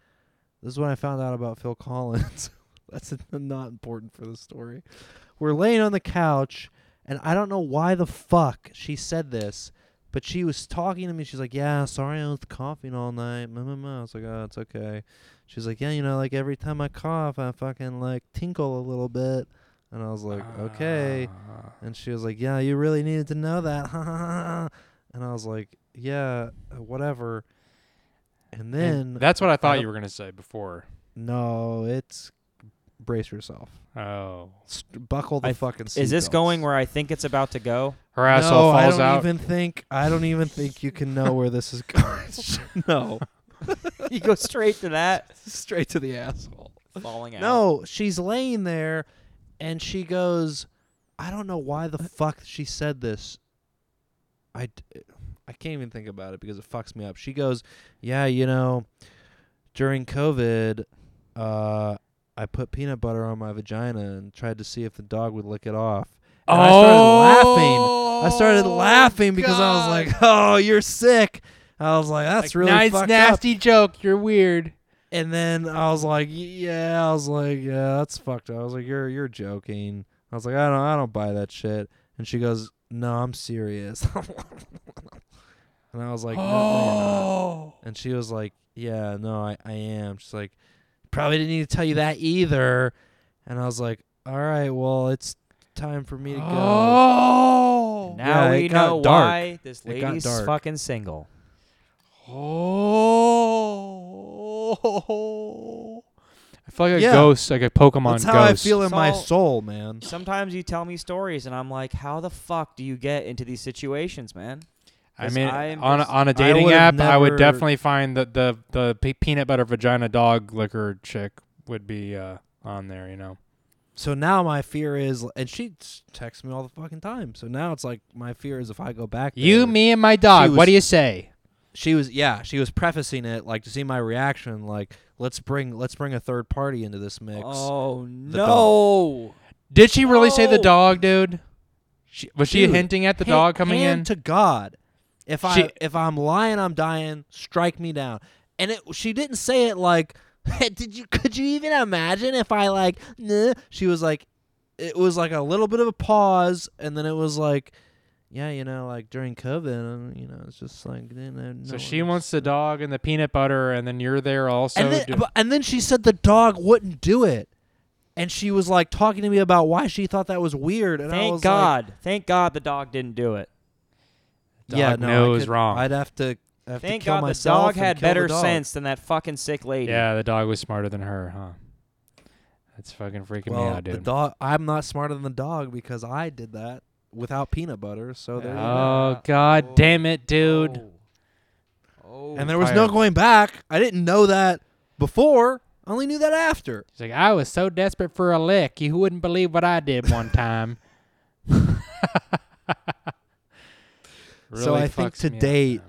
[SPEAKER 5] This is when I found out about Phil Collins. *laughs* That's not important for the story. We're laying on the couch, and I don't know why the fuck she said this, but she was talking to me. She's like, "Yeah, sorry, I was coughing all night." Mm, mm, mm." I was like, "Oh, it's okay." She's like, "Yeah, you know, like every time I cough, I fucking like tinkle a little bit," and I was like,
[SPEAKER 4] Ah.
[SPEAKER 5] "Okay." And she was like, "Yeah, you really needed to know that." *laughs* and I was like, "Yeah, whatever." And
[SPEAKER 4] And
[SPEAKER 5] then
[SPEAKER 4] that's what I thought
[SPEAKER 5] don't-
[SPEAKER 4] you were gonna say before.
[SPEAKER 5] no, it's brace yourself.
[SPEAKER 4] Oh.
[SPEAKER 5] St- buckle the
[SPEAKER 6] I-
[SPEAKER 5] fucking.
[SPEAKER 6] Is this
[SPEAKER 5] seatbelts.
[SPEAKER 6] going where I think it's about to go?
[SPEAKER 4] Her
[SPEAKER 5] No,
[SPEAKER 4] asshole
[SPEAKER 5] I
[SPEAKER 4] falls
[SPEAKER 5] don't
[SPEAKER 4] out.
[SPEAKER 5] even think. I don't even think you can know where
[SPEAKER 6] *laughs*
[SPEAKER 5] this is going. *laughs* no,
[SPEAKER 6] you go straight to that
[SPEAKER 5] straight to the asshole.
[SPEAKER 6] falling out.
[SPEAKER 5] No, she's laying there, and she goes, "I don't know why the fuck she said this." I, d- I can't even think about it because it fucks me up. She goes, "Yeah, you know, during COVID, uh, I put peanut butter on my vagina and tried to see if the dog would lick it off." And I started laughing. I started
[SPEAKER 4] Oh,
[SPEAKER 5] laughing because I was like, *laughs* "Oh, you're sick." I was like, "That's really
[SPEAKER 4] nice,
[SPEAKER 5] fucked up."
[SPEAKER 4] nasty joke. You're weird.
[SPEAKER 5] And then I was like, "Yeah," I was like, "Yeah, that's fucked up." I was like, "You're you're joking." I was like, "I don't I don't buy that shit." And she goes, "No, I'm serious." *laughs* and I was like, "No, no, you're not." And she was like, Yeah, no, I, I am. She's like, Probably didn't need to tell you that either. And I was like, All right, well, it's time for me to go.
[SPEAKER 4] Oh.
[SPEAKER 6] Now
[SPEAKER 5] Yeah, it
[SPEAKER 6] we
[SPEAKER 5] got
[SPEAKER 6] know
[SPEAKER 5] dark.
[SPEAKER 6] why this
[SPEAKER 5] It got
[SPEAKER 6] lady's
[SPEAKER 5] dark.
[SPEAKER 6] fucking single.
[SPEAKER 4] Oh. I feel like a
[SPEAKER 5] Yeah.
[SPEAKER 4] ghost, like a Pokemon
[SPEAKER 5] That's
[SPEAKER 4] ghost.
[SPEAKER 5] how I feel in my
[SPEAKER 6] Saul-
[SPEAKER 5] soul, man.
[SPEAKER 6] Sometimes you tell me stories, and I'm like, "How the fuck do you get into these situations, man?"
[SPEAKER 4] I
[SPEAKER 6] 'Cause
[SPEAKER 4] mean,
[SPEAKER 6] I am
[SPEAKER 4] on a,
[SPEAKER 6] just-
[SPEAKER 4] on a
[SPEAKER 5] I
[SPEAKER 4] dating
[SPEAKER 5] would've
[SPEAKER 4] app, I would
[SPEAKER 5] never-
[SPEAKER 4] definitely find that the the pe- peanut butter vagina dog liquor chick would be uh, on there. You know,
[SPEAKER 5] So now my fear is, and she s- texts me all the fucking time. So now it's like my fear is if I go back,
[SPEAKER 4] you,
[SPEAKER 5] there-
[SPEAKER 4] me, and my dog.
[SPEAKER 5] was-
[SPEAKER 4] what do you say?
[SPEAKER 5] she was yeah she was prefacing it like to see my reaction like let's bring let's bring a third party into this mix
[SPEAKER 6] Oh no!
[SPEAKER 5] dog.
[SPEAKER 4] Did she really say the
[SPEAKER 6] No.
[SPEAKER 4] dog, dude? She, was she
[SPEAKER 5] Dude,
[SPEAKER 4] hinting at the
[SPEAKER 5] Hand-
[SPEAKER 4] dog coming
[SPEAKER 5] hand
[SPEAKER 4] in?
[SPEAKER 5] to God. If I
[SPEAKER 4] She-
[SPEAKER 5] if I'm lying, I'm dying. Strike me down. And it, she didn't say it like, *laughs* did you? Could you even imagine if I like? Nah? She was like, it was like a little bit of a pause, and then it was like, yeah, you know, like during COVID, uh, you know, it's just like. You know, no
[SPEAKER 4] so
[SPEAKER 5] one
[SPEAKER 4] she
[SPEAKER 5] is-
[SPEAKER 4] wants the dog and the peanut butter, and then you're there also.
[SPEAKER 5] and then,
[SPEAKER 4] do-
[SPEAKER 5] but- and then she said the dog wouldn't do it, and she was like talking to me about why she thought that was weird. And I
[SPEAKER 6] Thank
[SPEAKER 5] was like,
[SPEAKER 6] God! Thank God the dog didn't do it.
[SPEAKER 5] yeah,
[SPEAKER 4] Dog
[SPEAKER 5] no, I
[SPEAKER 4] knows
[SPEAKER 5] could-
[SPEAKER 4] wrong.
[SPEAKER 5] I'd have to. I Have
[SPEAKER 6] Thank
[SPEAKER 5] to kill
[SPEAKER 6] God the
[SPEAKER 5] myself
[SPEAKER 6] dog
[SPEAKER 5] and
[SPEAKER 6] had
[SPEAKER 5] kill the
[SPEAKER 6] better
[SPEAKER 5] dog.
[SPEAKER 6] sense than that fucking sick lady.
[SPEAKER 4] yeah, the dog was smarter than her, huh? That's fucking freaking
[SPEAKER 5] Well,
[SPEAKER 4] me out, dude.
[SPEAKER 5] the dog. I'm not smarter than the dog because I did that without peanut butter. So there. you go.
[SPEAKER 4] Oh god damn it, dude.
[SPEAKER 6] Oh.
[SPEAKER 5] and there was no
[SPEAKER 4] tired.
[SPEAKER 5] going back. I didn't know that before. I only knew that
[SPEAKER 4] *clears throat*
[SPEAKER 5] after.
[SPEAKER 4] He's like, I was so desperate for a lick, you wouldn't believe what I did
[SPEAKER 5] *laughs*
[SPEAKER 4] one time.
[SPEAKER 5] so
[SPEAKER 4] Really
[SPEAKER 5] I think
[SPEAKER 4] fucks
[SPEAKER 5] to
[SPEAKER 4] me up,
[SPEAKER 5] date,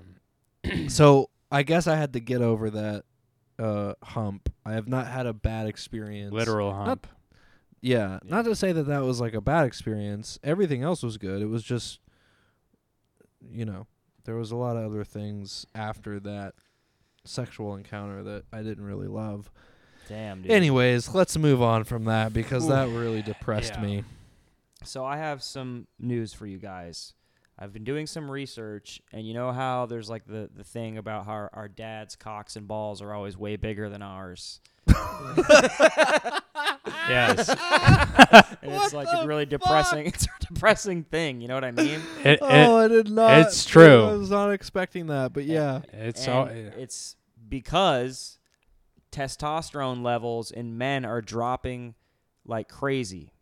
[SPEAKER 4] man.
[SPEAKER 5] so I guess I had to get over that uh, hump. I have not had a bad experience.
[SPEAKER 4] literal hump.
[SPEAKER 5] Yeah. Not to say that that was like a bad experience. Everything else was good. It was just, you know, there was a lot of other things after that sexual encounter that I didn't really love.
[SPEAKER 6] Damn, dude.
[SPEAKER 5] Anyways, let's move on from that because
[SPEAKER 4] Oof.
[SPEAKER 5] that really depressed
[SPEAKER 4] Yeah.
[SPEAKER 5] me.
[SPEAKER 6] So I have some news for you guys. I've been doing some research, and you know how there's like the, the thing about how our, our dad's cocks and balls are always way bigger than ours.
[SPEAKER 4] Yes.
[SPEAKER 5] *laughs*
[SPEAKER 6] And it's like a really depressing. *laughs* It's a depressing thing. You know what I mean?
[SPEAKER 4] It-
[SPEAKER 5] oh,
[SPEAKER 4] it-
[SPEAKER 5] I did not.
[SPEAKER 4] it's true.
[SPEAKER 5] I was not expecting that, but yeah.
[SPEAKER 4] it's
[SPEAKER 6] And
[SPEAKER 4] all,
[SPEAKER 6] it's because testosterone levels in men are dropping like crazy.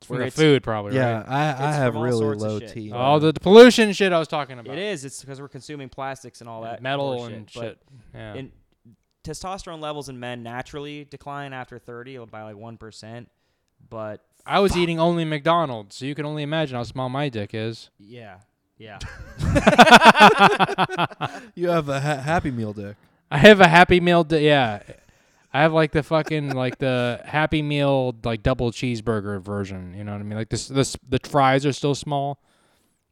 [SPEAKER 4] it's
[SPEAKER 6] where
[SPEAKER 4] from the
[SPEAKER 6] it's-
[SPEAKER 4] food, probably.
[SPEAKER 5] Yeah,
[SPEAKER 4] right?
[SPEAKER 5] I, I
[SPEAKER 6] It's
[SPEAKER 5] have
[SPEAKER 6] from all
[SPEAKER 5] really
[SPEAKER 6] sorts of
[SPEAKER 5] low
[SPEAKER 6] shit.
[SPEAKER 5] T.
[SPEAKER 4] all the pollution shit I was talking about.
[SPEAKER 6] It is. It's because we're consuming plastics and all that
[SPEAKER 4] metal
[SPEAKER 6] bullshit,
[SPEAKER 4] and
[SPEAKER 6] but
[SPEAKER 4] shit. Yeah.
[SPEAKER 6] in testosterone levels in men naturally decline after 30 by like 1% but
[SPEAKER 4] I was eating only McDonald's, so you can only imagine how small my dick
[SPEAKER 6] *laughs*
[SPEAKER 4] is.
[SPEAKER 6] yeah yeah
[SPEAKER 5] you have a ha- Happy Meal dick.
[SPEAKER 4] I have a Happy Meal. Di- yeah, I have like the fucking like the Happy Meal like double cheeseburger version. You know what I mean? Like this, this the fries are still small,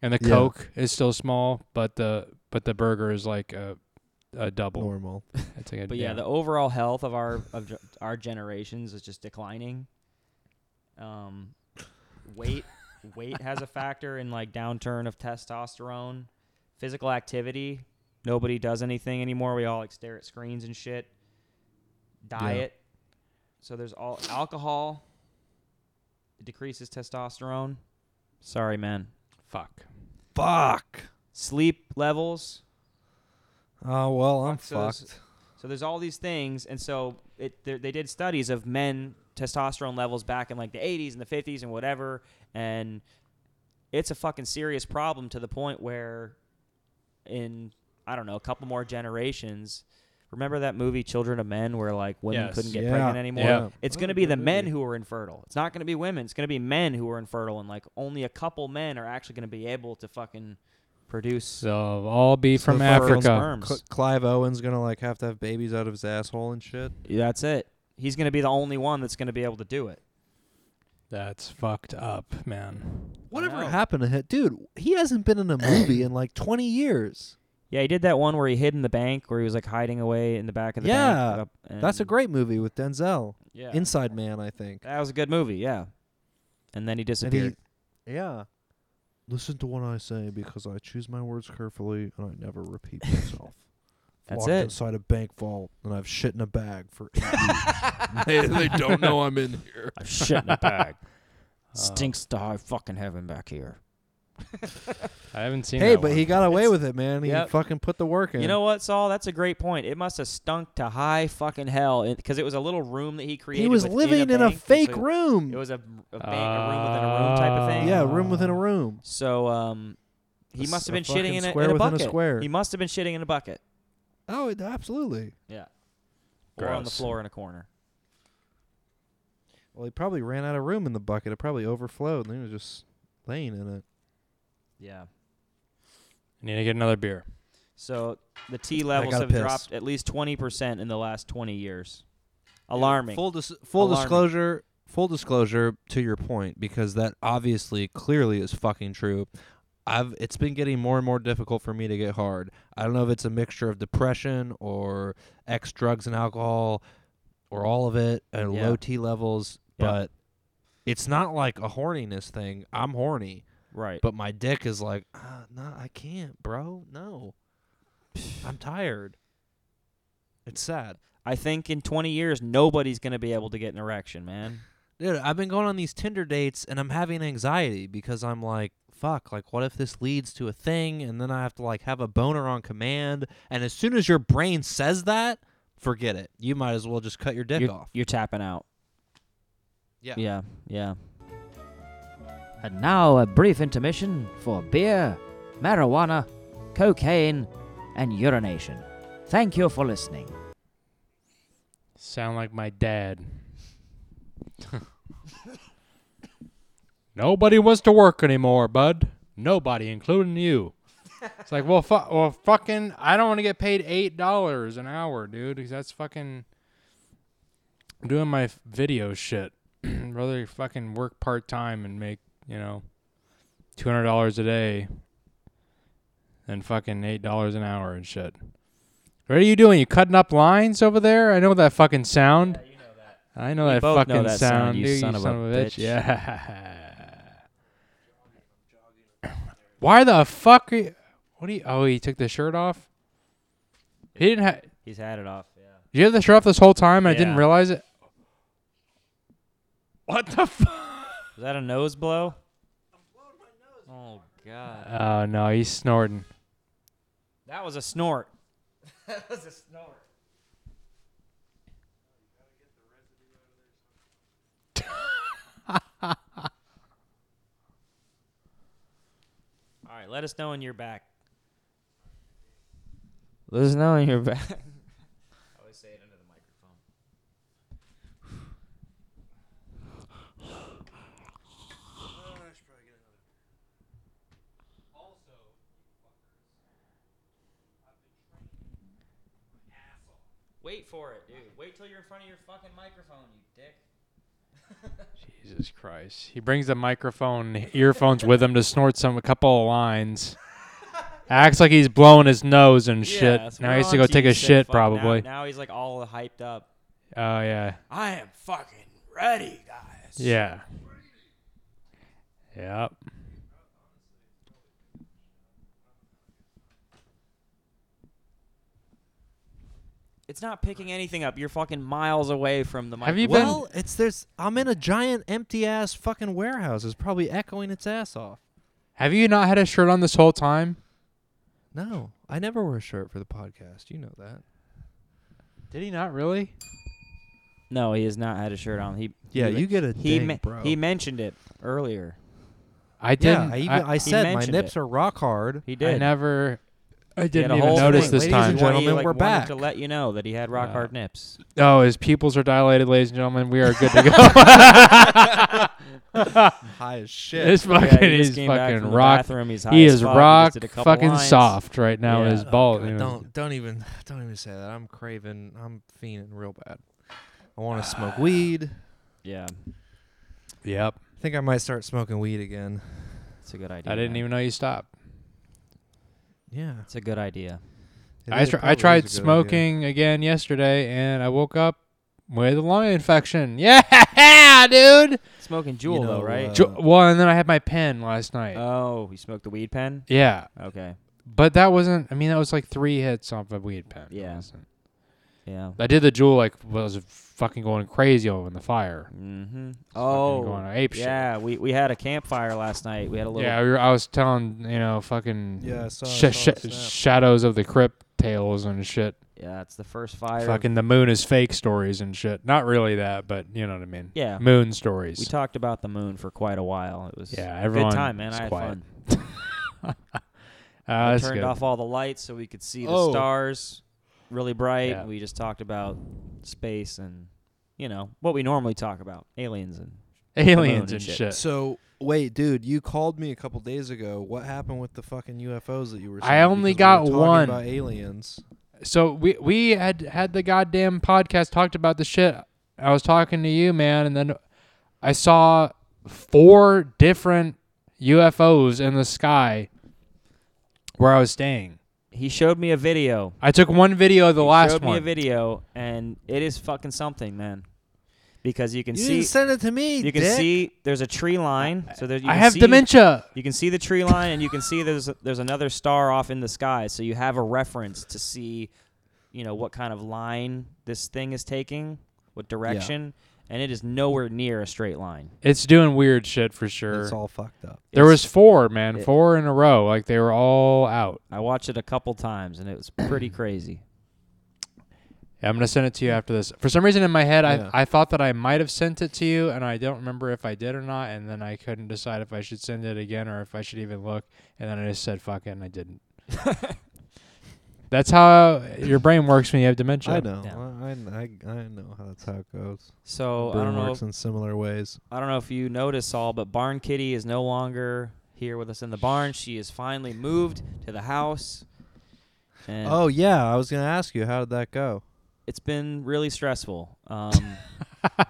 [SPEAKER 4] and the
[SPEAKER 5] Yeah.
[SPEAKER 4] Coke is still small, but the but the burger is like a a double.
[SPEAKER 5] Normal.
[SPEAKER 4] It's like a,
[SPEAKER 6] but yeah, the overall health of our of ge- our generations is just declining um weight weight has a factor in like downturn of testosterone physical activity nobody does anything anymore we all like stare at screens and shit diet so there's all alcohol it decreases testosterone sorry man
[SPEAKER 4] fuck.
[SPEAKER 5] Fuck.
[SPEAKER 6] sleep levels
[SPEAKER 5] Oh well, I'm
[SPEAKER 6] So there's-
[SPEAKER 5] fucked.
[SPEAKER 6] So there's all these things, and so it there- they did studies of men testosterone levels back in like the 80s and the 50s and whatever, and it's a fucking serious problem to the point where, in I don't know, a couple more generations, remember that movie Children of Men where like women
[SPEAKER 4] Yes.
[SPEAKER 6] couldn't get
[SPEAKER 5] Yeah.
[SPEAKER 6] pregnant anymore.
[SPEAKER 4] Yeah.
[SPEAKER 6] It's
[SPEAKER 5] What
[SPEAKER 6] going
[SPEAKER 5] a
[SPEAKER 6] to be
[SPEAKER 5] good
[SPEAKER 6] the men
[SPEAKER 5] movie.
[SPEAKER 6] who are infertile. It's not going to be women. It's going to be men who are infertile, and like only a couple men are actually going to be able to fucking produce.
[SPEAKER 4] So all be
[SPEAKER 5] So
[SPEAKER 4] from
[SPEAKER 5] the
[SPEAKER 6] fertile
[SPEAKER 4] Africa.
[SPEAKER 6] sperm.
[SPEAKER 5] Cl- Clive Owen's gonna like have to have babies out of his asshole and shit.
[SPEAKER 6] That's it. He's going to be the only one that's going to be able to do it.
[SPEAKER 4] That's fucked up, man.
[SPEAKER 5] Whatever
[SPEAKER 6] know.
[SPEAKER 5] happened to him, dude? He hasn't been in a movie in like 20 years.
[SPEAKER 6] Yeah, he did that one where he hid in the bank, where he was like hiding away in the back of the
[SPEAKER 5] Yeah,
[SPEAKER 6] bank. up-
[SPEAKER 5] That's a
[SPEAKER 6] and-
[SPEAKER 5] great movie with Denzel.
[SPEAKER 6] Yeah,
[SPEAKER 5] Inside Man, I think.
[SPEAKER 6] that was a good movie. Yeah, and then
[SPEAKER 5] And
[SPEAKER 6] he
[SPEAKER 5] he- *laughs*
[SPEAKER 6] disappeared. *laughs*
[SPEAKER 5] yeah. Listen to what I say because I choose my words carefully and I never *laughs* repeat myself.
[SPEAKER 6] That's
[SPEAKER 5] Walked
[SPEAKER 6] it.
[SPEAKER 5] inside a bank vault and I've shit in a bag for *laughs* eight
[SPEAKER 3] they, they don't know I'm in
[SPEAKER 4] *laughs*
[SPEAKER 3] here.
[SPEAKER 6] I shit in a
[SPEAKER 5] *laughs*
[SPEAKER 6] bag.
[SPEAKER 4] Uh,
[SPEAKER 5] Uh,
[SPEAKER 6] Stinks to high fucking heaven back here.
[SPEAKER 4] I haven't seen.
[SPEAKER 5] Hey,
[SPEAKER 4] that
[SPEAKER 5] but
[SPEAKER 4] one.
[SPEAKER 5] he got away
[SPEAKER 6] It's-
[SPEAKER 5] with it, man. He
[SPEAKER 6] Yep.
[SPEAKER 5] fucking put the work in.
[SPEAKER 6] You know what, Saul? That's a great point. It must have stunk to high fucking hell because it was a little room that he created.
[SPEAKER 5] he was
[SPEAKER 6] within
[SPEAKER 5] living in a
[SPEAKER 6] bank, and so
[SPEAKER 5] fake
[SPEAKER 6] it-
[SPEAKER 5] room. Ah.
[SPEAKER 6] It was a, a bank, a room within a room type of thing.
[SPEAKER 5] yeah, a room within a room.
[SPEAKER 6] So um, he
[SPEAKER 5] It's
[SPEAKER 6] must have
[SPEAKER 5] a
[SPEAKER 6] been shitting
[SPEAKER 5] fucking
[SPEAKER 6] in a,
[SPEAKER 5] square
[SPEAKER 6] in a
[SPEAKER 5] within a
[SPEAKER 6] bucket.
[SPEAKER 5] square.
[SPEAKER 6] He must have been shitting in a bucket.
[SPEAKER 5] Oh, it- absolutely.
[SPEAKER 6] Yeah. Or on the
[SPEAKER 4] Gross.
[SPEAKER 6] floor in a corner.
[SPEAKER 5] Well, he probably ran out of room in the bucket. It probably overflowed, and he was just laying in it.
[SPEAKER 6] Yeah.
[SPEAKER 4] Need to get another beer.
[SPEAKER 6] So the T levels
[SPEAKER 5] gotta
[SPEAKER 6] have
[SPEAKER 5] piss.
[SPEAKER 6] dropped at least 20% in the last 20 years. Alarming.
[SPEAKER 5] Full dis- full
[SPEAKER 6] Alarming.
[SPEAKER 5] disclosure. Full disclosure to your point, because that obviously clearly is fucking true. I've it's been getting more and more difficult for me to get hard. I don't know if it's a mixture of depression or ex drugs and alcohol or all of it and
[SPEAKER 6] Yeah.
[SPEAKER 5] low T levels,
[SPEAKER 6] Yeah.
[SPEAKER 5] but it's not like a horniness thing. I'm horny.
[SPEAKER 6] right.
[SPEAKER 5] but my dick is like, ah, no, I can't, bro. No, I'm tired. It's sad,
[SPEAKER 6] I think in 20 years, nobody's going to be able to get an erection, man.
[SPEAKER 5] dude. I've been going on these Tinder dates, and I'm having anxiety because I'm like, fuck. Like, what if this leads to a thing, and then I have to like have a boner on command? And as soon as your brain says that, forget it. You might as well just cut your dick
[SPEAKER 6] You're,
[SPEAKER 5] off.
[SPEAKER 6] you're tapping out.
[SPEAKER 5] Yeah.
[SPEAKER 6] Yeah. Yeah. And now a brief intermission for beer, marijuana, cocaine, and urination. Thank you for listening.
[SPEAKER 4] Sound like my dad. *laughs* Nobody wants to work anymore, bud. Nobody, including you. It's like, well, fu- well, fucking, I don't want to get paid eight dollars an hour, dude, because that's fucking I'm doing my f- video shit. *clears throat* Rather fucking work part time and make you know two hundred dollars a day than fucking eight dollars an hour and shit. What are you doing? You cutting up lines over there? I know that fucking sound. I know that
[SPEAKER 6] both know
[SPEAKER 4] fucking
[SPEAKER 6] that sound,
[SPEAKER 4] sound,
[SPEAKER 6] you
[SPEAKER 4] dude,
[SPEAKER 6] son of a bitch.
[SPEAKER 4] Yeah. Why the fuck? Are you, what do you? Oh, he took the shirt off. He didn't have.
[SPEAKER 6] He's had it off. Yeah.
[SPEAKER 4] Did you have the shirt off this whole time? I didn't
[SPEAKER 6] Yeah.
[SPEAKER 4] realize it. What the fuck?
[SPEAKER 6] Was that a nose blow? Oh god.
[SPEAKER 4] Oh no, he's snorting.
[SPEAKER 6] That was a *laughs* snort. *laughs* that was a snort. All right, let us know when you're back. Let us know when you're back. I always say it under the microphone. *laughs* Wait for it, dude. Wait till you're in front of your fucking microphone, you dick.
[SPEAKER 4] Jesus Christ. He brings the microphone earphones with him to snort some a couple of lines. Acts like he's blowing his nose and shit. now he has to go take a shit probably.
[SPEAKER 6] Now, he's like all hyped up.
[SPEAKER 4] Oh yeah.
[SPEAKER 3] I am fucking ready, guys.
[SPEAKER 4] Yeah. Yep.
[SPEAKER 6] It's not picking anything up. You're fucking miles away from the mic.
[SPEAKER 4] Have you been-
[SPEAKER 5] Well, it's there's. I'm in a giant empty ass fucking warehouse. It's probably echoing its ass off.
[SPEAKER 4] Have you not had a shirt on this whole time?
[SPEAKER 5] No, I never wear a shirt for the podcast. You know that.
[SPEAKER 4] Did he not really?
[SPEAKER 6] No, he has not had a shirt on. He
[SPEAKER 5] Yeah,
[SPEAKER 6] he,
[SPEAKER 5] you get a
[SPEAKER 6] he
[SPEAKER 5] ding,
[SPEAKER 6] me-
[SPEAKER 5] bro.
[SPEAKER 6] he mentioned it earlier.
[SPEAKER 4] I
[SPEAKER 5] yeah,
[SPEAKER 4] didn't.
[SPEAKER 5] I, even,
[SPEAKER 4] I,
[SPEAKER 5] I, said my
[SPEAKER 6] mentioned
[SPEAKER 5] nips
[SPEAKER 6] it.
[SPEAKER 5] are rock hard.
[SPEAKER 6] He
[SPEAKER 4] I
[SPEAKER 6] did.
[SPEAKER 4] never I
[SPEAKER 6] He had
[SPEAKER 4] didn't
[SPEAKER 6] a
[SPEAKER 4] even
[SPEAKER 6] whole
[SPEAKER 4] notice
[SPEAKER 6] thing.
[SPEAKER 4] this
[SPEAKER 5] Ladies
[SPEAKER 4] time.
[SPEAKER 5] and gentlemen,
[SPEAKER 6] he, like,
[SPEAKER 5] we're
[SPEAKER 6] wanted
[SPEAKER 5] back.
[SPEAKER 6] to let you know that he had rock
[SPEAKER 4] Yeah.
[SPEAKER 6] hard nips.
[SPEAKER 4] Oh, his pupils are dilated, ladies and gentlemen. We are good
[SPEAKER 6] *laughs*
[SPEAKER 4] to go.
[SPEAKER 5] High as shit.
[SPEAKER 4] this fucking
[SPEAKER 6] yeah, he just
[SPEAKER 4] is
[SPEAKER 6] came back
[SPEAKER 4] fucking
[SPEAKER 6] from the
[SPEAKER 4] rock.
[SPEAKER 6] Bathroom. He's high
[SPEAKER 4] He
[SPEAKER 6] as
[SPEAKER 4] is
[SPEAKER 6] fuck.
[SPEAKER 4] rock
[SPEAKER 6] just did a couple
[SPEAKER 4] fucking
[SPEAKER 6] lines.
[SPEAKER 4] soft right now.
[SPEAKER 6] Yeah.
[SPEAKER 4] His
[SPEAKER 5] Oh,
[SPEAKER 4] ball.
[SPEAKER 5] God,
[SPEAKER 4] you know.
[SPEAKER 5] don't don't even *laughs* don't even say that. I'm craving. I'm fiending real bad. I want to smoke weed.
[SPEAKER 6] Yeah,
[SPEAKER 4] Yep.
[SPEAKER 5] I think I might start smoking weed again.
[SPEAKER 6] it's a good idea.
[SPEAKER 4] I didn't
[SPEAKER 6] man.
[SPEAKER 4] even know you stopped.
[SPEAKER 5] Yeah.
[SPEAKER 6] It's a good idea.
[SPEAKER 5] it
[SPEAKER 4] I
[SPEAKER 5] is-
[SPEAKER 4] tr-
[SPEAKER 5] probably
[SPEAKER 4] I
[SPEAKER 5] is a good
[SPEAKER 4] tried
[SPEAKER 5] idea.
[SPEAKER 4] smoking again yesterday, and I woke up with a lung infection. *laughs* Yeah, dude.
[SPEAKER 6] Smoking Juul though,
[SPEAKER 5] know, uh,
[SPEAKER 6] right?
[SPEAKER 4] Jo- well, and then I had my pen last night.
[SPEAKER 6] oh, you smoked the weed pen?
[SPEAKER 4] yeah,
[SPEAKER 6] Okay.
[SPEAKER 4] but that wasn't. I mean, that was like three hits off a weed pen.
[SPEAKER 6] Yeah.
[SPEAKER 4] It wasn't-
[SPEAKER 6] Yeah.
[SPEAKER 4] I did the jewel like was fucking going crazy over in the fire.
[SPEAKER 6] Mm-hmm.
[SPEAKER 4] fucking
[SPEAKER 6] Oh,
[SPEAKER 4] going ape shit.
[SPEAKER 6] yeah. We we had a campfire last night. We had a little.
[SPEAKER 4] Yeah, we were, I was telling you know fucking
[SPEAKER 5] Yeah, I saw- I
[SPEAKER 4] sh-
[SPEAKER 5] saw the snap.
[SPEAKER 4] sh- shadows of the crypt tales and shit.
[SPEAKER 6] Yeah, it's the first fire.
[SPEAKER 4] Fucking the moon is fake stories and shit. Not really that, but you know what I mean.
[SPEAKER 6] Yeah.
[SPEAKER 4] Moon
[SPEAKER 6] We
[SPEAKER 4] stories.
[SPEAKER 6] talked about the moon for quite a while. It was
[SPEAKER 4] yeah,
[SPEAKER 6] a
[SPEAKER 4] everyone.
[SPEAKER 6] good time, man.
[SPEAKER 4] is
[SPEAKER 6] I had
[SPEAKER 4] quiet.
[SPEAKER 6] fun.
[SPEAKER 4] Ah,
[SPEAKER 6] I
[SPEAKER 4] that's
[SPEAKER 6] turned
[SPEAKER 4] good.
[SPEAKER 6] off all the lights so we could see the
[SPEAKER 5] Oh.
[SPEAKER 6] stars really bright.
[SPEAKER 4] Yeah.
[SPEAKER 6] We just talked about space and you know what we normally talk about: aliens and moon
[SPEAKER 4] Aliens
[SPEAKER 6] and
[SPEAKER 4] and
[SPEAKER 6] shit.
[SPEAKER 4] shit.
[SPEAKER 5] So wait, dude, you called me a couple days ago. What happened with the fucking UFOs that you were?
[SPEAKER 4] I
[SPEAKER 5] seeing?
[SPEAKER 4] only
[SPEAKER 5] Because we
[SPEAKER 4] got
[SPEAKER 5] were talking
[SPEAKER 4] one.
[SPEAKER 5] about aliens.
[SPEAKER 4] So we we had had the goddamn podcast talked about the shit. I was talking to you, man, and then I saw four different UFOs in the sky where I was staying.
[SPEAKER 6] he showed me a video.
[SPEAKER 4] I took one video of the
[SPEAKER 6] He
[SPEAKER 4] last
[SPEAKER 6] showed me a
[SPEAKER 4] one.
[SPEAKER 6] video, and it is fucking something, man. Because you can
[SPEAKER 5] You
[SPEAKER 6] see
[SPEAKER 5] didn't send it to me.
[SPEAKER 6] you can
[SPEAKER 5] dick.
[SPEAKER 6] see there's a tree line. So there, you
[SPEAKER 4] I
[SPEAKER 6] can
[SPEAKER 4] have
[SPEAKER 6] see-
[SPEAKER 4] dementia.
[SPEAKER 6] You can see the tree line, and you can see there's there's another star off in the sky. So you have a reference to see, you know, what kind of line this thing is taking, what direction, and it is nowhere near a straight line.
[SPEAKER 4] It's doing weird shit for sure.
[SPEAKER 5] It's all fucked up.
[SPEAKER 4] There was
[SPEAKER 6] It's-
[SPEAKER 4] four, man,
[SPEAKER 6] it-
[SPEAKER 4] four in a row. Like they were all out.
[SPEAKER 6] I watched it a couple times, and it
[SPEAKER 4] *coughs*
[SPEAKER 6] was pretty crazy.
[SPEAKER 4] Yeah, I'm gonna send it to you after this. For some reason in my head,
[SPEAKER 5] Yeah.
[SPEAKER 4] I I thought that I might have sent it to you, and I don't remember if I did or not. And then I couldn't decide if I should
[SPEAKER 5] *laughs*
[SPEAKER 4] send it again or if I should even look. And then I just said, "Fuck it," and I didn't. That's how your brain works when you have dementia.
[SPEAKER 5] I know.
[SPEAKER 6] Yeah.
[SPEAKER 5] I, I, I know how that's how it goes.
[SPEAKER 6] So I
[SPEAKER 5] Brain
[SPEAKER 6] don't know.
[SPEAKER 5] works in similar ways.
[SPEAKER 6] I don't know if you noticed, Saul, but Barn Kitty is no longer here with us in the barn. She is finally moved to the house. And
[SPEAKER 5] Oh yeah, I was gonna ask you how did that go?
[SPEAKER 6] it's been really stressful. Um,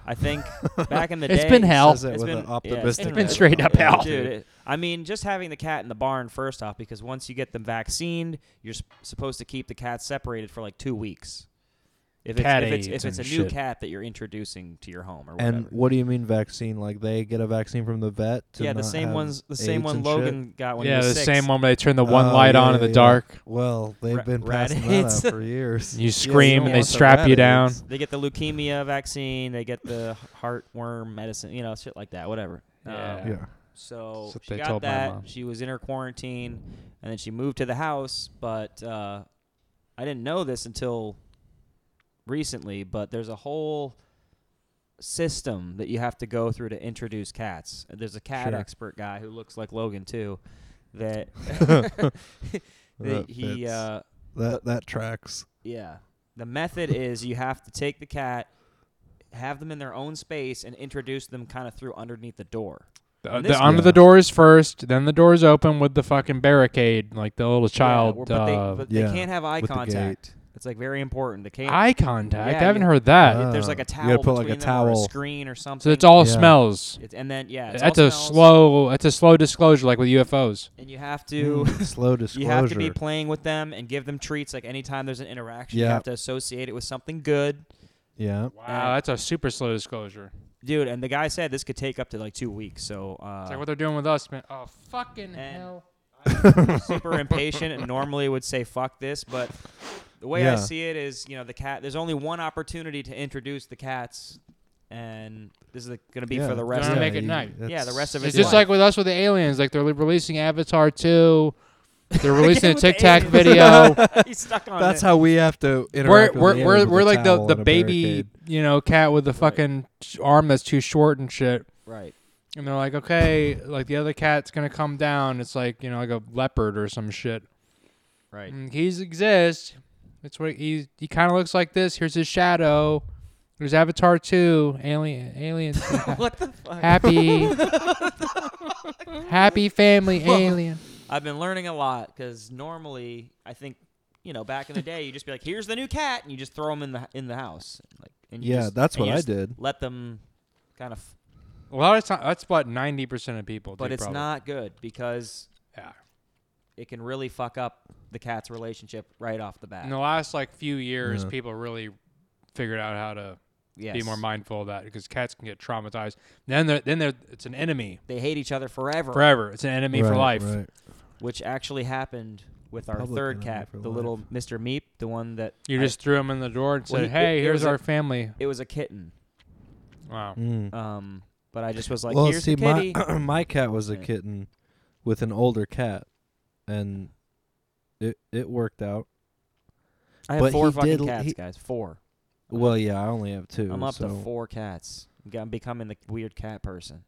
[SPEAKER 6] I think back in
[SPEAKER 4] *laughs*
[SPEAKER 6] the
[SPEAKER 4] It's
[SPEAKER 6] day,
[SPEAKER 4] been hell.
[SPEAKER 5] Says it
[SPEAKER 6] it's
[SPEAKER 5] with an
[SPEAKER 6] yeah, it's
[SPEAKER 5] optimistic
[SPEAKER 4] been straight up hell.
[SPEAKER 6] Dude, it, I mean, just having the cat in the barn first off, because once you get them vaccinated, you're s- supposed to keep the cats separated for like two weeks. If it's,
[SPEAKER 4] Cat
[SPEAKER 6] if it's,
[SPEAKER 4] aids
[SPEAKER 6] if it's a
[SPEAKER 4] and
[SPEAKER 6] new
[SPEAKER 4] shit.
[SPEAKER 6] cat that you're introducing to your home or whatever.
[SPEAKER 5] And what do you mean vaccine? Like they get a vaccine from the vet? To
[SPEAKER 6] yeah, the
[SPEAKER 5] not
[SPEAKER 6] same
[SPEAKER 5] have
[SPEAKER 6] ones, the
[SPEAKER 5] AIDS
[SPEAKER 6] same one
[SPEAKER 5] and shit?
[SPEAKER 6] Logan got when he
[SPEAKER 4] yeah,
[SPEAKER 6] was
[SPEAKER 4] the
[SPEAKER 6] six.
[SPEAKER 4] same one where they turn the one
[SPEAKER 5] Oh,
[SPEAKER 4] light
[SPEAKER 5] yeah,
[SPEAKER 4] on in the
[SPEAKER 5] yeah.
[SPEAKER 4] dark.
[SPEAKER 5] Well, they've
[SPEAKER 6] Ra-
[SPEAKER 5] been
[SPEAKER 6] rat
[SPEAKER 5] passing that
[SPEAKER 6] AIDS.
[SPEAKER 5] out for
[SPEAKER 6] *laughs*
[SPEAKER 5] years.
[SPEAKER 4] You scream and
[SPEAKER 6] don't
[SPEAKER 4] they
[SPEAKER 6] want the
[SPEAKER 4] strap you
[SPEAKER 5] rat
[SPEAKER 4] down.
[SPEAKER 5] AIDS.
[SPEAKER 6] They get the leukemia vaccine. They get the heartworm medicine. You know, shit like that. Whatever. Um,
[SPEAKER 4] Yeah.
[SPEAKER 5] Yeah.
[SPEAKER 6] *laughs*
[SPEAKER 5] *laughs*
[SPEAKER 6] So
[SPEAKER 4] That's what
[SPEAKER 6] she
[SPEAKER 4] they
[SPEAKER 6] got
[SPEAKER 4] told my
[SPEAKER 6] that.
[SPEAKER 4] mom.
[SPEAKER 6] She was in her quarantine, and then she moved to the house. But uh, I didn't know this until recently. But there's a whole system that you have to go through to introduce cats. There's a cat
[SPEAKER 5] Sure.
[SPEAKER 6] expert guy who looks like Logan too. That, that
[SPEAKER 5] That
[SPEAKER 6] he
[SPEAKER 5] fits.
[SPEAKER 6] uh,
[SPEAKER 5] That that tracks.
[SPEAKER 6] yeah. The method is you have to take the cat, have them in their own space, and introduce them kind of through underneath the door.
[SPEAKER 4] The, uh,
[SPEAKER 6] And
[SPEAKER 4] the-
[SPEAKER 6] this-
[SPEAKER 4] under the doors first, then the doors open with the fucking barricade, like the little child
[SPEAKER 6] Yeah, but they,
[SPEAKER 4] uh,
[SPEAKER 6] but
[SPEAKER 5] yeah,
[SPEAKER 6] they can't have eye
[SPEAKER 5] with the
[SPEAKER 6] contact. It's like very important. They can't.
[SPEAKER 4] eye contact.
[SPEAKER 6] Yeah,
[SPEAKER 4] I haven't
[SPEAKER 6] you-
[SPEAKER 4] heard that.
[SPEAKER 5] Uh,
[SPEAKER 6] there's like
[SPEAKER 5] you
[SPEAKER 6] a
[SPEAKER 5] gotta
[SPEAKER 6] towel
[SPEAKER 5] put,
[SPEAKER 6] between
[SPEAKER 5] like, a
[SPEAKER 6] them or a
[SPEAKER 5] towel.
[SPEAKER 6] screen or something.
[SPEAKER 4] so it's all
[SPEAKER 5] Yeah.
[SPEAKER 4] smells.
[SPEAKER 6] It's- and then yeah, it's all
[SPEAKER 4] That's a
[SPEAKER 6] smells,
[SPEAKER 4] slow. That's a slow disclosure, like with UFOs.
[SPEAKER 6] And you have to.
[SPEAKER 5] *laughs* Slow disclosure.
[SPEAKER 6] *laughs* You have to be playing with them and give them treats. Like anytime there's an interaction, you
[SPEAKER 5] Yeah.
[SPEAKER 6] have to associate it with something good,
[SPEAKER 5] yeah.
[SPEAKER 6] Uh,
[SPEAKER 4] Wow, Uh, that's a super slow disclosure.
[SPEAKER 6] dude. And the guy said this could take up to like two weeks. So uh,
[SPEAKER 4] It's like what they're doing with us, man. Oh fucking
[SPEAKER 6] And-
[SPEAKER 4] hell! *laughs*
[SPEAKER 6] super impatient and normally would say fuck this, but the way I
[SPEAKER 5] Yeah.
[SPEAKER 6] see it is, you know, the cat. There's only one opportunity to introduce the cats, and this is going to be for the rest.
[SPEAKER 4] Gonna
[SPEAKER 6] of
[SPEAKER 4] make it night.
[SPEAKER 6] Yeah, the rest of
[SPEAKER 4] It's
[SPEAKER 6] It's
[SPEAKER 4] just
[SPEAKER 6] like-
[SPEAKER 4] like with us with the aliens. Like they're releasing Avatar two.
[SPEAKER 6] *laughs*
[SPEAKER 4] They're releasing a
[SPEAKER 6] with the
[SPEAKER 4] Tic Tac
[SPEAKER 6] aliens. *laughs*
[SPEAKER 4] video.
[SPEAKER 6] He's stuck on
[SPEAKER 5] That's
[SPEAKER 6] it.
[SPEAKER 5] how we have to
[SPEAKER 4] we're
[SPEAKER 5] interact. with
[SPEAKER 4] we're
[SPEAKER 5] the
[SPEAKER 4] we're,
[SPEAKER 5] aliens with
[SPEAKER 4] we're
[SPEAKER 5] a
[SPEAKER 4] like
[SPEAKER 5] towel
[SPEAKER 4] the the
[SPEAKER 5] and a
[SPEAKER 4] baby,
[SPEAKER 5] barricade.
[SPEAKER 4] you know, cat with the fucking sh- arm that's too short and shit.
[SPEAKER 6] right.
[SPEAKER 4] And they're like, okay, like the other cat's gonna come down. It's like you know, like a leopard or some shit.
[SPEAKER 6] Right.
[SPEAKER 4] And he's exists. That's what he he kind of looks like. This here's his shadow. There's Avatar two alien
[SPEAKER 6] *laughs*
[SPEAKER 4] aliens.
[SPEAKER 6] *laughs* What the fuck?
[SPEAKER 4] happy happy family alien.
[SPEAKER 6] I've been learning a lot because normally I think you know back in the day you just be like, here's the new cat, and you just throw them in the in the house. Like, and you
[SPEAKER 5] Yeah,
[SPEAKER 6] just-
[SPEAKER 5] that's
[SPEAKER 6] and
[SPEAKER 5] what
[SPEAKER 6] you
[SPEAKER 5] I
[SPEAKER 6] just
[SPEAKER 5] did.
[SPEAKER 6] Let them kind of,
[SPEAKER 4] A lot of time, that's what ninety percent of people.
[SPEAKER 6] but
[SPEAKER 4] do
[SPEAKER 6] it's
[SPEAKER 4] probably.
[SPEAKER 6] not good because
[SPEAKER 4] Yeah.
[SPEAKER 6] it can really fuck up the cat's relationship right off the bat.
[SPEAKER 4] In the last like few years,
[SPEAKER 5] Yeah.
[SPEAKER 4] people really figured out how to
[SPEAKER 6] yes.
[SPEAKER 4] be more mindful of that because cats can get traumatized. Then they're then they're it's an enemy
[SPEAKER 6] they hate each other forever,
[SPEAKER 4] forever. It's an enemy for
[SPEAKER 5] Right,
[SPEAKER 4] life.
[SPEAKER 5] right.
[SPEAKER 6] which actually happened with our
[SPEAKER 5] Public
[SPEAKER 6] third
[SPEAKER 5] enemy
[SPEAKER 6] cat,
[SPEAKER 5] for
[SPEAKER 6] the
[SPEAKER 5] life.
[SPEAKER 6] little Mr. Meep, the one that
[SPEAKER 4] You
[SPEAKER 6] I-
[SPEAKER 4] just threw him in the door and
[SPEAKER 6] Well,
[SPEAKER 4] said,
[SPEAKER 6] he-
[SPEAKER 4] "Hey,
[SPEAKER 6] it- it
[SPEAKER 4] here's
[SPEAKER 6] was a-
[SPEAKER 4] our family."
[SPEAKER 6] it was a kitten.
[SPEAKER 4] Wow.
[SPEAKER 5] Mm.
[SPEAKER 6] Um, but I just was like,
[SPEAKER 5] well,
[SPEAKER 6] here's
[SPEAKER 5] see,
[SPEAKER 6] the kitty.
[SPEAKER 5] my *clears throat* my cat was a
[SPEAKER 6] Yeah.
[SPEAKER 5] kitten with an older cat, and it it worked out.
[SPEAKER 6] I have
[SPEAKER 5] but
[SPEAKER 6] four
[SPEAKER 5] he
[SPEAKER 6] fucking
[SPEAKER 5] did-
[SPEAKER 6] cats,
[SPEAKER 5] he-
[SPEAKER 6] guys. Four.
[SPEAKER 5] Well, yeah, I only have two.
[SPEAKER 6] Uh-huh. I'm up
[SPEAKER 5] so.
[SPEAKER 6] to four cats. I'm g- I'm becoming the weird cat person.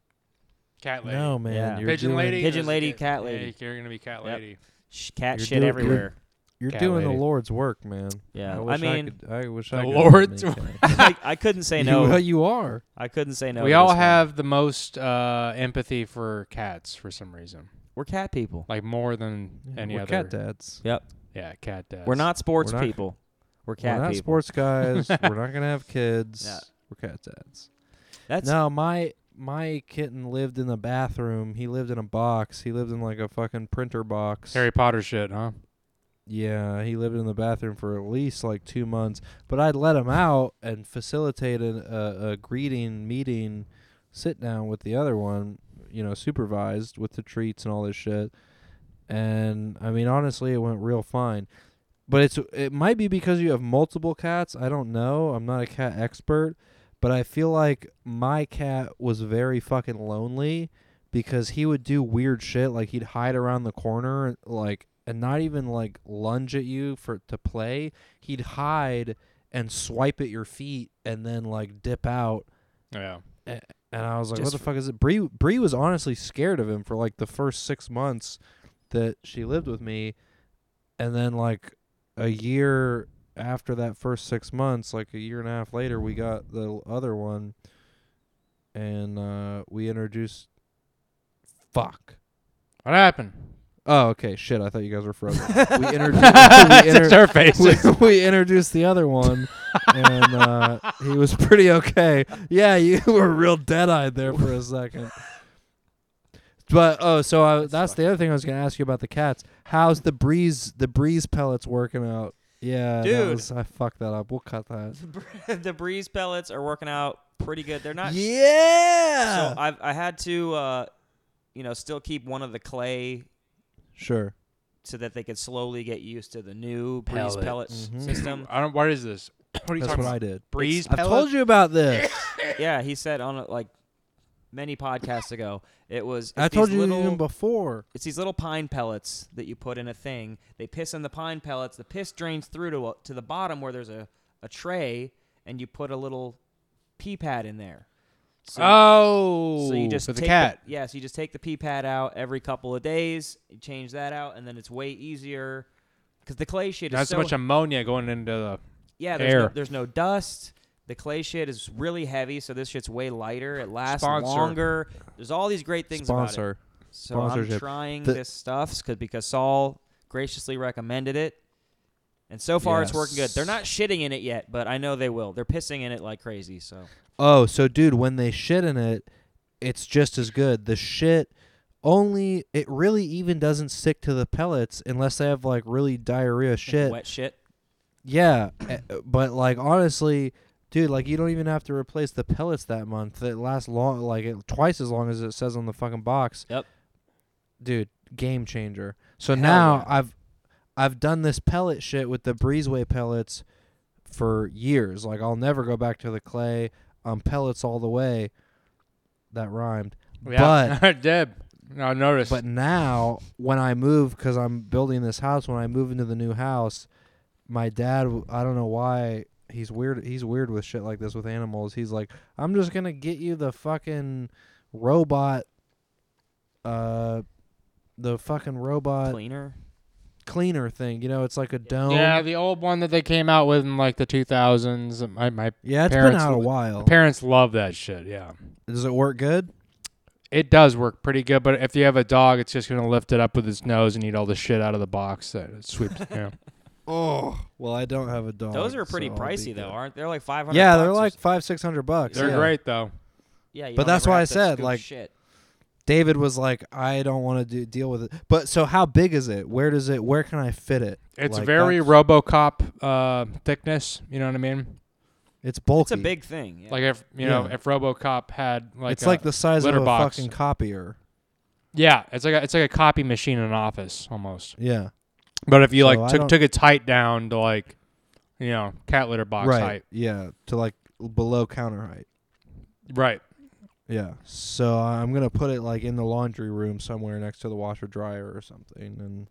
[SPEAKER 4] Cat lady.
[SPEAKER 5] No man,
[SPEAKER 6] Yeah.
[SPEAKER 5] you're
[SPEAKER 4] Pigeon
[SPEAKER 5] doing,
[SPEAKER 4] lady.
[SPEAKER 6] Pigeon
[SPEAKER 4] is-
[SPEAKER 6] lady,
[SPEAKER 4] yeah,
[SPEAKER 6] cat
[SPEAKER 4] yeah,
[SPEAKER 6] lady.
[SPEAKER 4] you're gonna be cat
[SPEAKER 6] Yep.
[SPEAKER 4] lady.
[SPEAKER 6] Sh- cat
[SPEAKER 5] You're
[SPEAKER 6] shit
[SPEAKER 5] doing-
[SPEAKER 6] everywhere.
[SPEAKER 5] You're
[SPEAKER 4] Cat
[SPEAKER 5] doing
[SPEAKER 4] lady.
[SPEAKER 5] the Lord's work, man.
[SPEAKER 6] Yeah,
[SPEAKER 5] I,
[SPEAKER 6] I
[SPEAKER 5] wish
[SPEAKER 6] mean- *laughs*
[SPEAKER 5] could, I wish
[SPEAKER 4] The
[SPEAKER 5] I could have
[SPEAKER 4] Lord's
[SPEAKER 5] many
[SPEAKER 4] work.
[SPEAKER 5] cats.
[SPEAKER 6] I, I
[SPEAKER 5] *laughs*
[SPEAKER 6] couldn't say
[SPEAKER 5] You,
[SPEAKER 6] no.
[SPEAKER 5] you are.
[SPEAKER 6] I couldn't say no.
[SPEAKER 4] we
[SPEAKER 6] to
[SPEAKER 4] all
[SPEAKER 6] this one.
[SPEAKER 4] have the most uh, empathy for cats for some reason,
[SPEAKER 6] We're cat people.
[SPEAKER 4] like more than any
[SPEAKER 5] We're
[SPEAKER 4] other.
[SPEAKER 5] cat dads.
[SPEAKER 6] Yep.
[SPEAKER 4] Yeah, cat dads.
[SPEAKER 6] We're not sports
[SPEAKER 5] We're not-
[SPEAKER 6] people. We're
[SPEAKER 5] We're
[SPEAKER 6] cat
[SPEAKER 5] not
[SPEAKER 6] people.
[SPEAKER 5] sports
[SPEAKER 6] *laughs*
[SPEAKER 5] guys. We're not gonna have kids.
[SPEAKER 6] Yeah.
[SPEAKER 5] We're cat dads.
[SPEAKER 6] That's
[SPEAKER 5] no, my my kitten lived in the bathroom. He lived in a box. He lived in like a fucking printer box.
[SPEAKER 4] Harry Potter shit, huh?
[SPEAKER 5] Yeah, he lived in the bathroom for at least like two months. But I'd let him out and facilitated a, a greeting, meeting, sit down with the other one, you know, supervised with the treats and all this shit. And I mean, honestly, it went real fine. But it's it might be because you have multiple cats. I don't know. I'm not a cat expert, but I feel like my cat was very fucking lonely because he would do weird shit like he'd hide around the corner like and not even like lunge at you for to play he'd hide and swipe at your feet and then like dip out
[SPEAKER 4] Yeah.
[SPEAKER 5] and i was like
[SPEAKER 6] Just
[SPEAKER 5] what the fuck is it bree bree was honestly scared of him for like the first six months that she lived with me and then like a year after that first six months, like a year and a half later, we got the l- other one, and uh, we introduced. Fuck.
[SPEAKER 4] What happened?
[SPEAKER 5] Oh, okay. Shit, I thought you guys were
[SPEAKER 6] *laughs*
[SPEAKER 5] frozen. we introduced. we,
[SPEAKER 4] It's
[SPEAKER 5] inter-
[SPEAKER 4] her face.
[SPEAKER 5] we, *laughs* we introduced the other one, and uh,
[SPEAKER 6] *laughs*
[SPEAKER 5] he was pretty okay. Yeah, you *laughs* were real dead-eyed there for a
[SPEAKER 6] *laughs*
[SPEAKER 5] second. But oh, so I, that's, the other thing I was going to ask you about the cats. How's the breeze? The breeze pellets working out? Yeah, that
[SPEAKER 6] Dude.
[SPEAKER 5] was- I fucked that up. We'll cut that.
[SPEAKER 6] *laughs* the breeze pellets are working out pretty good. They're not.
[SPEAKER 5] Yeah.
[SPEAKER 6] So uh, I've, I had to, uh, you know, still keep one of the clay
[SPEAKER 5] sure.
[SPEAKER 6] so that they could slowly get used to the new breeze
[SPEAKER 4] Pellet.
[SPEAKER 6] pellet s-
[SPEAKER 5] Mhm.
[SPEAKER 6] system.
[SPEAKER 4] *laughs* I don't. What is this? What are you
[SPEAKER 5] That's
[SPEAKER 4] talking
[SPEAKER 5] what I
[SPEAKER 4] about?
[SPEAKER 5] did.
[SPEAKER 4] Breeze
[SPEAKER 5] I've
[SPEAKER 4] pellet?
[SPEAKER 5] told you about
[SPEAKER 6] *coughs*
[SPEAKER 5] this.
[SPEAKER 6] yeah, he said on uh, like many podcasts ago, it was. It's
[SPEAKER 5] I told
[SPEAKER 6] these
[SPEAKER 5] you
[SPEAKER 6] little,
[SPEAKER 5] even before.
[SPEAKER 6] It's these little pine pellets that you put in a thing. They piss in the pine pellets. The piss drains through to a, to the bottom where there's a, a tray, and you put a little pee pad in there. So
[SPEAKER 4] Oh,
[SPEAKER 6] So you just
[SPEAKER 4] with
[SPEAKER 6] take
[SPEAKER 4] the cat.
[SPEAKER 6] The, yeah, so you just take the pee pad out every couple of days, you change that out, and then it's way easier because the clay shit is
[SPEAKER 4] Not so
[SPEAKER 6] so
[SPEAKER 4] much ammonia going into the.
[SPEAKER 6] yeah. There's no,
[SPEAKER 4] air.
[SPEAKER 6] there's no dust. The clay shit is really heavy, so this shit's way lighter. It lasts
[SPEAKER 4] Sponsor.
[SPEAKER 6] longer. There's all these great things about it.
[SPEAKER 5] Sponsor.
[SPEAKER 6] So I'm
[SPEAKER 5] Sponsorship.
[SPEAKER 6] trying
[SPEAKER 5] The-
[SPEAKER 6] this stuff cause, because Saul graciously recommended it, and so far it's working good. They're not shitting in it yet, but I know they will. They're pissing in it like crazy. So
[SPEAKER 5] Oh, so dude, when they shit in it, it's just as good. The shit only it really even doesn't stick to the pellets unless they have like really diarrhea shit.
[SPEAKER 6] wet shit.
[SPEAKER 5] Yeah, eh, but like honestly, dude, like you don't even have to replace the pellets that month. It lasts long, like it, twice as long as it says on the fucking box.
[SPEAKER 6] Yep.
[SPEAKER 5] Dude, game changer. So
[SPEAKER 6] Hell
[SPEAKER 5] now
[SPEAKER 6] yeah.
[SPEAKER 5] I've I've done this pellet shit with the breezeway pellets for years. Like I'll never go back to the clay. Um, pellets all the way. That rhymed.
[SPEAKER 4] Yeah, but *laughs* Deb, no, I noticed.
[SPEAKER 5] But now, when I move, because I'm building this house, when I move into the new house, my dad, w- I don't know why, he's weird. He's weird with shit like this with animals. He's like, I'm just gonna get you the fucking robot, uh, the fucking robot
[SPEAKER 6] Cleaner.
[SPEAKER 5] cleaner thing. You know, it's like a dome.
[SPEAKER 4] yeah, the old one that they came out with in like the 2000s. My my
[SPEAKER 5] yeah. It's
[SPEAKER 4] Parents
[SPEAKER 5] been out a
[SPEAKER 4] l-
[SPEAKER 5] while.
[SPEAKER 4] parents love that shit. Yeah.
[SPEAKER 5] Does it work good?
[SPEAKER 4] It does work pretty good, but if you have a dog, it's just gonna lift it up with its nose and eat all the shit out of the box that it sweeps.
[SPEAKER 5] *laughs*
[SPEAKER 4] you know.
[SPEAKER 5] Oh, well, I don't have a dog.
[SPEAKER 6] Those are pretty
[SPEAKER 5] Oh, so I'll be
[SPEAKER 6] pricey though,
[SPEAKER 5] good.
[SPEAKER 6] aren't they? They're like five hundred.
[SPEAKER 5] Yeah, they're like five, six hundred bucks.
[SPEAKER 4] They're
[SPEAKER 5] yeah.
[SPEAKER 4] great though.
[SPEAKER 6] Yeah, you
[SPEAKER 5] But
[SPEAKER 6] don't
[SPEAKER 5] that's
[SPEAKER 6] ever
[SPEAKER 5] why
[SPEAKER 6] have
[SPEAKER 5] I
[SPEAKER 6] to
[SPEAKER 5] said,
[SPEAKER 6] scoop
[SPEAKER 5] like-
[SPEAKER 6] shit.
[SPEAKER 5] David was like, I don't want to do, deal with it. But so, how big is it? Where does it? Where can I fit it?
[SPEAKER 4] It's
[SPEAKER 5] Like,
[SPEAKER 4] very
[SPEAKER 5] that's-
[SPEAKER 4] RoboCop uh, thickness. You know what I mean?
[SPEAKER 5] It's bulky.
[SPEAKER 6] it's a big thing. yeah.
[SPEAKER 4] Like if you know
[SPEAKER 5] Yeah.
[SPEAKER 4] if RoboCop had like
[SPEAKER 5] it's
[SPEAKER 4] a-
[SPEAKER 5] like the size of
[SPEAKER 4] litter
[SPEAKER 5] a
[SPEAKER 4] box.
[SPEAKER 5] fucking copier.
[SPEAKER 4] yeah, it's like a, it's like a copy machine in an office almost.
[SPEAKER 5] Yeah.
[SPEAKER 4] But if you
[SPEAKER 5] So I
[SPEAKER 4] like
[SPEAKER 5] don't-
[SPEAKER 4] took took its height down to like you know cat litter box
[SPEAKER 5] right.
[SPEAKER 4] height,
[SPEAKER 5] Yeah. To like below counter height.
[SPEAKER 4] right?
[SPEAKER 5] Yeah. So uh, I'm gonna put it like in the laundry room somewhere next to the washer dryer or something. And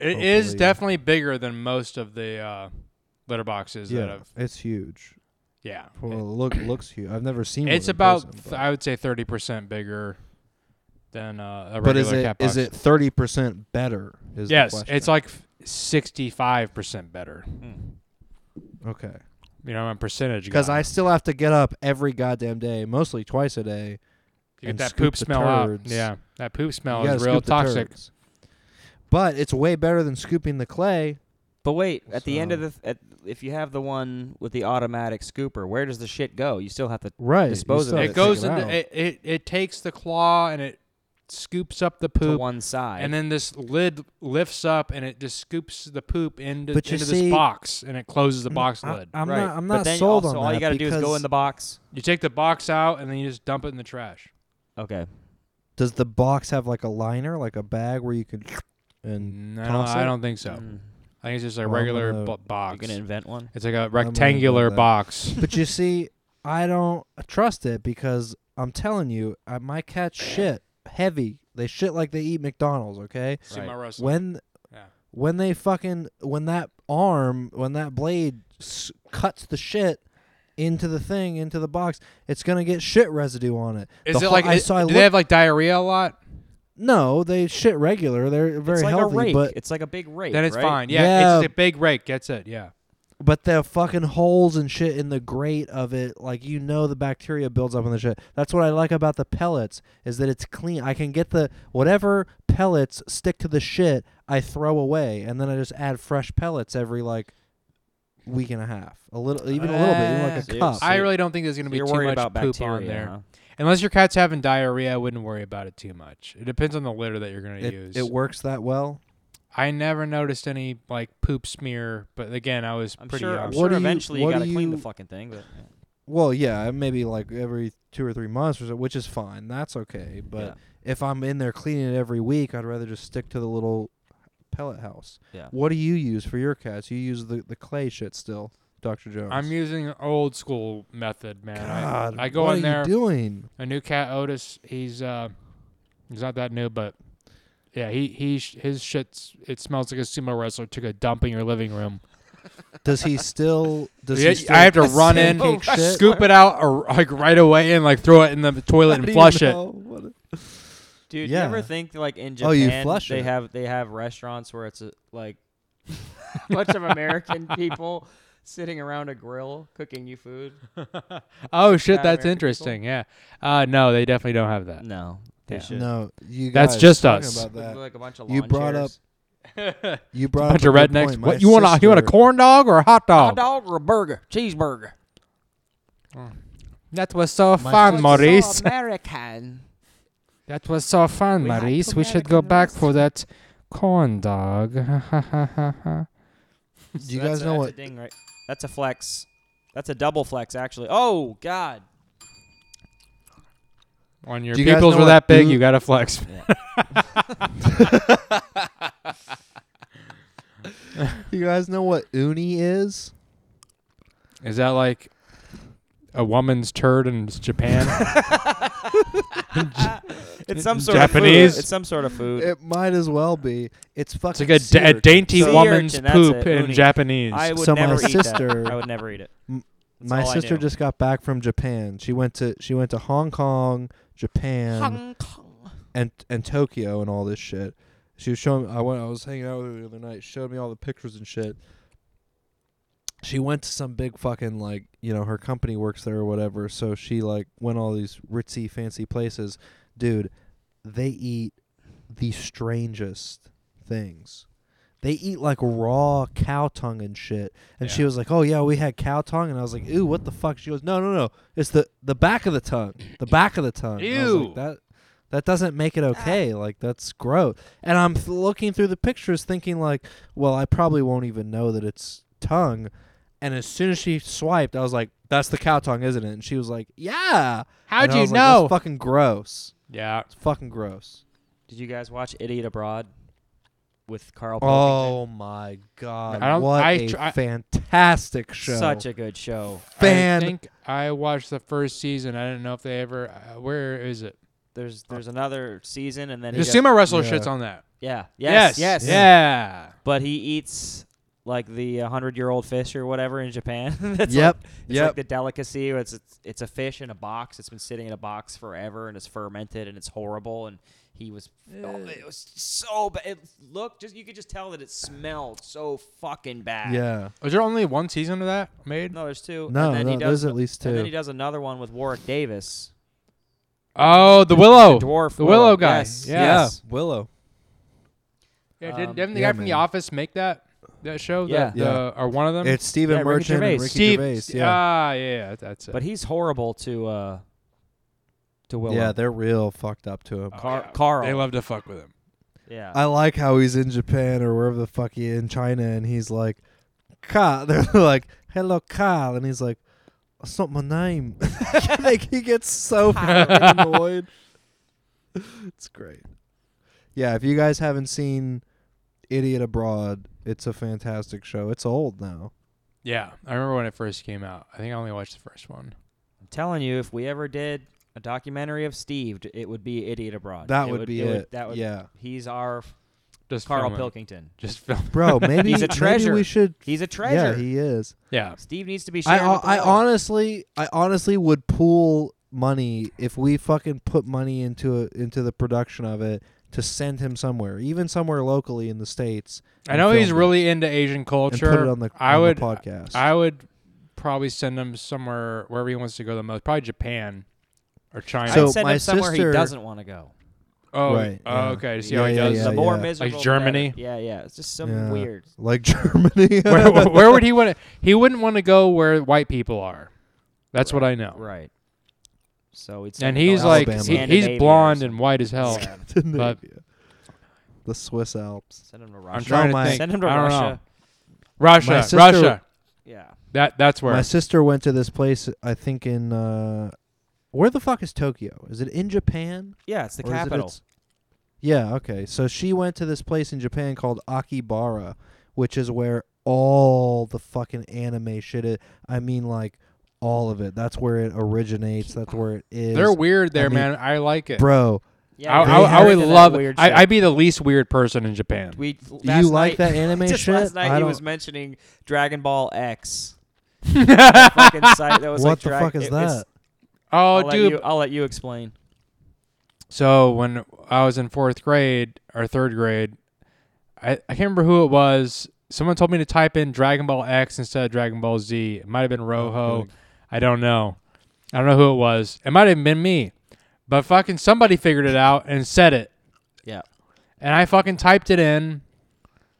[SPEAKER 4] It is
[SPEAKER 5] Hopefully.
[SPEAKER 4] definitely bigger than most of the uh, litter boxes that
[SPEAKER 5] yeah,
[SPEAKER 4] have
[SPEAKER 5] it's huge.
[SPEAKER 4] yeah.
[SPEAKER 5] Well, it look looks huge. I've never seen.
[SPEAKER 4] It's
[SPEAKER 5] one in
[SPEAKER 4] about
[SPEAKER 5] person,
[SPEAKER 4] th-
[SPEAKER 5] but-
[SPEAKER 4] I would say thirty percent bigger than uh, a regular
[SPEAKER 5] but is it
[SPEAKER 4] cat box.
[SPEAKER 5] is it thirty percent better? Is the
[SPEAKER 4] yes,
[SPEAKER 5] question.
[SPEAKER 4] it's like sixty five percent better.
[SPEAKER 6] Mm.
[SPEAKER 5] okay.
[SPEAKER 4] You know, on percentage
[SPEAKER 5] Because
[SPEAKER 4] guy.
[SPEAKER 5] I still have to get up every goddamn day, mostly twice a day,
[SPEAKER 4] you
[SPEAKER 5] and
[SPEAKER 4] get that
[SPEAKER 5] scoop
[SPEAKER 4] poop
[SPEAKER 5] the
[SPEAKER 4] smell out.
[SPEAKER 5] turds.
[SPEAKER 4] Yeah, that poop
[SPEAKER 5] You
[SPEAKER 4] smell
[SPEAKER 5] gotta
[SPEAKER 4] is real
[SPEAKER 5] scoop the
[SPEAKER 4] toxic.
[SPEAKER 5] turds. But it's way better than scooping the clay.
[SPEAKER 6] But wait, at the end of
[SPEAKER 5] So-
[SPEAKER 6] the, th- at, if you have the one with the automatic scooper, where does the shit go? You still have to.
[SPEAKER 5] Right.
[SPEAKER 6] Dispose
[SPEAKER 5] still
[SPEAKER 6] of it.
[SPEAKER 5] have
[SPEAKER 4] It
[SPEAKER 5] to
[SPEAKER 4] goes
[SPEAKER 5] take it
[SPEAKER 4] into
[SPEAKER 5] out.
[SPEAKER 4] it, it. It takes the claw and it scoops up the
[SPEAKER 6] To
[SPEAKER 4] poop,
[SPEAKER 6] one side,
[SPEAKER 4] and then this lid lifts up and it just scoops the poop into
[SPEAKER 5] But you
[SPEAKER 4] into
[SPEAKER 5] see- Mm,
[SPEAKER 4] this box and it closes the box
[SPEAKER 5] I-
[SPEAKER 4] lid.
[SPEAKER 5] I'm
[SPEAKER 6] right?
[SPEAKER 5] not. I'm
[SPEAKER 6] but
[SPEAKER 5] not
[SPEAKER 6] then
[SPEAKER 5] sold
[SPEAKER 6] also,
[SPEAKER 5] on
[SPEAKER 6] all
[SPEAKER 5] that
[SPEAKER 6] you gotta do is go
[SPEAKER 5] because
[SPEAKER 6] in the box.
[SPEAKER 4] You take the box out and then you just dump it in the trash.
[SPEAKER 6] Okay.
[SPEAKER 5] Does the box have like a liner, like a bag where you could? *laughs* And
[SPEAKER 4] No,
[SPEAKER 5] Mm, Toss
[SPEAKER 4] I
[SPEAKER 5] it?
[SPEAKER 4] don't think so.
[SPEAKER 6] Mm.
[SPEAKER 4] I think it's just a
[SPEAKER 5] Well, I'm
[SPEAKER 4] regular
[SPEAKER 5] gonna-
[SPEAKER 4] bo-
[SPEAKER 6] You're
[SPEAKER 4] box.
[SPEAKER 6] gonna invent one.
[SPEAKER 4] It's like a
[SPEAKER 5] gonna
[SPEAKER 4] rectangular
[SPEAKER 5] do that. *laughs*
[SPEAKER 4] box.
[SPEAKER 5] but you see, I don't trust it because I'm telling you, I, my cats shit heavy. They shit like they eat McDonald's. Okay.
[SPEAKER 4] Sumo wrestling.
[SPEAKER 5] When
[SPEAKER 4] Yeah.
[SPEAKER 5] when they fucking when that arm when that blade s- cuts the shit into the thing into the box, it's gonna get shit residue on it.
[SPEAKER 4] Is
[SPEAKER 5] The
[SPEAKER 4] it
[SPEAKER 5] whole-
[SPEAKER 4] like
[SPEAKER 5] I
[SPEAKER 4] is-
[SPEAKER 5] saw? I
[SPEAKER 4] do they have
[SPEAKER 5] looked-
[SPEAKER 4] like diarrhea a lot?
[SPEAKER 5] No, they shit regular. They're very
[SPEAKER 6] it's like
[SPEAKER 5] healthy,
[SPEAKER 6] a rake.
[SPEAKER 5] but
[SPEAKER 6] it's like a big rake.
[SPEAKER 4] Then it's
[SPEAKER 6] right?
[SPEAKER 4] fine. Yeah, it's
[SPEAKER 5] Yeah.
[SPEAKER 4] just a big rake. That's it. Yeah.
[SPEAKER 5] but the fucking holes and shit in the grate of it, like you know, the bacteria builds up on the shit. That's what I like about the pellets is that it's clean. I can get the whatever pellets stick to the shit I throw away, and then I just add fresh pellets every like week and a half, a little, even a little bit, even like a
[SPEAKER 6] Ah, see,
[SPEAKER 5] cup.
[SPEAKER 6] see.
[SPEAKER 4] I really don't think there's going to
[SPEAKER 6] So
[SPEAKER 4] be
[SPEAKER 6] you're
[SPEAKER 4] too
[SPEAKER 6] worried
[SPEAKER 4] much
[SPEAKER 6] about
[SPEAKER 4] poop
[SPEAKER 6] bacteria.
[SPEAKER 4] on there.
[SPEAKER 6] huh?
[SPEAKER 4] Unless your cat's having diarrhea, I wouldn't worry about it too much. It depends on the litter that you're going to
[SPEAKER 5] it,
[SPEAKER 4] use.
[SPEAKER 5] it works that well.
[SPEAKER 4] I never noticed any like poop smear, but again, I was
[SPEAKER 6] I'm
[SPEAKER 4] pretty
[SPEAKER 6] sure.
[SPEAKER 4] young.
[SPEAKER 6] I'm
[SPEAKER 5] What
[SPEAKER 6] sure
[SPEAKER 5] do you-
[SPEAKER 6] eventually
[SPEAKER 5] what
[SPEAKER 6] you gotta
[SPEAKER 5] do
[SPEAKER 6] clean the
[SPEAKER 5] you-
[SPEAKER 6] fucking thing. But yeah.
[SPEAKER 5] Well, yeah, maybe like every two or three months or so, which is fine. That's okay. But
[SPEAKER 6] Yeah.
[SPEAKER 5] if I'm in there cleaning it every week, I'd rather just stick to the little pellet house.
[SPEAKER 6] Yeah.
[SPEAKER 5] What do you use for your cats? You use the, the clay shit still, Doctor Jones.
[SPEAKER 4] I'm using old school method, man.
[SPEAKER 5] God,
[SPEAKER 4] I, I go
[SPEAKER 5] what
[SPEAKER 4] in
[SPEAKER 5] are
[SPEAKER 4] there.
[SPEAKER 5] You doing?
[SPEAKER 4] A new cat, Otis. He's uh, he's not that new, but yeah, he he sh- his shit's it smells like a sumo wrestler took a dump in your living room.
[SPEAKER 5] Does he
[SPEAKER 4] *laughs*
[SPEAKER 5] still? Does
[SPEAKER 4] Yeah,
[SPEAKER 5] he still
[SPEAKER 4] I have to run in, *laughs*
[SPEAKER 5] take shit?
[SPEAKER 4] scoop it out or, like right away, and like throw it in the
[SPEAKER 5] *laughs*
[SPEAKER 4] toilet
[SPEAKER 5] How do
[SPEAKER 4] and
[SPEAKER 5] you
[SPEAKER 4] flush it.
[SPEAKER 5] know? What a-
[SPEAKER 6] Dude,
[SPEAKER 5] Yeah.
[SPEAKER 6] you ever think like in Japan
[SPEAKER 5] Oh, you flush
[SPEAKER 6] they
[SPEAKER 5] it.
[SPEAKER 6] have they have restaurants where it's a, like *laughs* a bunch
[SPEAKER 5] *laughs*
[SPEAKER 6] of American people sitting around a grill cooking you food?
[SPEAKER 4] Oh shit,
[SPEAKER 6] Fat
[SPEAKER 4] that's
[SPEAKER 6] American
[SPEAKER 4] interesting. Yeah. Uh, no, they definitely don't have that.
[SPEAKER 6] No,
[SPEAKER 4] they
[SPEAKER 6] they
[SPEAKER 4] Yeah.
[SPEAKER 6] should.
[SPEAKER 5] No, you.
[SPEAKER 4] That's
[SPEAKER 5] guys,
[SPEAKER 4] just
[SPEAKER 5] talking
[SPEAKER 4] us.
[SPEAKER 5] about that.
[SPEAKER 6] Like a bunch of
[SPEAKER 5] You
[SPEAKER 6] lawn
[SPEAKER 5] brought
[SPEAKER 6] chairs.
[SPEAKER 5] You brought
[SPEAKER 4] Bunch
[SPEAKER 5] up
[SPEAKER 4] of
[SPEAKER 5] a good
[SPEAKER 4] rednecks.
[SPEAKER 5] point. My
[SPEAKER 4] What you want? A, you want a
[SPEAKER 5] sister-
[SPEAKER 4] corn dog or a hot dog?
[SPEAKER 5] Oh.
[SPEAKER 6] hot dog or a burger, cheeseburger.
[SPEAKER 4] That was so
[SPEAKER 5] My
[SPEAKER 4] fun, Maurice.
[SPEAKER 6] American.
[SPEAKER 4] That was so fun,
[SPEAKER 6] We had
[SPEAKER 4] Maurice.
[SPEAKER 6] to
[SPEAKER 4] We should go
[SPEAKER 6] American
[SPEAKER 4] back
[SPEAKER 6] roast.
[SPEAKER 4] for that corn dog. *laughs* That's
[SPEAKER 5] *laughs* Do you guys know
[SPEAKER 6] that's
[SPEAKER 5] what?
[SPEAKER 6] A ding, right? That's a flex. That's a double flex, actually. Oh God. *laughs*
[SPEAKER 4] When your
[SPEAKER 5] Do you guys
[SPEAKER 4] peoples
[SPEAKER 5] know
[SPEAKER 4] were
[SPEAKER 5] what
[SPEAKER 4] that big,
[SPEAKER 5] boot-
[SPEAKER 4] you gotta flex.
[SPEAKER 5] Do you guys know what uni is?
[SPEAKER 4] Is that like a woman's turd in *laughs* Japan?
[SPEAKER 6] It's some sort of
[SPEAKER 4] Japanese?
[SPEAKER 6] food. It's some sort of food.
[SPEAKER 5] It might as well be. It's
[SPEAKER 4] it's
[SPEAKER 5] fucking.
[SPEAKER 4] like a, d- a
[SPEAKER 5] seared.
[SPEAKER 4] dainty
[SPEAKER 6] Sea
[SPEAKER 4] woman's
[SPEAKER 6] urchin, that's
[SPEAKER 4] poop
[SPEAKER 6] it,
[SPEAKER 4] in
[SPEAKER 6] uni.
[SPEAKER 4] Japanese.
[SPEAKER 6] I would
[SPEAKER 5] so my
[SPEAKER 6] never eat
[SPEAKER 5] sister-
[SPEAKER 6] that. I would never eat it.
[SPEAKER 5] M-
[SPEAKER 6] That's
[SPEAKER 5] My
[SPEAKER 6] all I
[SPEAKER 5] sister
[SPEAKER 6] knew.
[SPEAKER 5] just got back from Japan. She went to she went to Hong Kong, Japan, and and Tokyo and all this shit. She was showing. I went. I was hanging out with her the other night. She showed me all the pictures and shit. She went to some big fucking like you know her company works there or whatever. So she like went all these ritzy fancy places. Dude, they eat the strangest things. They eat like raw cow tongue and shit. And she
[SPEAKER 4] Yeah.
[SPEAKER 5] was like, "Oh yeah, we had cow tongue." And I was like, "Ooh, what the fuck?" She goes, "No, no, no. It's the the back of the tongue. The back of the tongue." I was like,
[SPEAKER 4] Ew.
[SPEAKER 5] that that doesn't make it okay. Like that's gross. And I'm th- looking through the pictures, thinking like, "Well, I probably won't even know that it's tongue." And as soon as she swiped, I was like, "That's the cow tongue, isn't it?" And she was like, "Yeah."
[SPEAKER 4] How'd
[SPEAKER 5] And I
[SPEAKER 4] you
[SPEAKER 5] was like,
[SPEAKER 4] know?
[SPEAKER 5] That's fucking gross.
[SPEAKER 4] yeah.
[SPEAKER 5] It's fucking gross.
[SPEAKER 6] Did you guys watch Idiot Abroad with Carl? Pilkington?
[SPEAKER 5] Oh my god!
[SPEAKER 4] I don't-
[SPEAKER 5] what
[SPEAKER 4] I
[SPEAKER 5] a
[SPEAKER 4] tr- I-
[SPEAKER 5] fantastic show!
[SPEAKER 6] such a good show.
[SPEAKER 5] fan.
[SPEAKER 4] I think I watched the first season. I didn't know if they ever. Uh, where is it?
[SPEAKER 6] There's there's another season and then
[SPEAKER 4] The
[SPEAKER 6] he does-
[SPEAKER 4] sumo wrestler
[SPEAKER 5] Yeah.
[SPEAKER 4] shits on that.
[SPEAKER 6] yeah yes yes,
[SPEAKER 4] Yeah.
[SPEAKER 6] But he eats like the hundred year old fish or whatever in Japan. *laughs* That's
[SPEAKER 5] Yep,
[SPEAKER 6] Like, it's
[SPEAKER 5] yep.
[SPEAKER 6] like the delicacy. where It's, it's it's a fish in a box. It's been sitting in a box forever and it's fermented and it's horrible. And he was oh, it was so bad. It looked just you could just tell that it smelled so fucking bad.
[SPEAKER 5] yeah.
[SPEAKER 4] Was there only one season of that made?
[SPEAKER 6] No, there's two.
[SPEAKER 5] No,
[SPEAKER 6] and then
[SPEAKER 5] no,
[SPEAKER 6] he does,
[SPEAKER 5] there's at least
[SPEAKER 6] And then
[SPEAKER 5] two.
[SPEAKER 6] he does another one with Warwick Davis,
[SPEAKER 4] Oh, the Willow.
[SPEAKER 6] the dwarf,
[SPEAKER 4] The Willow guy.
[SPEAKER 6] Yes,
[SPEAKER 4] Yeah.
[SPEAKER 6] yes.
[SPEAKER 5] Willow.
[SPEAKER 4] Yeah, did,
[SPEAKER 6] Um,
[SPEAKER 4] didn't the
[SPEAKER 5] yeah,
[SPEAKER 4] guy from The
[SPEAKER 5] man.
[SPEAKER 4] Office make that that show?
[SPEAKER 6] Yeah.
[SPEAKER 4] The, the- or one of them.
[SPEAKER 5] It's Stephen
[SPEAKER 6] Yeah, Ricky
[SPEAKER 5] Merchant
[SPEAKER 6] Gervais.
[SPEAKER 5] and Ricky
[SPEAKER 4] Steve.
[SPEAKER 5] Gervais. uh, Yeah,
[SPEAKER 4] Ah, yeah, that's it.
[SPEAKER 6] But he's horrible to uh to Willow.
[SPEAKER 5] yeah, they're real fucked up to him.
[SPEAKER 6] Car- Carl.
[SPEAKER 4] They love to fuck with him.
[SPEAKER 6] yeah.
[SPEAKER 5] I like how he's in Japan or wherever the fuck he in China, and he's like, Kyle. *laughs* They're like, "Hello, Kyle," and he's like, "That's not my name." *laughs* like he gets
[SPEAKER 6] *laughs*
[SPEAKER 5] so fucking annoyed. It's great. Yeah, if you guys haven't seen Idiot Abroad, it's a fantastic show. It's old now.
[SPEAKER 4] Yeah, I remember when it first came out. I think I only watched the first one.
[SPEAKER 6] I'm telling you, if we ever did a documentary of Steve, d- it would be Idiot Abroad.
[SPEAKER 5] That
[SPEAKER 6] It
[SPEAKER 5] would be it.
[SPEAKER 6] that would,
[SPEAKER 5] Yeah.
[SPEAKER 6] He's our
[SPEAKER 4] Just
[SPEAKER 6] Carl
[SPEAKER 4] film it.
[SPEAKER 6] Pilkington.
[SPEAKER 5] *laughs*
[SPEAKER 4] Just film.
[SPEAKER 5] Bro, maybe
[SPEAKER 6] *laughs* He's a
[SPEAKER 5] Maybe we
[SPEAKER 6] treasure.
[SPEAKER 5] should.
[SPEAKER 6] He's a treasure.
[SPEAKER 5] Yeah, he is.
[SPEAKER 4] Yeah.
[SPEAKER 6] Steve needs to be
[SPEAKER 5] I,
[SPEAKER 6] shared. with the
[SPEAKER 5] I
[SPEAKER 6] world.
[SPEAKER 5] honestly, I honestly would pool money if we fucking put money into a, into the production of it to send him somewhere, even somewhere locally in the states.
[SPEAKER 4] I
[SPEAKER 5] and
[SPEAKER 4] know he's
[SPEAKER 5] filmed it
[SPEAKER 4] really into Asian
[SPEAKER 5] and
[SPEAKER 4] culture.
[SPEAKER 5] put it on the, on
[SPEAKER 4] I
[SPEAKER 5] the
[SPEAKER 4] would
[SPEAKER 5] podcast.
[SPEAKER 4] I would probably send him somewhere wherever he wants to go the most. Probably Japan or China.
[SPEAKER 5] So
[SPEAKER 6] I'd send
[SPEAKER 5] my
[SPEAKER 6] him somewhere
[SPEAKER 5] sister-
[SPEAKER 6] he doesn't want to go.
[SPEAKER 4] oh,
[SPEAKER 5] Right,
[SPEAKER 4] oh,
[SPEAKER 5] yeah.
[SPEAKER 4] okay. To see how he
[SPEAKER 5] Yeah,
[SPEAKER 4] does.
[SPEAKER 6] the more
[SPEAKER 5] yeah.
[SPEAKER 6] miserable, the
[SPEAKER 4] Germany?
[SPEAKER 6] better. Yeah, yeah. It's just some
[SPEAKER 5] Yeah.
[SPEAKER 6] weird.
[SPEAKER 5] like *laughs* Germany.
[SPEAKER 4] *laughs* where, where- where would he want
[SPEAKER 5] *laughs*
[SPEAKER 4] to? He wouldn't want to go where white people are. That's what I know.
[SPEAKER 6] Right. So it's
[SPEAKER 4] And he's like,
[SPEAKER 5] Alabama.
[SPEAKER 4] he, he's blonde and white as hell.
[SPEAKER 6] Yeah.
[SPEAKER 5] *laughs*
[SPEAKER 4] But-
[SPEAKER 5] the Swiss Alps.
[SPEAKER 6] Send him to
[SPEAKER 4] I'm
[SPEAKER 6] Russia.
[SPEAKER 4] trying
[SPEAKER 5] No,
[SPEAKER 4] to
[SPEAKER 5] my-
[SPEAKER 4] think.
[SPEAKER 6] Send him to
[SPEAKER 4] I don't
[SPEAKER 6] Russia.
[SPEAKER 4] Russia,
[SPEAKER 5] My sister-
[SPEAKER 4] Russia.
[SPEAKER 6] Yeah.
[SPEAKER 4] That that's where.
[SPEAKER 5] My sister went to this place. I think in uh, where the fuck is Tokyo? Is it in Japan?
[SPEAKER 6] Yeah, it's the
[SPEAKER 5] Or is it
[SPEAKER 6] capital.
[SPEAKER 5] its- yeah, okay. So she went to this place in Japan called Akibara, which is where all the fucking anime shit is. I mean, like, all of it. That's where it originates. That's where it is.
[SPEAKER 4] They're weird there,
[SPEAKER 5] mean,
[SPEAKER 4] man. I like it.
[SPEAKER 5] Bro,
[SPEAKER 4] I,
[SPEAKER 6] Yeah,
[SPEAKER 5] they
[SPEAKER 4] I, I
[SPEAKER 5] have-
[SPEAKER 4] would love.
[SPEAKER 6] Weird
[SPEAKER 4] I,
[SPEAKER 6] shit.
[SPEAKER 4] I'd be the least weird person in Japan.
[SPEAKER 6] we,
[SPEAKER 5] do
[SPEAKER 6] last
[SPEAKER 5] you like
[SPEAKER 6] night-
[SPEAKER 5] that anime
[SPEAKER 6] *laughs* just
[SPEAKER 5] shit?
[SPEAKER 6] last night
[SPEAKER 5] I
[SPEAKER 6] he
[SPEAKER 5] don't,
[SPEAKER 6] was mentioning Dragon Ball
[SPEAKER 5] *laughs*
[SPEAKER 6] X. That fucking site that was
[SPEAKER 5] what
[SPEAKER 6] like
[SPEAKER 5] the
[SPEAKER 6] drag-
[SPEAKER 5] fuck is
[SPEAKER 6] it- it's-
[SPEAKER 5] that?
[SPEAKER 4] oh,
[SPEAKER 6] I'll let
[SPEAKER 4] dude.
[SPEAKER 6] you- I'll let you explain.
[SPEAKER 4] So when I was in fourth grade or third grade, I, I can't remember who it was. Someone told me to type in Dragon Ball X instead of Dragon Ball Z. It might
[SPEAKER 6] Oh,
[SPEAKER 4] have been Rojo.
[SPEAKER 5] good.
[SPEAKER 4] I don't know. I don't know who it was. It might have been me. But fucking somebody figured it out and said it.
[SPEAKER 6] Yeah.
[SPEAKER 4] And I fucking typed it in.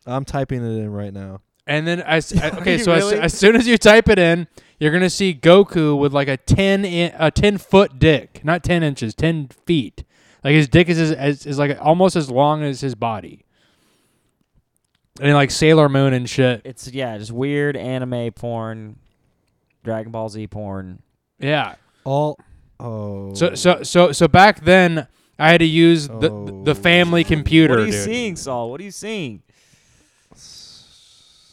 [SPEAKER 5] I'm typing it in right now.
[SPEAKER 4] And then I,
[SPEAKER 6] *laughs*
[SPEAKER 4] s- I- okay,
[SPEAKER 6] you
[SPEAKER 4] so as,
[SPEAKER 6] really?
[SPEAKER 4] as soon as you type it in, you're gonna see Goku with like a ten in, a ten foot dick, not ten inches, ten feet. Like his dick is as, as, is like almost as long as his body. And like Sailor Moon and shit.
[SPEAKER 6] It's yeah, just weird anime porn, Dragon Ball Z porn.
[SPEAKER 4] Yeah.
[SPEAKER 5] All. Oh.
[SPEAKER 4] So so so so back then, I had to use the
[SPEAKER 5] Oh.
[SPEAKER 4] the family computer.
[SPEAKER 6] What are you
[SPEAKER 4] dude. *laughs*
[SPEAKER 6] seeing, Saul? What are you seeing?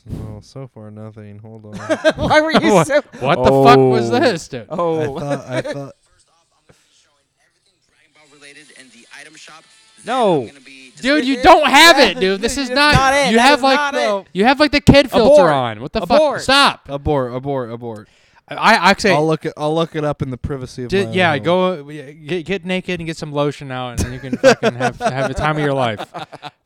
[SPEAKER 5] No, so far nothing. Hold
[SPEAKER 4] *laughs*
[SPEAKER 5] on. I
[SPEAKER 6] Why were you
[SPEAKER 4] What-
[SPEAKER 6] so?
[SPEAKER 4] What the fuck was this, dude?
[SPEAKER 6] Oh
[SPEAKER 5] thought.
[SPEAKER 4] *laughs*
[SPEAKER 5] I thought.
[SPEAKER 7] First off, I'm gonna be showing everything Dragon Ball related in the item shop. Then
[SPEAKER 6] No.
[SPEAKER 7] I'm gonna be just-
[SPEAKER 4] Dude, you don't have it, dude. This is
[SPEAKER 6] It's
[SPEAKER 4] not.
[SPEAKER 6] not it.
[SPEAKER 4] You
[SPEAKER 6] That
[SPEAKER 4] have
[SPEAKER 6] is
[SPEAKER 4] like
[SPEAKER 6] not
[SPEAKER 4] the,
[SPEAKER 6] it.
[SPEAKER 4] you have like the kid filter
[SPEAKER 6] Abort.
[SPEAKER 4] on. What the fuck?
[SPEAKER 6] Abort.
[SPEAKER 4] Stop.
[SPEAKER 5] Abort. Abort. Abort.
[SPEAKER 4] I I say
[SPEAKER 5] I'll look. It, I'll look it up in the privacy of
[SPEAKER 4] Did,
[SPEAKER 5] my.
[SPEAKER 4] yeah,
[SPEAKER 5] own home.
[SPEAKER 4] go uh, get, get naked and get some lotion out, and you can fucking have have the time of your life.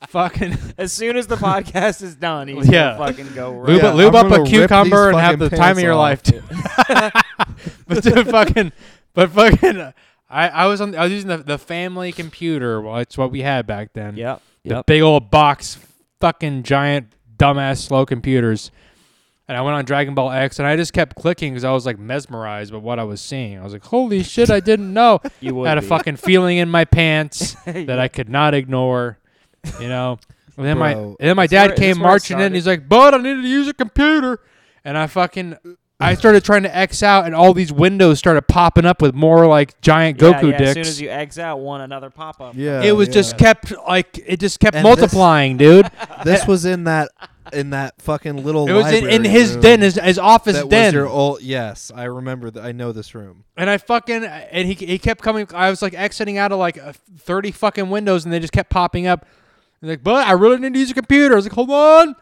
[SPEAKER 4] fucking
[SPEAKER 6] as soon as the podcast is done, he's
[SPEAKER 4] Yeah.
[SPEAKER 6] gonna fucking go. Right.
[SPEAKER 4] lube,
[SPEAKER 5] Yeah,
[SPEAKER 4] lube
[SPEAKER 5] I'm
[SPEAKER 4] up a
[SPEAKER 5] gonna rip these
[SPEAKER 4] cucumber and have
[SPEAKER 5] fucking
[SPEAKER 4] the time of
[SPEAKER 5] pants
[SPEAKER 4] your
[SPEAKER 5] off.
[SPEAKER 4] life, dude. *laughs* but dude, fucking, but fucking, uh, I, I was on I was using the, the family computer. Well, it's what we had back then.
[SPEAKER 6] Yep.
[SPEAKER 4] the
[SPEAKER 6] Yep.
[SPEAKER 4] big old box, fucking giant, dumbass, slow computers. And I went on Dragon Ball X, and I just kept clicking because I was like mesmerized by what I was seeing. I was like, "Holy shit, I didn't know!"
[SPEAKER 6] *laughs* You would
[SPEAKER 4] I had a
[SPEAKER 6] be.
[SPEAKER 4] fucking feeling in my pants
[SPEAKER 6] *laughs*
[SPEAKER 4] that I could not ignore, you know. And then my
[SPEAKER 5] Bro,
[SPEAKER 4] and then my
[SPEAKER 6] that's
[SPEAKER 4] dad
[SPEAKER 6] where-
[SPEAKER 4] came
[SPEAKER 6] that's where it
[SPEAKER 4] marching in.
[SPEAKER 6] started.
[SPEAKER 4] he's like, "Bud, I needed to use a computer," and I fucking I started trying to X out, and all these windows started popping up with more like giant
[SPEAKER 6] Yeah,
[SPEAKER 4] Goku
[SPEAKER 6] yeah,
[SPEAKER 4] dicks.
[SPEAKER 6] As soon as you exit out, one another pop up.
[SPEAKER 5] Yeah.
[SPEAKER 4] it was
[SPEAKER 5] yeah.
[SPEAKER 4] just kept like it just kept
[SPEAKER 5] And this- *laughs*
[SPEAKER 4] multiplying, dude.
[SPEAKER 5] This was in that in that fucking little.
[SPEAKER 4] It was in, in
[SPEAKER 5] library
[SPEAKER 4] his
[SPEAKER 5] room
[SPEAKER 4] den, his, his office
[SPEAKER 5] that
[SPEAKER 4] den.
[SPEAKER 5] Was your old, yes, I remember. Th- I know this room.
[SPEAKER 4] And I fucking and he he kept coming. I was like exiting out of like uh, thirty fucking windows, and they just kept popping up. And like, but I really need to use a computer. I was like, hold on.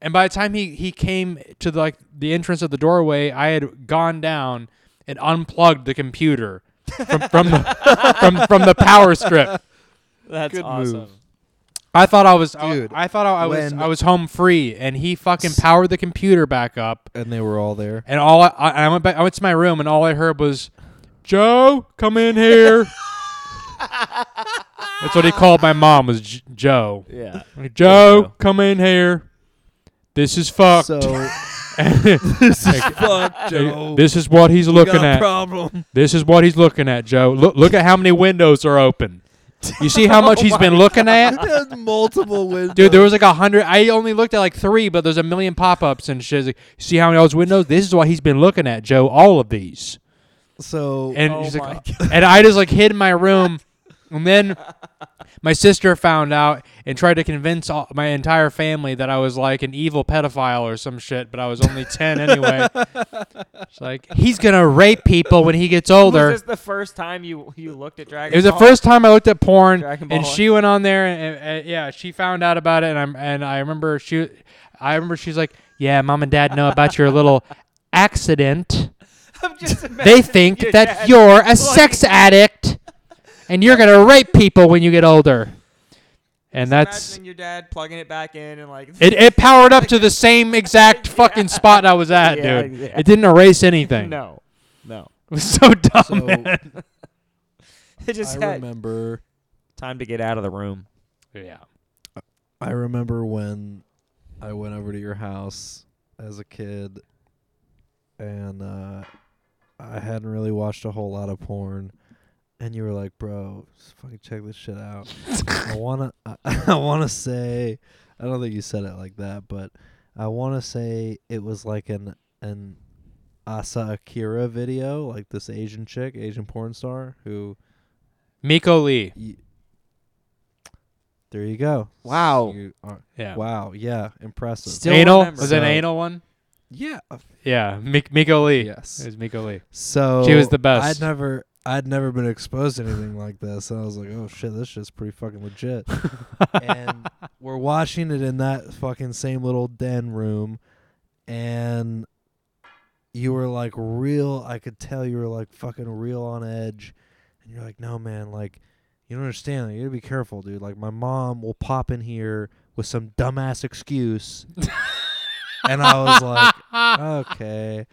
[SPEAKER 4] And by the time he he came to the, like the entrance of the doorway, I had gone down and unplugged the computer from from the, *laughs* from from the power strip.
[SPEAKER 6] That's
[SPEAKER 5] Good
[SPEAKER 6] awesome.
[SPEAKER 5] move.
[SPEAKER 4] I thought I was
[SPEAKER 5] Dude,
[SPEAKER 4] I, I thought I, I was
[SPEAKER 5] when-
[SPEAKER 4] I was home free, and he fucking powered the computer back up.
[SPEAKER 5] And they were all there.
[SPEAKER 4] And all I, I I went back, I went to my room, and all I heard was, "Joe, come
[SPEAKER 5] *laughs*
[SPEAKER 4] in here." That's what he called my mom was J- Joe.
[SPEAKER 6] Yeah.
[SPEAKER 4] Joe, come in here. This is fucked. *laughs*
[SPEAKER 5] So
[SPEAKER 4] this
[SPEAKER 5] *laughs*
[SPEAKER 4] is fucked, Joe. This is what he's looking at. *laughs*
[SPEAKER 5] problem.
[SPEAKER 4] This is what he's looking at, Joe. Look, look at how many windows are open. You see how much he's been looking at,
[SPEAKER 5] There's multiple windows.
[SPEAKER 4] dude. There was like a hundred. I only looked at like three, but there's a million pop-ups and shit. It's Like, see how many of those windows? This is what he's been looking at, Joe. All of these.
[SPEAKER 5] so
[SPEAKER 4] *laughs* and
[SPEAKER 6] Oh
[SPEAKER 4] she's like,
[SPEAKER 6] my
[SPEAKER 4] and I just like hid in my room, and then my sister found out and tried to convince all, my entire family that I was like an evil pedophile or some shit, but I was only ten
[SPEAKER 6] *laughs*
[SPEAKER 4] anyway. She's like, he's gonna rape people when he gets older.
[SPEAKER 6] Was this the first time you you looked at Dragon?
[SPEAKER 4] It was the
[SPEAKER 6] Ball?
[SPEAKER 4] first time I looked at porn,
[SPEAKER 6] Dragon
[SPEAKER 4] and
[SPEAKER 6] Ball.
[SPEAKER 4] she went on there, and, and- yeah, she found out about it, and I'm and I remember she, I remember she's like, yeah, mom and dad know about your
[SPEAKER 6] *laughs*
[SPEAKER 4] little accident.
[SPEAKER 6] I'm just
[SPEAKER 4] *laughs* They
[SPEAKER 6] imagining
[SPEAKER 4] think
[SPEAKER 6] your
[SPEAKER 4] that
[SPEAKER 6] dad
[SPEAKER 4] you're a
[SPEAKER 6] like-
[SPEAKER 4] sex addict and you're going to rape people when you get older. and
[SPEAKER 6] Just
[SPEAKER 4] that's
[SPEAKER 6] imagining your dad plugging it back in and like *laughs*
[SPEAKER 4] it, it powered up to the same exact fucking spot I was at,
[SPEAKER 6] Yeah,
[SPEAKER 4] dude.
[SPEAKER 6] yeah.
[SPEAKER 4] It didn't erase anything.
[SPEAKER 6] no, no.
[SPEAKER 4] It was so dumb.
[SPEAKER 8] So
[SPEAKER 4] man.
[SPEAKER 6] *laughs* It just
[SPEAKER 8] I
[SPEAKER 6] had
[SPEAKER 8] remember.
[SPEAKER 6] time to get out of the room.
[SPEAKER 4] Yeah.
[SPEAKER 8] I remember
[SPEAKER 5] when I went over to your house as a kid and uh, I hadn't really watched a whole lot of porn. And you were like, bro, just fucking check this shit out. I wanna, I, *laughs* I wanna say, I don't think you said it like that, but I wanna say it was like an an Asa Akira video, like this Asian chick, Asian porn star, who
[SPEAKER 4] Miko Lee.
[SPEAKER 5] y- there you go.
[SPEAKER 6] Wow.
[SPEAKER 5] You are-
[SPEAKER 4] Yeah.
[SPEAKER 5] Wow. Yeah. Impressive.
[SPEAKER 6] Still
[SPEAKER 4] anal
[SPEAKER 6] remember.
[SPEAKER 4] was it an
[SPEAKER 5] So-
[SPEAKER 4] anal one?
[SPEAKER 5] yeah. uh,
[SPEAKER 4] Yeah, Mik- Miko Lee.
[SPEAKER 5] Yes.
[SPEAKER 4] It was Miko Lee.
[SPEAKER 5] So
[SPEAKER 4] She was the best.
[SPEAKER 5] I'd never, I'd never been exposed to anything like this, and I was like, oh shit, this shit's pretty fucking legit.
[SPEAKER 4] *laughs*
[SPEAKER 5] and we're watching it in that fucking same little den room, and you were like real. I could tell you were like fucking real on edge, and you're like, no man, like. You don't understand. Like, you gotta be careful, dude. Like my mom will pop in here with some dumbass
[SPEAKER 4] *laughs*
[SPEAKER 5] excuse, and I was like, okay. And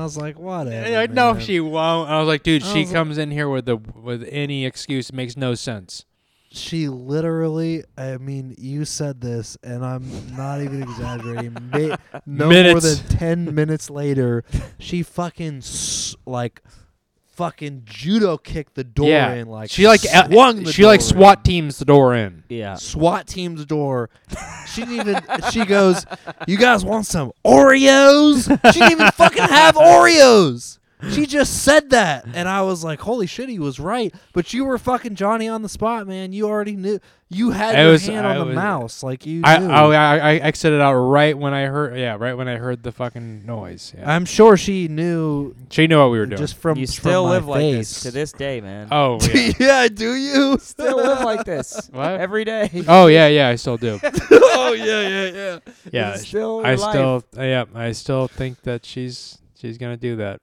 [SPEAKER 5] I was like, whatever.
[SPEAKER 4] I know
[SPEAKER 5] man."
[SPEAKER 4] she won't. I was like, dude,
[SPEAKER 5] I
[SPEAKER 4] she
[SPEAKER 5] was like-
[SPEAKER 4] comes in here with the with any excuse. It makes no sense.
[SPEAKER 5] She literally. I mean, you said this, and I'm not even exaggerating.
[SPEAKER 4] *laughs*
[SPEAKER 5] Ma- no more
[SPEAKER 4] Minutes.
[SPEAKER 5] than ten minutes later, she fucking s- like fucking judo kicked the door
[SPEAKER 4] yeah,
[SPEAKER 5] in. Like
[SPEAKER 4] she like uh,
[SPEAKER 5] swung the
[SPEAKER 4] she like
[SPEAKER 5] door in.
[SPEAKER 4] SWAT teams the door in.
[SPEAKER 6] Yeah.
[SPEAKER 5] SWAT team's door. She didn't even. She goes, "You guys want some Oreos?" She didn't even fucking have Oreos. She just said that, and I was like, "Holy shit, he was right." But you were fucking Johnny on the spot, man. You already knew. You had
[SPEAKER 4] I
[SPEAKER 5] your
[SPEAKER 4] was-
[SPEAKER 5] hand
[SPEAKER 4] I
[SPEAKER 5] on the
[SPEAKER 4] was-
[SPEAKER 5] mouse, like you.
[SPEAKER 4] I,
[SPEAKER 5] knew.
[SPEAKER 4] I I I exited out right when I heard yeah right when I heard the fucking noise. Yeah.
[SPEAKER 5] am sure she knew
[SPEAKER 4] she knew what we were doing.
[SPEAKER 5] just from
[SPEAKER 6] You
[SPEAKER 5] from
[SPEAKER 6] still
[SPEAKER 5] my
[SPEAKER 6] live like this
[SPEAKER 5] face.
[SPEAKER 6] to this day, man.
[SPEAKER 4] oh yeah.
[SPEAKER 5] *laughs* yeah, do you?
[SPEAKER 6] still live like this
[SPEAKER 4] What? *laughs*
[SPEAKER 6] every day.
[SPEAKER 4] oh yeah yeah I still do.
[SPEAKER 5] *laughs* oh yeah, yeah,
[SPEAKER 4] *laughs*
[SPEAKER 5] yeah.
[SPEAKER 4] Yeah.
[SPEAKER 6] It's still
[SPEAKER 4] I
[SPEAKER 6] your life.
[SPEAKER 4] still uh, yeah I still think that she's she's gonna do that.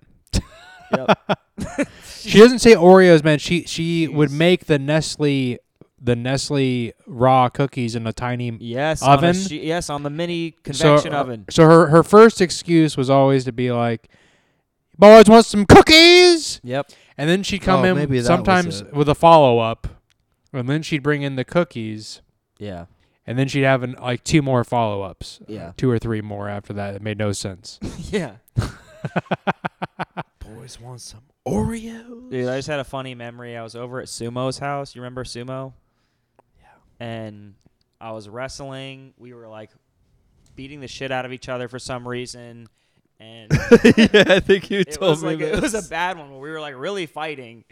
[SPEAKER 6] Yep.
[SPEAKER 4] *laughs*
[SPEAKER 5] *laughs*
[SPEAKER 4] She doesn't say Oreos, man. She she would make the Nestle the Nestle raw cookies in a tiny
[SPEAKER 6] Yes, On
[SPEAKER 4] Oven?
[SPEAKER 6] a she- yes, on the mini convection
[SPEAKER 4] so, uh,
[SPEAKER 6] oven.
[SPEAKER 4] So her her first excuse was always to be like, "Boys want some cookies,"
[SPEAKER 6] Yep.
[SPEAKER 4] and then she'd come
[SPEAKER 5] Oh,
[SPEAKER 4] in
[SPEAKER 5] maybe that was
[SPEAKER 4] sometimes
[SPEAKER 5] it.
[SPEAKER 4] with a follow up, and then she'd bring in the cookies,
[SPEAKER 6] Yeah.
[SPEAKER 4] and then she'd have an, like two more follow ups,
[SPEAKER 6] Yeah.
[SPEAKER 4] two or three more after that. It made no sense.
[SPEAKER 6] Yeah.
[SPEAKER 5] Boys want some Oreos.
[SPEAKER 6] Dude, I just had a funny memory. I was over at Sumo's house. You remember Sumo? Yeah. And I was wrestling. We were like beating the shit out of each other for some reason. And
[SPEAKER 8] yeah, I think you
[SPEAKER 6] it
[SPEAKER 8] told
[SPEAKER 6] was
[SPEAKER 8] me
[SPEAKER 6] like
[SPEAKER 8] this.
[SPEAKER 6] it was a bad one where we were like really fighting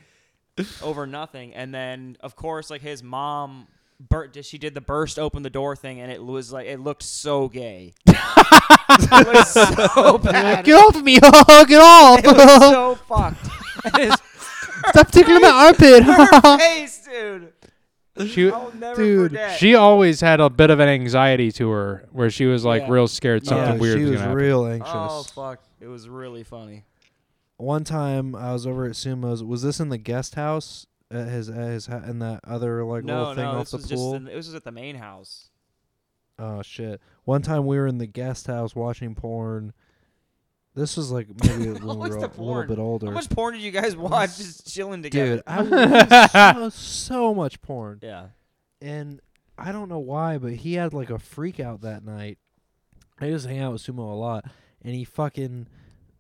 [SPEAKER 6] over nothing. And then of course like his mom Bert, she did the burst open the door thing, and it was like it looked so gay. *laughs* it was
[SPEAKER 5] *laughs*
[SPEAKER 6] so bad.
[SPEAKER 4] Get off of me! Get off!
[SPEAKER 6] *laughs* It was so fucked. And his
[SPEAKER 4] Stop tickling my
[SPEAKER 5] *laughs*
[SPEAKER 6] her
[SPEAKER 4] *laughs* armpit!
[SPEAKER 6] face, dude.
[SPEAKER 4] she
[SPEAKER 6] I'll never
[SPEAKER 4] dude,
[SPEAKER 6] forget.
[SPEAKER 4] she always had a bit of an anxiety to her, where she was like
[SPEAKER 6] Yeah.
[SPEAKER 4] real scared something
[SPEAKER 5] yeah,
[SPEAKER 4] weird
[SPEAKER 5] she
[SPEAKER 4] was
[SPEAKER 5] was
[SPEAKER 4] gonna happen.
[SPEAKER 5] real anxious.
[SPEAKER 6] Oh fuck! It was really funny.
[SPEAKER 5] one time I was over at Sumo's. Was this in the guest house at his at his hou- in that other like
[SPEAKER 6] no,
[SPEAKER 5] little thing
[SPEAKER 6] no,
[SPEAKER 5] off
[SPEAKER 6] this
[SPEAKER 5] the
[SPEAKER 6] was
[SPEAKER 5] pool?
[SPEAKER 6] just in, this was at the main house.
[SPEAKER 5] oh shit! One time we were in the guest house watching porn. This was like maybe
[SPEAKER 6] *laughs*
[SPEAKER 5] when we
[SPEAKER 6] Always
[SPEAKER 5] were
[SPEAKER 6] the
[SPEAKER 5] a little
[SPEAKER 6] porn.
[SPEAKER 5] bit older.
[SPEAKER 6] How much porn did you guys *laughs* watch just chilling together?
[SPEAKER 5] Dude, I
[SPEAKER 6] *laughs*
[SPEAKER 5] was so, so much porn, *laughs*
[SPEAKER 6] Yeah. *laughs*
[SPEAKER 5] and I don't know why, but he had like a freak out that night. I just hang out with Sumo a lot, and he fucking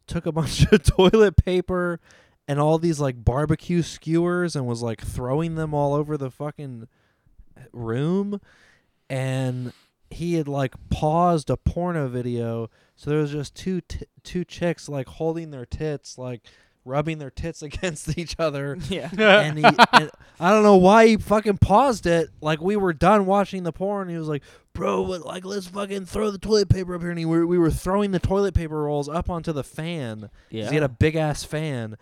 [SPEAKER 5] took a *laughs* bunch of toilet paper and all these like barbecue skewers and was like throwing them all over the fucking room and he had like paused a porno video so there was just two t- two chicks like holding their tits like rubbing their tits *laughs* against each other
[SPEAKER 6] Yeah.
[SPEAKER 4] *laughs*
[SPEAKER 5] and he and I don't know why he fucking paused it like we were done watching the porn he was like bro what, like let's fucking throw the toilet paper up here and he, we, we were throwing the toilet paper rolls up onto the fan 'Cause He had a big ass fan,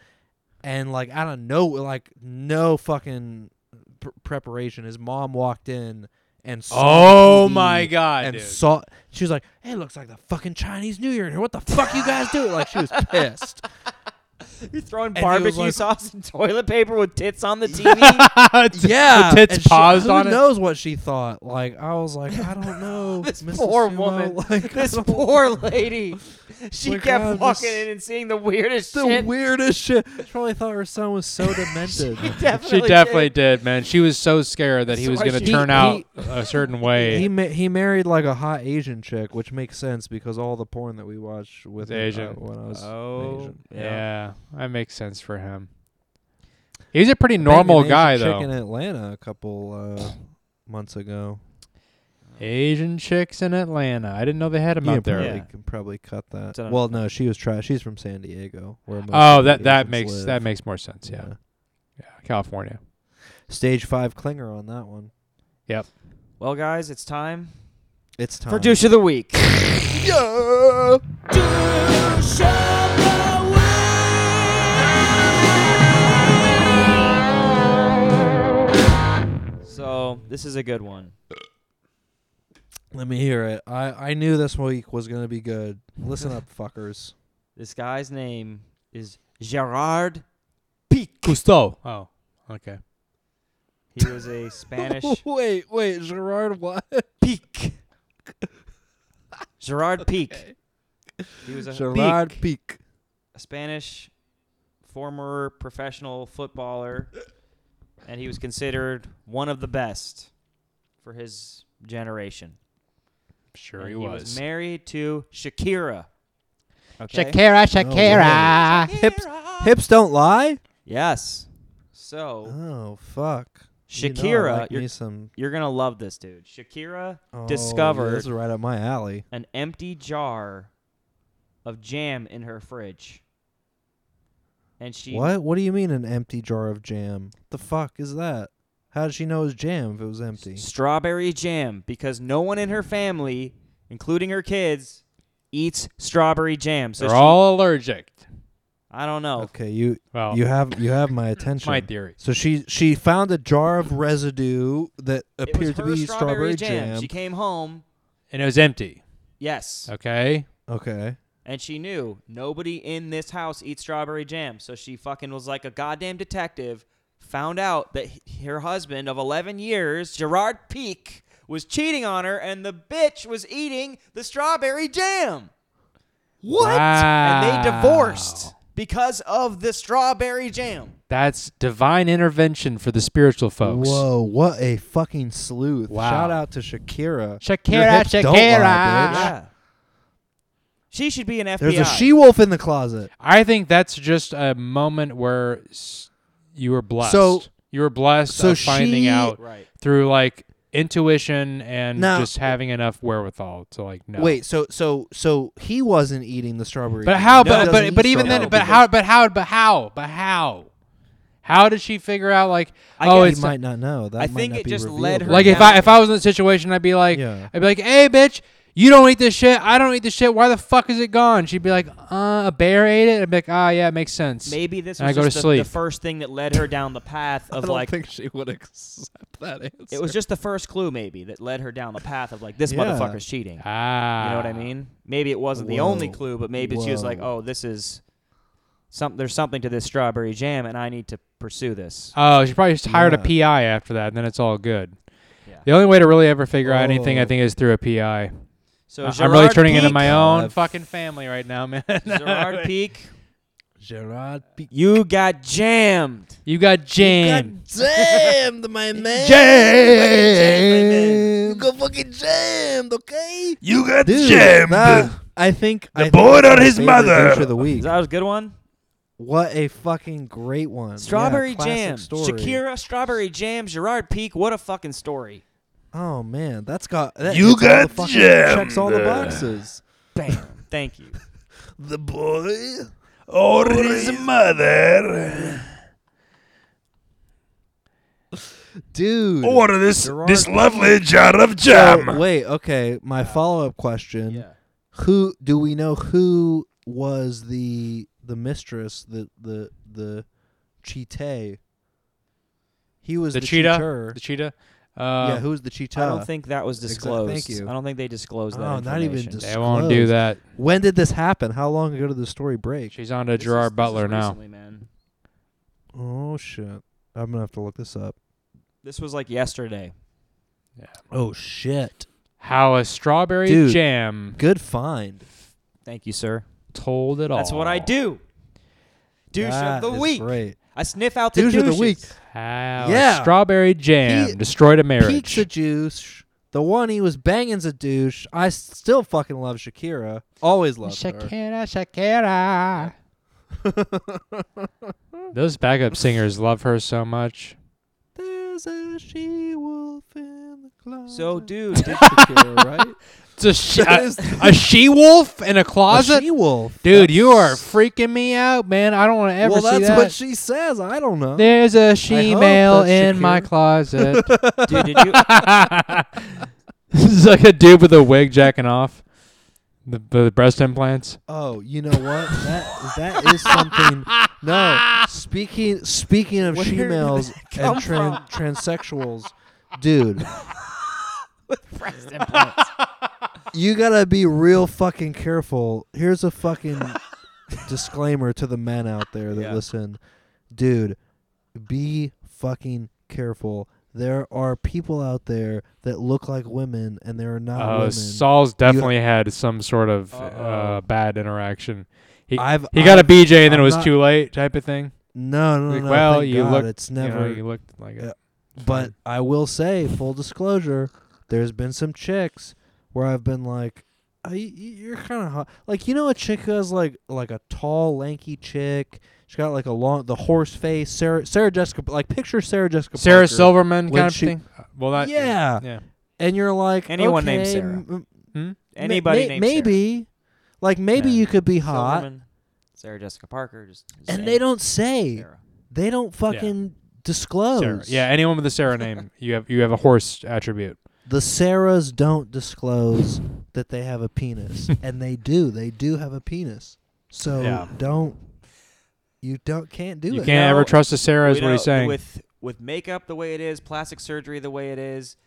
[SPEAKER 5] and like I don't know, like no fucking pr- preparation. His mom walked in and saw
[SPEAKER 4] Oh
[SPEAKER 5] the
[SPEAKER 4] my
[SPEAKER 5] TV
[SPEAKER 4] god!
[SPEAKER 5] and
[SPEAKER 4] dude. *laughs*
[SPEAKER 5] saw. She
[SPEAKER 4] *laughs*
[SPEAKER 5] was like, "It looks like the fucking Chinese New Year in here. What the fuck you guys do?" Like she was pissed.
[SPEAKER 6] You're throwing
[SPEAKER 5] he was
[SPEAKER 6] barbecue
[SPEAKER 5] like-
[SPEAKER 6] sauce and toilet paper with
[SPEAKER 5] *laughs*
[SPEAKER 6] tits on the TV.
[SPEAKER 5] yeah,
[SPEAKER 4] the tits
[SPEAKER 5] and she-
[SPEAKER 4] paused
[SPEAKER 5] who
[SPEAKER 4] on it.
[SPEAKER 5] knows what she thought? Like I was like, I don't know.
[SPEAKER 6] this
[SPEAKER 5] Mrs.
[SPEAKER 6] poor
[SPEAKER 5] Sumo, *laughs*
[SPEAKER 6] woman.
[SPEAKER 5] like, I
[SPEAKER 6] this
[SPEAKER 5] don't-
[SPEAKER 6] poor lady. She
[SPEAKER 5] Like,
[SPEAKER 6] kept
[SPEAKER 5] I'm
[SPEAKER 6] walking
[SPEAKER 5] just-
[SPEAKER 6] in and seeing the weirdest
[SPEAKER 5] the
[SPEAKER 6] *laughs* shit.
[SPEAKER 5] weirdest shit. She probably thought her son was *laughs* so demented.
[SPEAKER 6] definitely
[SPEAKER 4] She definitely did, man. She was so scared that he
[SPEAKER 6] So
[SPEAKER 4] was
[SPEAKER 6] why
[SPEAKER 4] going to
[SPEAKER 6] she-
[SPEAKER 4] turn
[SPEAKER 5] He-
[SPEAKER 4] out a certain way.
[SPEAKER 5] he ma- he married like a hot Asian chick, which makes sense because all the porn that we watched with uh,
[SPEAKER 4] It's Asian. Uh,
[SPEAKER 5] when I was
[SPEAKER 6] Oh,
[SPEAKER 5] Asian.
[SPEAKER 4] yeah. that makes sense for him. He's a pretty normal guy, though.
[SPEAKER 5] in Atlanta a couple uh, months ago.
[SPEAKER 4] Asian chicks in Atlanta. I didn't know they had them out there.
[SPEAKER 5] probably
[SPEAKER 6] Yeah.
[SPEAKER 5] can probably cut that.
[SPEAKER 6] It's an-
[SPEAKER 5] Well, no, she was trash. She's from San Diego. Where most
[SPEAKER 4] Oh,
[SPEAKER 5] of the
[SPEAKER 4] that that
[SPEAKER 5] Asians
[SPEAKER 4] makes
[SPEAKER 5] live.
[SPEAKER 4] that makes more sense. Yeah. yeah, California.
[SPEAKER 5] Stage five clinger on that one.
[SPEAKER 6] Well, guys, it's time
[SPEAKER 5] It's time
[SPEAKER 6] for douche of
[SPEAKER 5] *laughs*
[SPEAKER 6] the week. So this is a good one.
[SPEAKER 5] Let me hear it. I I knew this week was gonna be good. Listen
[SPEAKER 6] *laughs*
[SPEAKER 5] up, fuckers.
[SPEAKER 6] This guy's name is Gerard.
[SPEAKER 4] Gusto. Oh, okay.
[SPEAKER 6] He was
[SPEAKER 5] *laughs*
[SPEAKER 6] a Spanish
[SPEAKER 5] wait, wait, Gerard, what?
[SPEAKER 6] Peak. Gerard Peak. He was a,
[SPEAKER 5] Gerard Peak.
[SPEAKER 6] a Spanish former professional footballer, and he was considered one of the best for his generation.
[SPEAKER 4] Sure,
[SPEAKER 6] And
[SPEAKER 4] he,
[SPEAKER 6] he
[SPEAKER 4] was.
[SPEAKER 6] married to Shakira. Okay?
[SPEAKER 4] Shakira,
[SPEAKER 5] Shakira. Hips
[SPEAKER 6] Ah.
[SPEAKER 5] hips don't lie.
[SPEAKER 6] Yes. So
[SPEAKER 5] Oh fuck. You know I
[SPEAKER 6] Shakira,
[SPEAKER 5] like
[SPEAKER 6] you're-
[SPEAKER 5] me some-
[SPEAKER 6] you're gonna love this dude. Shakira
[SPEAKER 5] Oh,
[SPEAKER 6] discovered
[SPEAKER 5] This is right up my alley.
[SPEAKER 6] an empty jar of jam in her fridge. And she
[SPEAKER 5] What? What do you mean an empty jar of jam? The fuck is that? How did she know it was jam if it was empty?
[SPEAKER 6] strawberry jam because no one in her family, including her kids, eats strawberry jam. So
[SPEAKER 4] They're
[SPEAKER 6] she,
[SPEAKER 4] all allergic.
[SPEAKER 6] I don't know.
[SPEAKER 5] Okay, you
[SPEAKER 4] Well,
[SPEAKER 5] you have you have
[SPEAKER 4] *laughs*
[SPEAKER 5] my attention.
[SPEAKER 4] my theory.
[SPEAKER 5] So she she found a jar of residue that
[SPEAKER 6] It was
[SPEAKER 5] appeared to
[SPEAKER 6] her
[SPEAKER 5] be strawberry jam.
[SPEAKER 6] She came home.
[SPEAKER 4] And it was empty.
[SPEAKER 6] Yes.
[SPEAKER 4] Okay.
[SPEAKER 5] Okay.
[SPEAKER 6] And she knew nobody in this house eats strawberry jam. So she fucking was like a goddamn detective, found out that h- her husband of 11 years, Gerard Peak, was cheating on her and the bitch was eating the strawberry jam.
[SPEAKER 4] What?
[SPEAKER 6] And they divorced because of the strawberry jam.
[SPEAKER 4] That's divine intervention for the spiritual folks.
[SPEAKER 5] Whoa! What a fucking sleuth!
[SPEAKER 4] Wow.
[SPEAKER 5] Shout out to Shakira.
[SPEAKER 4] Shakira,
[SPEAKER 5] Your hips don't
[SPEAKER 4] Shakira.
[SPEAKER 5] lie, bitch.
[SPEAKER 6] Yeah. She should be an FBI.
[SPEAKER 5] There's a she wolf in the closet.
[SPEAKER 4] I think that's just a moment where s- you were blessed.
[SPEAKER 5] So-
[SPEAKER 4] you were blessed
[SPEAKER 5] so
[SPEAKER 4] of finding
[SPEAKER 5] she-
[SPEAKER 4] out
[SPEAKER 6] Right.
[SPEAKER 4] through like intuition and
[SPEAKER 5] Now-
[SPEAKER 4] just having enough wherewithal to like know.
[SPEAKER 5] Wait, so so so he wasn't eating the strawberry.
[SPEAKER 4] but
[SPEAKER 5] jam. No,
[SPEAKER 4] how? But
[SPEAKER 5] doesn't
[SPEAKER 4] but,
[SPEAKER 5] eat
[SPEAKER 4] but even then,
[SPEAKER 5] strawberry
[SPEAKER 4] but
[SPEAKER 5] because
[SPEAKER 4] how? But how? But how? But how? How did she figure out like?
[SPEAKER 6] I
[SPEAKER 4] oh,
[SPEAKER 5] He
[SPEAKER 4] it's
[SPEAKER 5] might not know. That
[SPEAKER 6] I
[SPEAKER 5] might
[SPEAKER 6] think
[SPEAKER 5] not
[SPEAKER 6] it
[SPEAKER 5] be
[SPEAKER 6] just
[SPEAKER 5] revealed.
[SPEAKER 6] led her
[SPEAKER 4] like if
[SPEAKER 6] down.
[SPEAKER 4] I if I was in the situation, I'd be like,
[SPEAKER 5] Yeah.
[SPEAKER 4] I'd be like, hey, bitch. You don't eat this shit. I don't eat this shit. Why the fuck is it gone? She'd be like, uh, a bear ate it. I'd be like, ah, yeah, it makes sense.
[SPEAKER 6] Maybe this
[SPEAKER 4] And
[SPEAKER 6] was
[SPEAKER 4] I go
[SPEAKER 6] just
[SPEAKER 4] to
[SPEAKER 6] the,
[SPEAKER 4] sleep.
[SPEAKER 6] the first thing that led her down the path
[SPEAKER 5] *laughs* I
[SPEAKER 6] of
[SPEAKER 5] don't
[SPEAKER 6] like
[SPEAKER 5] think she would accept that answer.
[SPEAKER 6] It was just the first clue, maybe, that led her down the path of like this
[SPEAKER 5] Yeah.
[SPEAKER 6] motherfucker's cheating.
[SPEAKER 4] Ah.
[SPEAKER 6] You know what I mean? Maybe it wasn't the only
[SPEAKER 5] Whoa.
[SPEAKER 6] clue, but maybe she was like,
[SPEAKER 5] Whoa.
[SPEAKER 6] "Oh, this is some. There's something to this strawberry jam, and I need to pursue this."
[SPEAKER 4] Oh, she probably just hired
[SPEAKER 5] Yeah.
[SPEAKER 4] a PI after that, and then it's all good.
[SPEAKER 6] Yeah.
[SPEAKER 4] The only way to really ever figure out anything, I
[SPEAKER 5] Oh.
[SPEAKER 4] think, is through a PI.
[SPEAKER 5] Uh,
[SPEAKER 6] So
[SPEAKER 4] I- I'm
[SPEAKER 6] Gerard
[SPEAKER 4] really turning
[SPEAKER 6] Peak,
[SPEAKER 4] into my
[SPEAKER 5] God,
[SPEAKER 4] own
[SPEAKER 5] I've-
[SPEAKER 4] fucking family right now, man.
[SPEAKER 6] *laughs* Gerard Peak.
[SPEAKER 5] *laughs* Gerard Piqué.
[SPEAKER 6] You got jammed.
[SPEAKER 4] *laughs* you got jammed.
[SPEAKER 5] Jammed, my man.
[SPEAKER 8] Jammed.
[SPEAKER 5] You got fucking jammed, okay?
[SPEAKER 8] You got
[SPEAKER 5] Dude,
[SPEAKER 8] jammed.
[SPEAKER 5] that- I think
[SPEAKER 8] The
[SPEAKER 5] I think
[SPEAKER 8] boy
[SPEAKER 5] that's
[SPEAKER 8] or
[SPEAKER 5] my
[SPEAKER 8] his
[SPEAKER 5] favorite
[SPEAKER 8] mother.
[SPEAKER 5] douche of the week.
[SPEAKER 6] Is that was a good one?
[SPEAKER 5] What a fucking great one. Yeah,
[SPEAKER 6] Strawberry
[SPEAKER 5] classic
[SPEAKER 6] jam.
[SPEAKER 5] story.
[SPEAKER 6] Shakira, strawberry jam. Gerard Peak. What a fucking story.
[SPEAKER 5] Oh man, that's got that
[SPEAKER 8] You
[SPEAKER 5] hits all the
[SPEAKER 8] got
[SPEAKER 5] fucking-
[SPEAKER 8] jammed.
[SPEAKER 5] Checks all the boxes.
[SPEAKER 6] Bam.
[SPEAKER 5] *laughs*
[SPEAKER 6] Thank you.
[SPEAKER 8] The boy or his mother.
[SPEAKER 5] Dude.
[SPEAKER 8] Or this
[SPEAKER 5] Gerard
[SPEAKER 8] this
[SPEAKER 5] Piqué.
[SPEAKER 8] lovely jar of
[SPEAKER 5] So,
[SPEAKER 8] jam.
[SPEAKER 5] wait, okay. My follow up question: Who do we know who was the the mistress, the the the cheetah? He was
[SPEAKER 4] The
[SPEAKER 5] the,
[SPEAKER 4] cheetah.
[SPEAKER 5] cheater.
[SPEAKER 4] The cheetah. Uh,
[SPEAKER 5] yeah, who's the cheetah?
[SPEAKER 6] I don't think that was
[SPEAKER 5] Exact-
[SPEAKER 6] disclosed.
[SPEAKER 5] thank you.
[SPEAKER 6] I don't think they disclosed that.
[SPEAKER 5] Oh, not even
[SPEAKER 6] information.
[SPEAKER 5] dis-
[SPEAKER 4] they won't do
[SPEAKER 5] disclosed?
[SPEAKER 4] that.
[SPEAKER 5] when did this happen? How long ago did the story break?
[SPEAKER 4] She's on to
[SPEAKER 6] This is-
[SPEAKER 4] Gerard
[SPEAKER 6] this is
[SPEAKER 4] Butler now.
[SPEAKER 6] recently, man.
[SPEAKER 5] Oh shit! I'm gonna have to look this up.
[SPEAKER 6] This was like yesterday.
[SPEAKER 5] Oh shit!
[SPEAKER 4] How a strawberry
[SPEAKER 5] Dude.
[SPEAKER 4] jam
[SPEAKER 5] Good find.
[SPEAKER 6] Thank you, sir.
[SPEAKER 4] told it all.
[SPEAKER 6] That's what I do. Douche
[SPEAKER 5] That
[SPEAKER 6] of the
[SPEAKER 5] is
[SPEAKER 6] week.
[SPEAKER 5] Great.
[SPEAKER 6] I sniff out the
[SPEAKER 5] Douche of the week.
[SPEAKER 6] douches.
[SPEAKER 4] How
[SPEAKER 5] Yeah.
[SPEAKER 4] a strawberry jam
[SPEAKER 5] Pe-
[SPEAKER 4] destroyed a marriage.
[SPEAKER 5] Pizza juice. The one he was banging's a douche. I s- still fucking love Shakira. Always loved her.
[SPEAKER 4] Shakira, Shakira. Those backup singers love her so much.
[SPEAKER 5] There's a she wolf in the closet. *laughs*
[SPEAKER 6] So, dude, did,
[SPEAKER 5] Shakira, right?
[SPEAKER 4] It's a, she-
[SPEAKER 5] That
[SPEAKER 4] a-
[SPEAKER 5] is-
[SPEAKER 4] *laughs* a she wolf in
[SPEAKER 5] *laughs*
[SPEAKER 4] a
[SPEAKER 5] a
[SPEAKER 4] closet.
[SPEAKER 5] she wolf.
[SPEAKER 4] Dude, you are freaking me out, man. I don't want to ever
[SPEAKER 5] well,
[SPEAKER 4] see
[SPEAKER 5] that's
[SPEAKER 4] that.
[SPEAKER 5] what she says. I don't know.
[SPEAKER 4] There's a she male
[SPEAKER 5] that's
[SPEAKER 4] in my
[SPEAKER 5] Shakira.
[SPEAKER 4] closet.
[SPEAKER 6] dude, did
[SPEAKER 5] *laughs*
[SPEAKER 6] you?
[SPEAKER 4] *laughs* this is like a dude with a wig jacking off. The, the breast implants.
[SPEAKER 5] Oh, you know what? That that is something. No, speaking speaking of females and tran transsexuals, dude. You gotta be real fucking careful. Here's a fucking disclaimer to the men out there that
[SPEAKER 6] Yeah.
[SPEAKER 5] listen, dude. Be fucking careful. There are people out there that look like women and they are not
[SPEAKER 4] Oh,
[SPEAKER 5] Ah, women.
[SPEAKER 4] Saul's definitely had some sort of uh,
[SPEAKER 6] Uh-oh.
[SPEAKER 4] bad interaction. He,
[SPEAKER 5] I've
[SPEAKER 4] he got a
[SPEAKER 5] I've-
[SPEAKER 4] BJ and then
[SPEAKER 5] I'm
[SPEAKER 4] it was
[SPEAKER 5] not-
[SPEAKER 4] too late type of thing.
[SPEAKER 5] No, no,
[SPEAKER 4] Like,
[SPEAKER 5] no.
[SPEAKER 4] well,
[SPEAKER 5] thank
[SPEAKER 4] you
[SPEAKER 5] God,
[SPEAKER 4] looked-
[SPEAKER 5] It's
[SPEAKER 4] You know,
[SPEAKER 5] never.
[SPEAKER 4] you looked like a
[SPEAKER 5] Yeah. but I will say, full disclosure, there's been some chicks where I've been like, oh, you, "You're kind of hot." Like you know, a chick who has like like a tall, lanky chick. She's got like a long, the horse face. Sarah, Sarah Jessica, like picture Sarah Jessica.
[SPEAKER 4] Sarah
[SPEAKER 5] Parker.
[SPEAKER 4] Silverman
[SPEAKER 5] when
[SPEAKER 4] kind of
[SPEAKER 5] she-
[SPEAKER 4] thing. Uh, Well, that
[SPEAKER 5] Yeah.
[SPEAKER 4] yeah.
[SPEAKER 5] And you're like
[SPEAKER 6] Anyone
[SPEAKER 5] okay,
[SPEAKER 6] named Sarah.
[SPEAKER 5] m- m-
[SPEAKER 4] Hmm?
[SPEAKER 6] Anybody
[SPEAKER 5] may-
[SPEAKER 6] named
[SPEAKER 5] maybe, like maybe
[SPEAKER 6] Yeah.
[SPEAKER 5] you could be
[SPEAKER 6] Sarah.
[SPEAKER 5] hot.
[SPEAKER 6] Silverman, Sarah Jessica Parker. Just
[SPEAKER 5] And
[SPEAKER 6] Zane,
[SPEAKER 5] they don't say.
[SPEAKER 6] Sarah.
[SPEAKER 5] They don't fucking disclose.
[SPEAKER 4] Sarah. Yeah, anyone with a
[SPEAKER 5] *laughs*
[SPEAKER 4] Sarah name, you have you have a horse attribute.
[SPEAKER 5] the Sarahs don't disclose that they have a penis,
[SPEAKER 4] *laughs*
[SPEAKER 5] and they do. They do have a penis. So
[SPEAKER 4] Yeah.
[SPEAKER 5] don't you don't can't do
[SPEAKER 4] you
[SPEAKER 5] it.
[SPEAKER 4] can't ever trust a Sarah, is
[SPEAKER 6] We
[SPEAKER 4] what he's
[SPEAKER 6] know-
[SPEAKER 4] saying.
[SPEAKER 6] With with makeup the way it is, plastic surgery the way it is,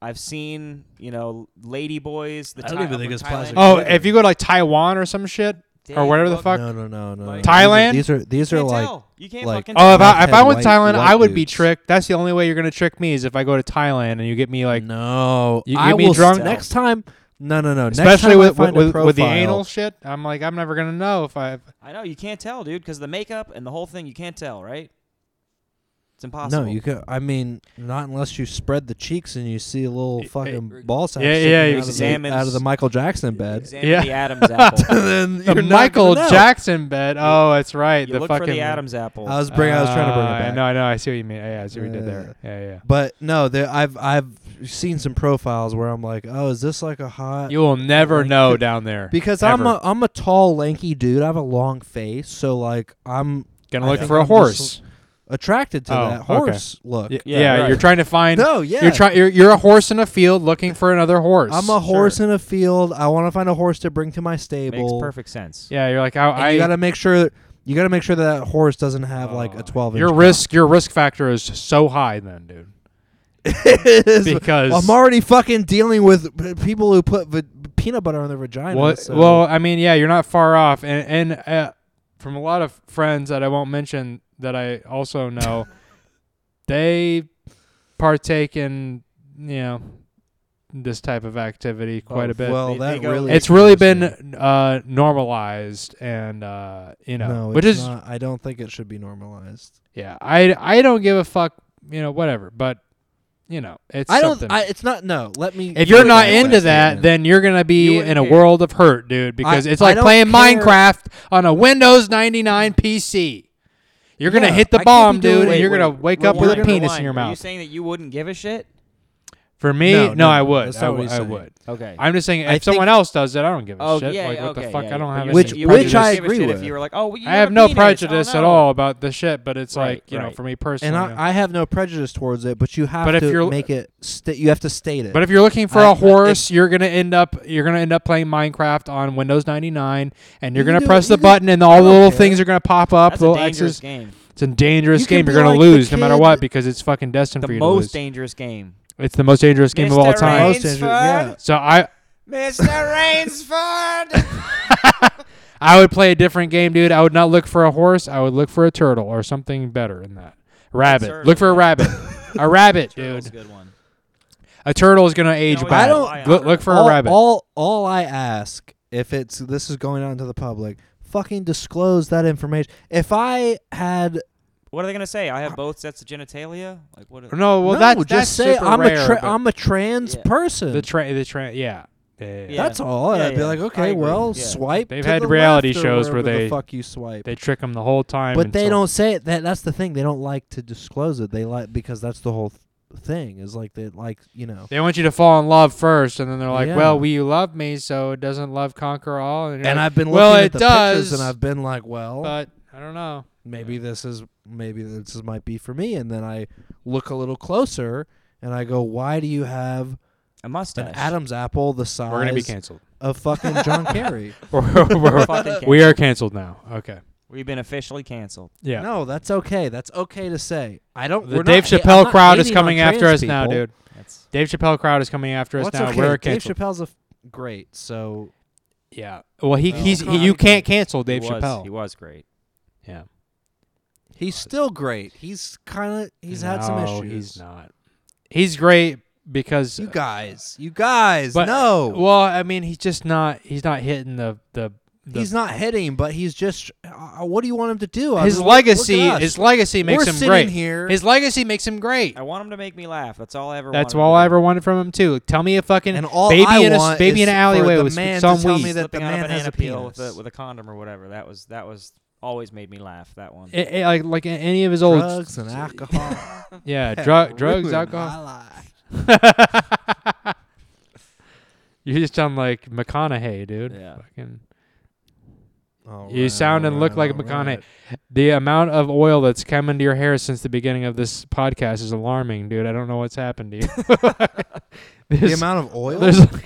[SPEAKER 6] I've seen you know lady boys. The
[SPEAKER 5] I don't
[SPEAKER 6] Thai-
[SPEAKER 5] even think it's
[SPEAKER 6] Thailand,
[SPEAKER 5] plastic
[SPEAKER 4] oh,
[SPEAKER 5] Literally.
[SPEAKER 4] if you go to like Taiwan or some shit
[SPEAKER 6] They
[SPEAKER 4] or whatever the
[SPEAKER 6] look-
[SPEAKER 4] fuck.
[SPEAKER 5] No, no, no, no. no.
[SPEAKER 4] Thailand?
[SPEAKER 5] These are these are
[SPEAKER 6] You can't
[SPEAKER 5] like
[SPEAKER 6] tell. You can't
[SPEAKER 5] like-
[SPEAKER 6] fucking.
[SPEAKER 4] *laughs* Oh, if I if I
[SPEAKER 5] Blackhead
[SPEAKER 4] went to
[SPEAKER 5] white-
[SPEAKER 4] Thailand,
[SPEAKER 5] white
[SPEAKER 4] I would be
[SPEAKER 5] dudes.
[SPEAKER 4] tricked. That's the only way you're gonna trick me is if I go to Thailand and you get me like,
[SPEAKER 5] no.
[SPEAKER 4] You-
[SPEAKER 5] I
[SPEAKER 4] you mean
[SPEAKER 5] will
[SPEAKER 4] drunk?
[SPEAKER 5] next time. No, no, no. next
[SPEAKER 4] especially
[SPEAKER 5] time I
[SPEAKER 4] with
[SPEAKER 5] find a
[SPEAKER 4] with, with, with the
[SPEAKER 5] profile-
[SPEAKER 4] anal shit. I'm like, I'm never gonna know if I.
[SPEAKER 6] I know you can't tell, dude, because the makeup and the whole thing, you can't tell, right? It's impossible.
[SPEAKER 5] No, you can. I mean, not unless you spread the cheeks and you see a little
[SPEAKER 4] It-
[SPEAKER 5] fucking ball sack
[SPEAKER 4] eh, yeah,
[SPEAKER 5] sticking
[SPEAKER 4] yeah,
[SPEAKER 5] out,
[SPEAKER 4] you
[SPEAKER 5] of the,
[SPEAKER 6] examines-
[SPEAKER 5] out of the Michael Jackson bed.
[SPEAKER 6] Examine
[SPEAKER 4] Yeah.
[SPEAKER 6] the Adam's apple.
[SPEAKER 5] *laughs* then
[SPEAKER 4] The
[SPEAKER 5] you're not
[SPEAKER 4] Michael
[SPEAKER 5] gonna know.
[SPEAKER 4] Jackson bed. Oh, that's right.
[SPEAKER 6] you
[SPEAKER 4] the
[SPEAKER 6] look
[SPEAKER 4] fucking
[SPEAKER 6] for the Adam's apple.
[SPEAKER 5] I was bring. I was trying to bring
[SPEAKER 4] Ah,
[SPEAKER 5] it back.
[SPEAKER 4] I know, I know. I see what you mean. Yeah, I see what you did there. Yeah, yeah.
[SPEAKER 5] But no, there, I've I've seen some profiles where I'm like, oh, is this like a hot?
[SPEAKER 4] You will never
[SPEAKER 5] Like,
[SPEAKER 4] know
[SPEAKER 5] could-
[SPEAKER 4] down there
[SPEAKER 5] because I'm
[SPEAKER 4] ever.
[SPEAKER 5] a I'm a tall, lanky dude. I have a long face, so like I'm
[SPEAKER 4] gonna
[SPEAKER 5] I
[SPEAKER 4] look
[SPEAKER 5] think
[SPEAKER 4] for a
[SPEAKER 5] I'm just-
[SPEAKER 4] horse.
[SPEAKER 5] attracted to
[SPEAKER 4] Oh,
[SPEAKER 5] that
[SPEAKER 4] okay.
[SPEAKER 5] horse look.
[SPEAKER 4] Y- yeah,
[SPEAKER 6] Yeah, right.
[SPEAKER 4] you're trying to find.
[SPEAKER 5] No, yeah.
[SPEAKER 4] you're trying. You're, you're a horse in a field looking for another horse.
[SPEAKER 5] I'm a horse in a field. I want to find a horse to bring to my
[SPEAKER 6] Makes
[SPEAKER 5] stable.
[SPEAKER 6] perfect sense.
[SPEAKER 4] Yeah, you're like I.
[SPEAKER 5] And
[SPEAKER 4] I
[SPEAKER 5] you gotta make sure you gotta make sure that, that horse doesn't have like a 12 inch.
[SPEAKER 4] Oh,
[SPEAKER 5] *laughs*
[SPEAKER 4] your risk. Your risk factor is so high, then, dude. because-
[SPEAKER 5] I'm already fucking dealing with p- people who put v- peanut butter on their vagina.
[SPEAKER 4] Well,
[SPEAKER 5] so-
[SPEAKER 4] well, I mean, yeah, you're not far off, and and uh, from a lot of friends that I won't mention that I also
[SPEAKER 5] *laughs*
[SPEAKER 4] know, they partake in you know this type of activity quite a
[SPEAKER 6] Both.
[SPEAKER 4] bit.
[SPEAKER 5] Oh, well,
[SPEAKER 6] They-
[SPEAKER 5] that
[SPEAKER 6] they go-
[SPEAKER 5] really
[SPEAKER 4] it's really
[SPEAKER 5] scares
[SPEAKER 4] been
[SPEAKER 5] me.
[SPEAKER 4] uh, normalized, and uh, you know,
[SPEAKER 5] No,
[SPEAKER 4] which
[SPEAKER 5] it's
[SPEAKER 4] is
[SPEAKER 5] not. I don't think it should be normalized.
[SPEAKER 4] yeah, I I don't give a fuck, you know, whatever, but you know, it's
[SPEAKER 5] I don't.
[SPEAKER 4] something.
[SPEAKER 5] I, it's not. No, let me.
[SPEAKER 4] if you're
[SPEAKER 5] let me
[SPEAKER 4] not
[SPEAKER 5] back
[SPEAKER 4] into that,
[SPEAKER 5] statement.
[SPEAKER 4] then you're gonna be
[SPEAKER 6] You
[SPEAKER 4] in a
[SPEAKER 6] wouldn't care.
[SPEAKER 4] world of hurt, dude. Because it's
[SPEAKER 5] I
[SPEAKER 4] like
[SPEAKER 5] don't
[SPEAKER 4] playing
[SPEAKER 5] care.
[SPEAKER 4] Minecraft on a Windows 99 PC. You're gonna
[SPEAKER 5] Yeah,
[SPEAKER 4] hit
[SPEAKER 5] I
[SPEAKER 4] the
[SPEAKER 5] can't be
[SPEAKER 4] bomb,
[SPEAKER 5] doing-
[SPEAKER 4] dude,
[SPEAKER 5] wait,
[SPEAKER 4] and you're gonna
[SPEAKER 5] wait,
[SPEAKER 4] wake
[SPEAKER 5] wait,
[SPEAKER 4] up with a
[SPEAKER 5] rewind,
[SPEAKER 4] penis in your
[SPEAKER 6] Are you
[SPEAKER 4] mouth.
[SPEAKER 6] saying that you wouldn't give a shit?
[SPEAKER 4] For me,
[SPEAKER 5] No,
[SPEAKER 4] no,
[SPEAKER 5] no,
[SPEAKER 4] I would.
[SPEAKER 5] that's
[SPEAKER 4] I
[SPEAKER 5] not what
[SPEAKER 4] would.
[SPEAKER 5] he's
[SPEAKER 4] I
[SPEAKER 5] saying.
[SPEAKER 4] would.
[SPEAKER 6] Okay.
[SPEAKER 4] I'm just saying,
[SPEAKER 5] I
[SPEAKER 4] if someone
[SPEAKER 5] think-
[SPEAKER 4] else does it, I don't give a
[SPEAKER 6] oh
[SPEAKER 4] shit.
[SPEAKER 6] yeah.
[SPEAKER 4] like what
[SPEAKER 6] okay,
[SPEAKER 4] the fuck?
[SPEAKER 6] yeah,
[SPEAKER 4] I don't
[SPEAKER 6] but
[SPEAKER 4] have
[SPEAKER 6] you
[SPEAKER 4] any
[SPEAKER 5] Which-
[SPEAKER 6] wouldn't- you wouldn't
[SPEAKER 5] which I
[SPEAKER 6] give a shit
[SPEAKER 5] agree
[SPEAKER 6] If
[SPEAKER 5] with.
[SPEAKER 6] you were like, oh, well, you
[SPEAKER 4] I have
[SPEAKER 6] a
[SPEAKER 4] no
[SPEAKER 6] penis.
[SPEAKER 4] prejudice
[SPEAKER 6] oh,
[SPEAKER 4] at
[SPEAKER 6] no.
[SPEAKER 4] all about the shit, but it's
[SPEAKER 6] Right,
[SPEAKER 4] like you know,
[SPEAKER 6] right.
[SPEAKER 4] for me personally.
[SPEAKER 5] and
[SPEAKER 4] no.
[SPEAKER 5] I, I have no prejudice towards it, but you have
[SPEAKER 4] But if
[SPEAKER 5] to
[SPEAKER 4] you're-
[SPEAKER 5] make it. Sta- you have to state it.
[SPEAKER 4] But if you're looking for
[SPEAKER 5] I-
[SPEAKER 4] a
[SPEAKER 5] I-
[SPEAKER 4] horse, you're gonna end up you're gonna end up playing Minecraft on Windows 99, and you're
[SPEAKER 5] You can
[SPEAKER 4] gonna
[SPEAKER 5] do-
[SPEAKER 4] press
[SPEAKER 5] you
[SPEAKER 4] the
[SPEAKER 5] can-
[SPEAKER 4] button, and
[SPEAKER 5] I
[SPEAKER 4] all the
[SPEAKER 5] don't
[SPEAKER 4] little
[SPEAKER 5] care.
[SPEAKER 4] things are gonna pop up.
[SPEAKER 6] That's a
[SPEAKER 4] little
[SPEAKER 6] dangerous
[SPEAKER 4] X's.
[SPEAKER 6] game.
[SPEAKER 4] It's a dangerous
[SPEAKER 5] You can
[SPEAKER 4] game. You're
[SPEAKER 5] be
[SPEAKER 4] gonna
[SPEAKER 5] like the
[SPEAKER 4] lose no matter
[SPEAKER 5] kid-
[SPEAKER 4] what because it's fucking destined
[SPEAKER 6] The
[SPEAKER 4] for you
[SPEAKER 6] most
[SPEAKER 4] to lose.
[SPEAKER 6] dangerous game.
[SPEAKER 4] It's the most dangerous game of all
[SPEAKER 6] Mr.
[SPEAKER 4] time.
[SPEAKER 6] Most dangerous- yeah.
[SPEAKER 4] So I *laughs*
[SPEAKER 6] Mr. *laughs* Rainsford.
[SPEAKER 4] I would play a different game, dude. I would not look for a horse. I would look for a turtle or something better than that. Rabbit.
[SPEAKER 6] Turtle.
[SPEAKER 4] Look for
[SPEAKER 5] *laughs*
[SPEAKER 4] a rabbit. a rabbit,
[SPEAKER 6] Turtle's a
[SPEAKER 4] dude.
[SPEAKER 6] good one.
[SPEAKER 4] A turtle is gonna age
[SPEAKER 6] always
[SPEAKER 4] bad.
[SPEAKER 5] have to buy
[SPEAKER 6] a
[SPEAKER 4] look, look for
[SPEAKER 5] all,
[SPEAKER 4] a rabbit.
[SPEAKER 5] All all I ask if it's this is going out to the public, fucking disclose that information. If I had
[SPEAKER 6] What are they gonna say? I have both sets of genitalia. Like what? Are,
[SPEAKER 4] no, well
[SPEAKER 5] no,
[SPEAKER 4] that's
[SPEAKER 5] just
[SPEAKER 4] that's
[SPEAKER 5] say
[SPEAKER 4] super
[SPEAKER 5] I'm a
[SPEAKER 4] rare,
[SPEAKER 5] tra-
[SPEAKER 4] but
[SPEAKER 5] I'm a trans
[SPEAKER 6] Yeah.
[SPEAKER 5] person.
[SPEAKER 4] the tra- the tra- yeah. Yeah, yeah, yeah.
[SPEAKER 6] Yeah.
[SPEAKER 5] That's all. And
[SPEAKER 6] Yeah,
[SPEAKER 5] I'd be
[SPEAKER 6] yeah.
[SPEAKER 5] like,
[SPEAKER 6] I
[SPEAKER 5] okay,
[SPEAKER 6] agree.
[SPEAKER 5] well,
[SPEAKER 6] Yeah.
[SPEAKER 5] swipe.
[SPEAKER 4] They've
[SPEAKER 5] to
[SPEAKER 4] had
[SPEAKER 5] the
[SPEAKER 4] reality
[SPEAKER 5] left or
[SPEAKER 4] shows where
[SPEAKER 5] wherever the
[SPEAKER 4] they-
[SPEAKER 5] fuck you swipe.
[SPEAKER 4] They trick them the whole time.
[SPEAKER 5] but
[SPEAKER 4] and
[SPEAKER 5] they
[SPEAKER 4] so-
[SPEAKER 5] don't say it. That that's the thing. They don't like to disclose it. They like because that's the whole th- thing. Is like they like you know.
[SPEAKER 4] They want you to fall in love first, and then they're like,
[SPEAKER 5] Yeah.
[SPEAKER 4] "Well, we love me, so it doesn't love conquer all." And, you're
[SPEAKER 5] And
[SPEAKER 4] like,
[SPEAKER 5] I've been looking
[SPEAKER 4] well,
[SPEAKER 5] at
[SPEAKER 4] it
[SPEAKER 5] the
[SPEAKER 4] does,
[SPEAKER 5] pictures, and I've been like, well,
[SPEAKER 4] but I don't know.
[SPEAKER 5] maybe this is maybe this is, might be for me. And then I look a little closer, and I go, why do you have
[SPEAKER 6] a
[SPEAKER 5] an
[SPEAKER 6] mustache.
[SPEAKER 5] Adam's apple the size
[SPEAKER 4] We're gonna be *laughs* canceled.
[SPEAKER 5] of fucking
[SPEAKER 4] *laughs*
[SPEAKER 5] John Kerry?
[SPEAKER 6] We're fucking canceled.
[SPEAKER 4] we are canceled now. Okay.
[SPEAKER 6] We've been officially canceled.
[SPEAKER 4] Yeah.
[SPEAKER 5] No, that's okay. That's okay to say. I don't.
[SPEAKER 4] The
[SPEAKER 5] we're
[SPEAKER 4] Dave
[SPEAKER 5] not, ha- I'm
[SPEAKER 4] Chappelle
[SPEAKER 5] not
[SPEAKER 4] crowd is
[SPEAKER 5] hating on
[SPEAKER 4] coming after us
[SPEAKER 5] trans
[SPEAKER 4] now,
[SPEAKER 5] people.
[SPEAKER 4] dude.
[SPEAKER 6] That's
[SPEAKER 4] Dave Chappelle crowd is coming after us
[SPEAKER 5] What's
[SPEAKER 4] now.
[SPEAKER 5] okay?
[SPEAKER 4] We're
[SPEAKER 5] Dave
[SPEAKER 4] canceled.
[SPEAKER 5] Chappelle's a f- great. So
[SPEAKER 4] yeah. Well, he
[SPEAKER 6] Oh.
[SPEAKER 4] he's he,
[SPEAKER 5] Comedy
[SPEAKER 4] you
[SPEAKER 5] Dave.
[SPEAKER 4] can't cancel Dave
[SPEAKER 6] he was,
[SPEAKER 4] Chappelle.
[SPEAKER 6] He was great.
[SPEAKER 4] yeah.
[SPEAKER 5] he's still great. He's kind of he's had some
[SPEAKER 4] No,
[SPEAKER 5] issues.
[SPEAKER 4] He's not. He's great because
[SPEAKER 5] You guys, you guys,
[SPEAKER 4] but- uh,
[SPEAKER 5] no.
[SPEAKER 4] Well, I mean, he's just not. He's not hitting the the. the
[SPEAKER 5] he's not hitting, but he's just. Uh, what do you want him to do? I
[SPEAKER 4] his
[SPEAKER 5] mean, look- look at
[SPEAKER 4] legacy.
[SPEAKER 5] us.
[SPEAKER 4] His legacy makes
[SPEAKER 5] We're
[SPEAKER 4] him
[SPEAKER 5] sitting
[SPEAKER 4] great.
[SPEAKER 5] here.
[SPEAKER 4] His legacy makes him great.
[SPEAKER 6] I want him to make me laugh. That's all I ever.
[SPEAKER 4] That's
[SPEAKER 6] wanted
[SPEAKER 4] all
[SPEAKER 6] to
[SPEAKER 4] I
[SPEAKER 6] do.
[SPEAKER 4] ever wanted from him too. Tell me a fucking
[SPEAKER 5] And all
[SPEAKER 4] baby
[SPEAKER 5] I
[SPEAKER 4] in a
[SPEAKER 5] want
[SPEAKER 4] baby in
[SPEAKER 5] is
[SPEAKER 4] an
[SPEAKER 5] for
[SPEAKER 4] alleyway
[SPEAKER 5] the
[SPEAKER 4] with
[SPEAKER 5] man to
[SPEAKER 4] some
[SPEAKER 5] tell me
[SPEAKER 4] weed.
[SPEAKER 5] that the
[SPEAKER 6] Slipping on
[SPEAKER 5] man
[SPEAKER 6] a banana
[SPEAKER 5] has a
[SPEAKER 6] peel with
[SPEAKER 5] penis.
[SPEAKER 6] a, with a condom or whatever. That was that was always made me laugh. That one.
[SPEAKER 5] Eh.
[SPEAKER 4] It- it- like like any of his old
[SPEAKER 5] drugs and alcohol. *laughs*
[SPEAKER 4] yeah drug drugs
[SPEAKER 5] Ruined
[SPEAKER 4] alcohol.
[SPEAKER 5] my life.
[SPEAKER 4] *laughs* you just sound like McConaughey, dude.
[SPEAKER 6] Yeah.
[SPEAKER 4] Fucking-
[SPEAKER 5] All
[SPEAKER 4] you
[SPEAKER 5] right,
[SPEAKER 4] sound and
[SPEAKER 5] all
[SPEAKER 4] look
[SPEAKER 5] right,
[SPEAKER 4] like
[SPEAKER 5] all
[SPEAKER 4] McConaughey.
[SPEAKER 5] right.
[SPEAKER 4] The amount of oil that's come into your hair since the beginning of this podcast is alarming, dude. I don't know what's happened to you. *laughs*
[SPEAKER 5] The
[SPEAKER 4] There's-
[SPEAKER 5] amount of oil.
[SPEAKER 4] there's- *laughs*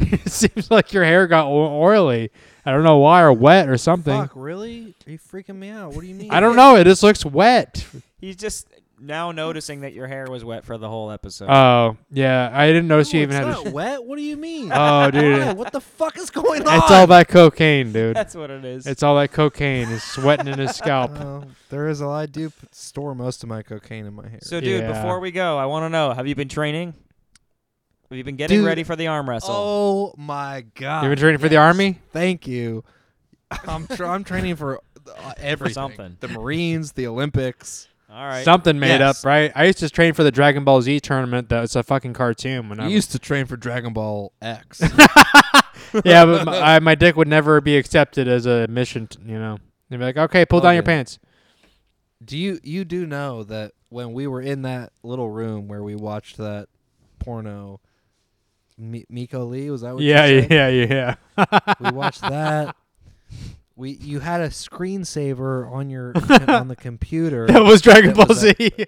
[SPEAKER 4] it seems like your hair got o- oily. I don't know why, or wet, or something.
[SPEAKER 5] Fuck, really? Are you freaking me out? What do you mean?
[SPEAKER 4] I don't know. It just looks wet.
[SPEAKER 6] He's just now noticing that your hair was wet for the whole episode.
[SPEAKER 5] Uh,
[SPEAKER 4] Oh yeah, I didn't
[SPEAKER 5] No,
[SPEAKER 4] notice you even
[SPEAKER 5] it's
[SPEAKER 4] had.
[SPEAKER 5] not wet. What do you mean? *laughs*
[SPEAKER 4] A, oh
[SPEAKER 5] Why?
[SPEAKER 4] dude,
[SPEAKER 5] What the fuck is going on?
[SPEAKER 4] it's all that cocaine, dude.
[SPEAKER 6] *laughs* That's what it is.
[SPEAKER 4] It's all that cocaine is sweating in
[SPEAKER 5] *laughs*
[SPEAKER 4] his scalp.
[SPEAKER 5] Oh, there is a lot. I do p- store most of my cocaine in my hair.
[SPEAKER 6] so, dude,
[SPEAKER 4] Yeah.
[SPEAKER 6] before we go, I want to know: Have you been training? Have you been getting
[SPEAKER 5] Dude.
[SPEAKER 6] ready for the arm wrestle?
[SPEAKER 5] oh my god!
[SPEAKER 4] You've been training for the army?
[SPEAKER 5] Thank you. I'm tra- I'm training for uh, everything.
[SPEAKER 6] something.
[SPEAKER 5] The Marines, the Olympics.
[SPEAKER 6] All right.
[SPEAKER 4] Something made
[SPEAKER 5] Yes.
[SPEAKER 4] up, right? I used to train for the Dragon Ball Z tournament. That was a fucking cartoon when I
[SPEAKER 5] You
[SPEAKER 4] was,
[SPEAKER 5] used to train for Dragon Ball
[SPEAKER 4] *laughs*
[SPEAKER 5] X. *laughs*
[SPEAKER 4] yeah, but my, I, my dick would never be accepted as a mission. T- you know, they'd be like, okay, pull down your
[SPEAKER 5] Okay.
[SPEAKER 4] pants.
[SPEAKER 5] do you you do know that when we were in that little room where we watched that porno, Mi- Miko Lee was that what? you
[SPEAKER 4] Yeah,
[SPEAKER 5] said?
[SPEAKER 4] yeah, yeah, yeah.
[SPEAKER 5] We watched
[SPEAKER 4] *laughs*
[SPEAKER 5] that. We you had a screensaver on
[SPEAKER 4] *laughs*
[SPEAKER 5] your on the computer.
[SPEAKER 4] That was Dragon
[SPEAKER 5] That
[SPEAKER 4] Ball
[SPEAKER 5] was
[SPEAKER 4] Z.
[SPEAKER 5] a-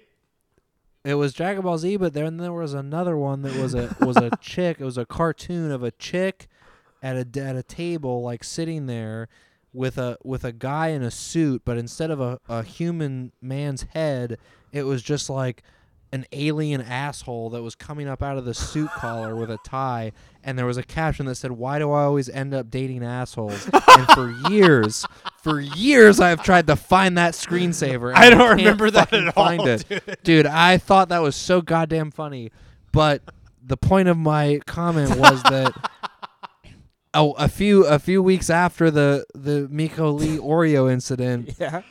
[SPEAKER 5] It was Dragon Ball Z, but then there was another one that was a was a chick. It was a cartoon of a chick at a at a table, like sitting there with a with a guy in a suit, but instead of a, a human man's head, it was just like an alien asshole that was coming up out of the suit
[SPEAKER 4] *laughs*
[SPEAKER 5] collar with a tie and there was a caption that said why do i always end up dating
[SPEAKER 4] *laughs*
[SPEAKER 5] assholes and for years for years i've tried to find that screensaver and
[SPEAKER 4] I don't
[SPEAKER 5] can't
[SPEAKER 4] remember that
[SPEAKER 5] fucking
[SPEAKER 4] at all,
[SPEAKER 5] find it dude i thought that was so goddamn funny but the point of my comment was that oh, a few a few weeks after the the miko
[SPEAKER 4] *laughs*
[SPEAKER 5] lee oreo incident
[SPEAKER 6] *laughs* Yeah.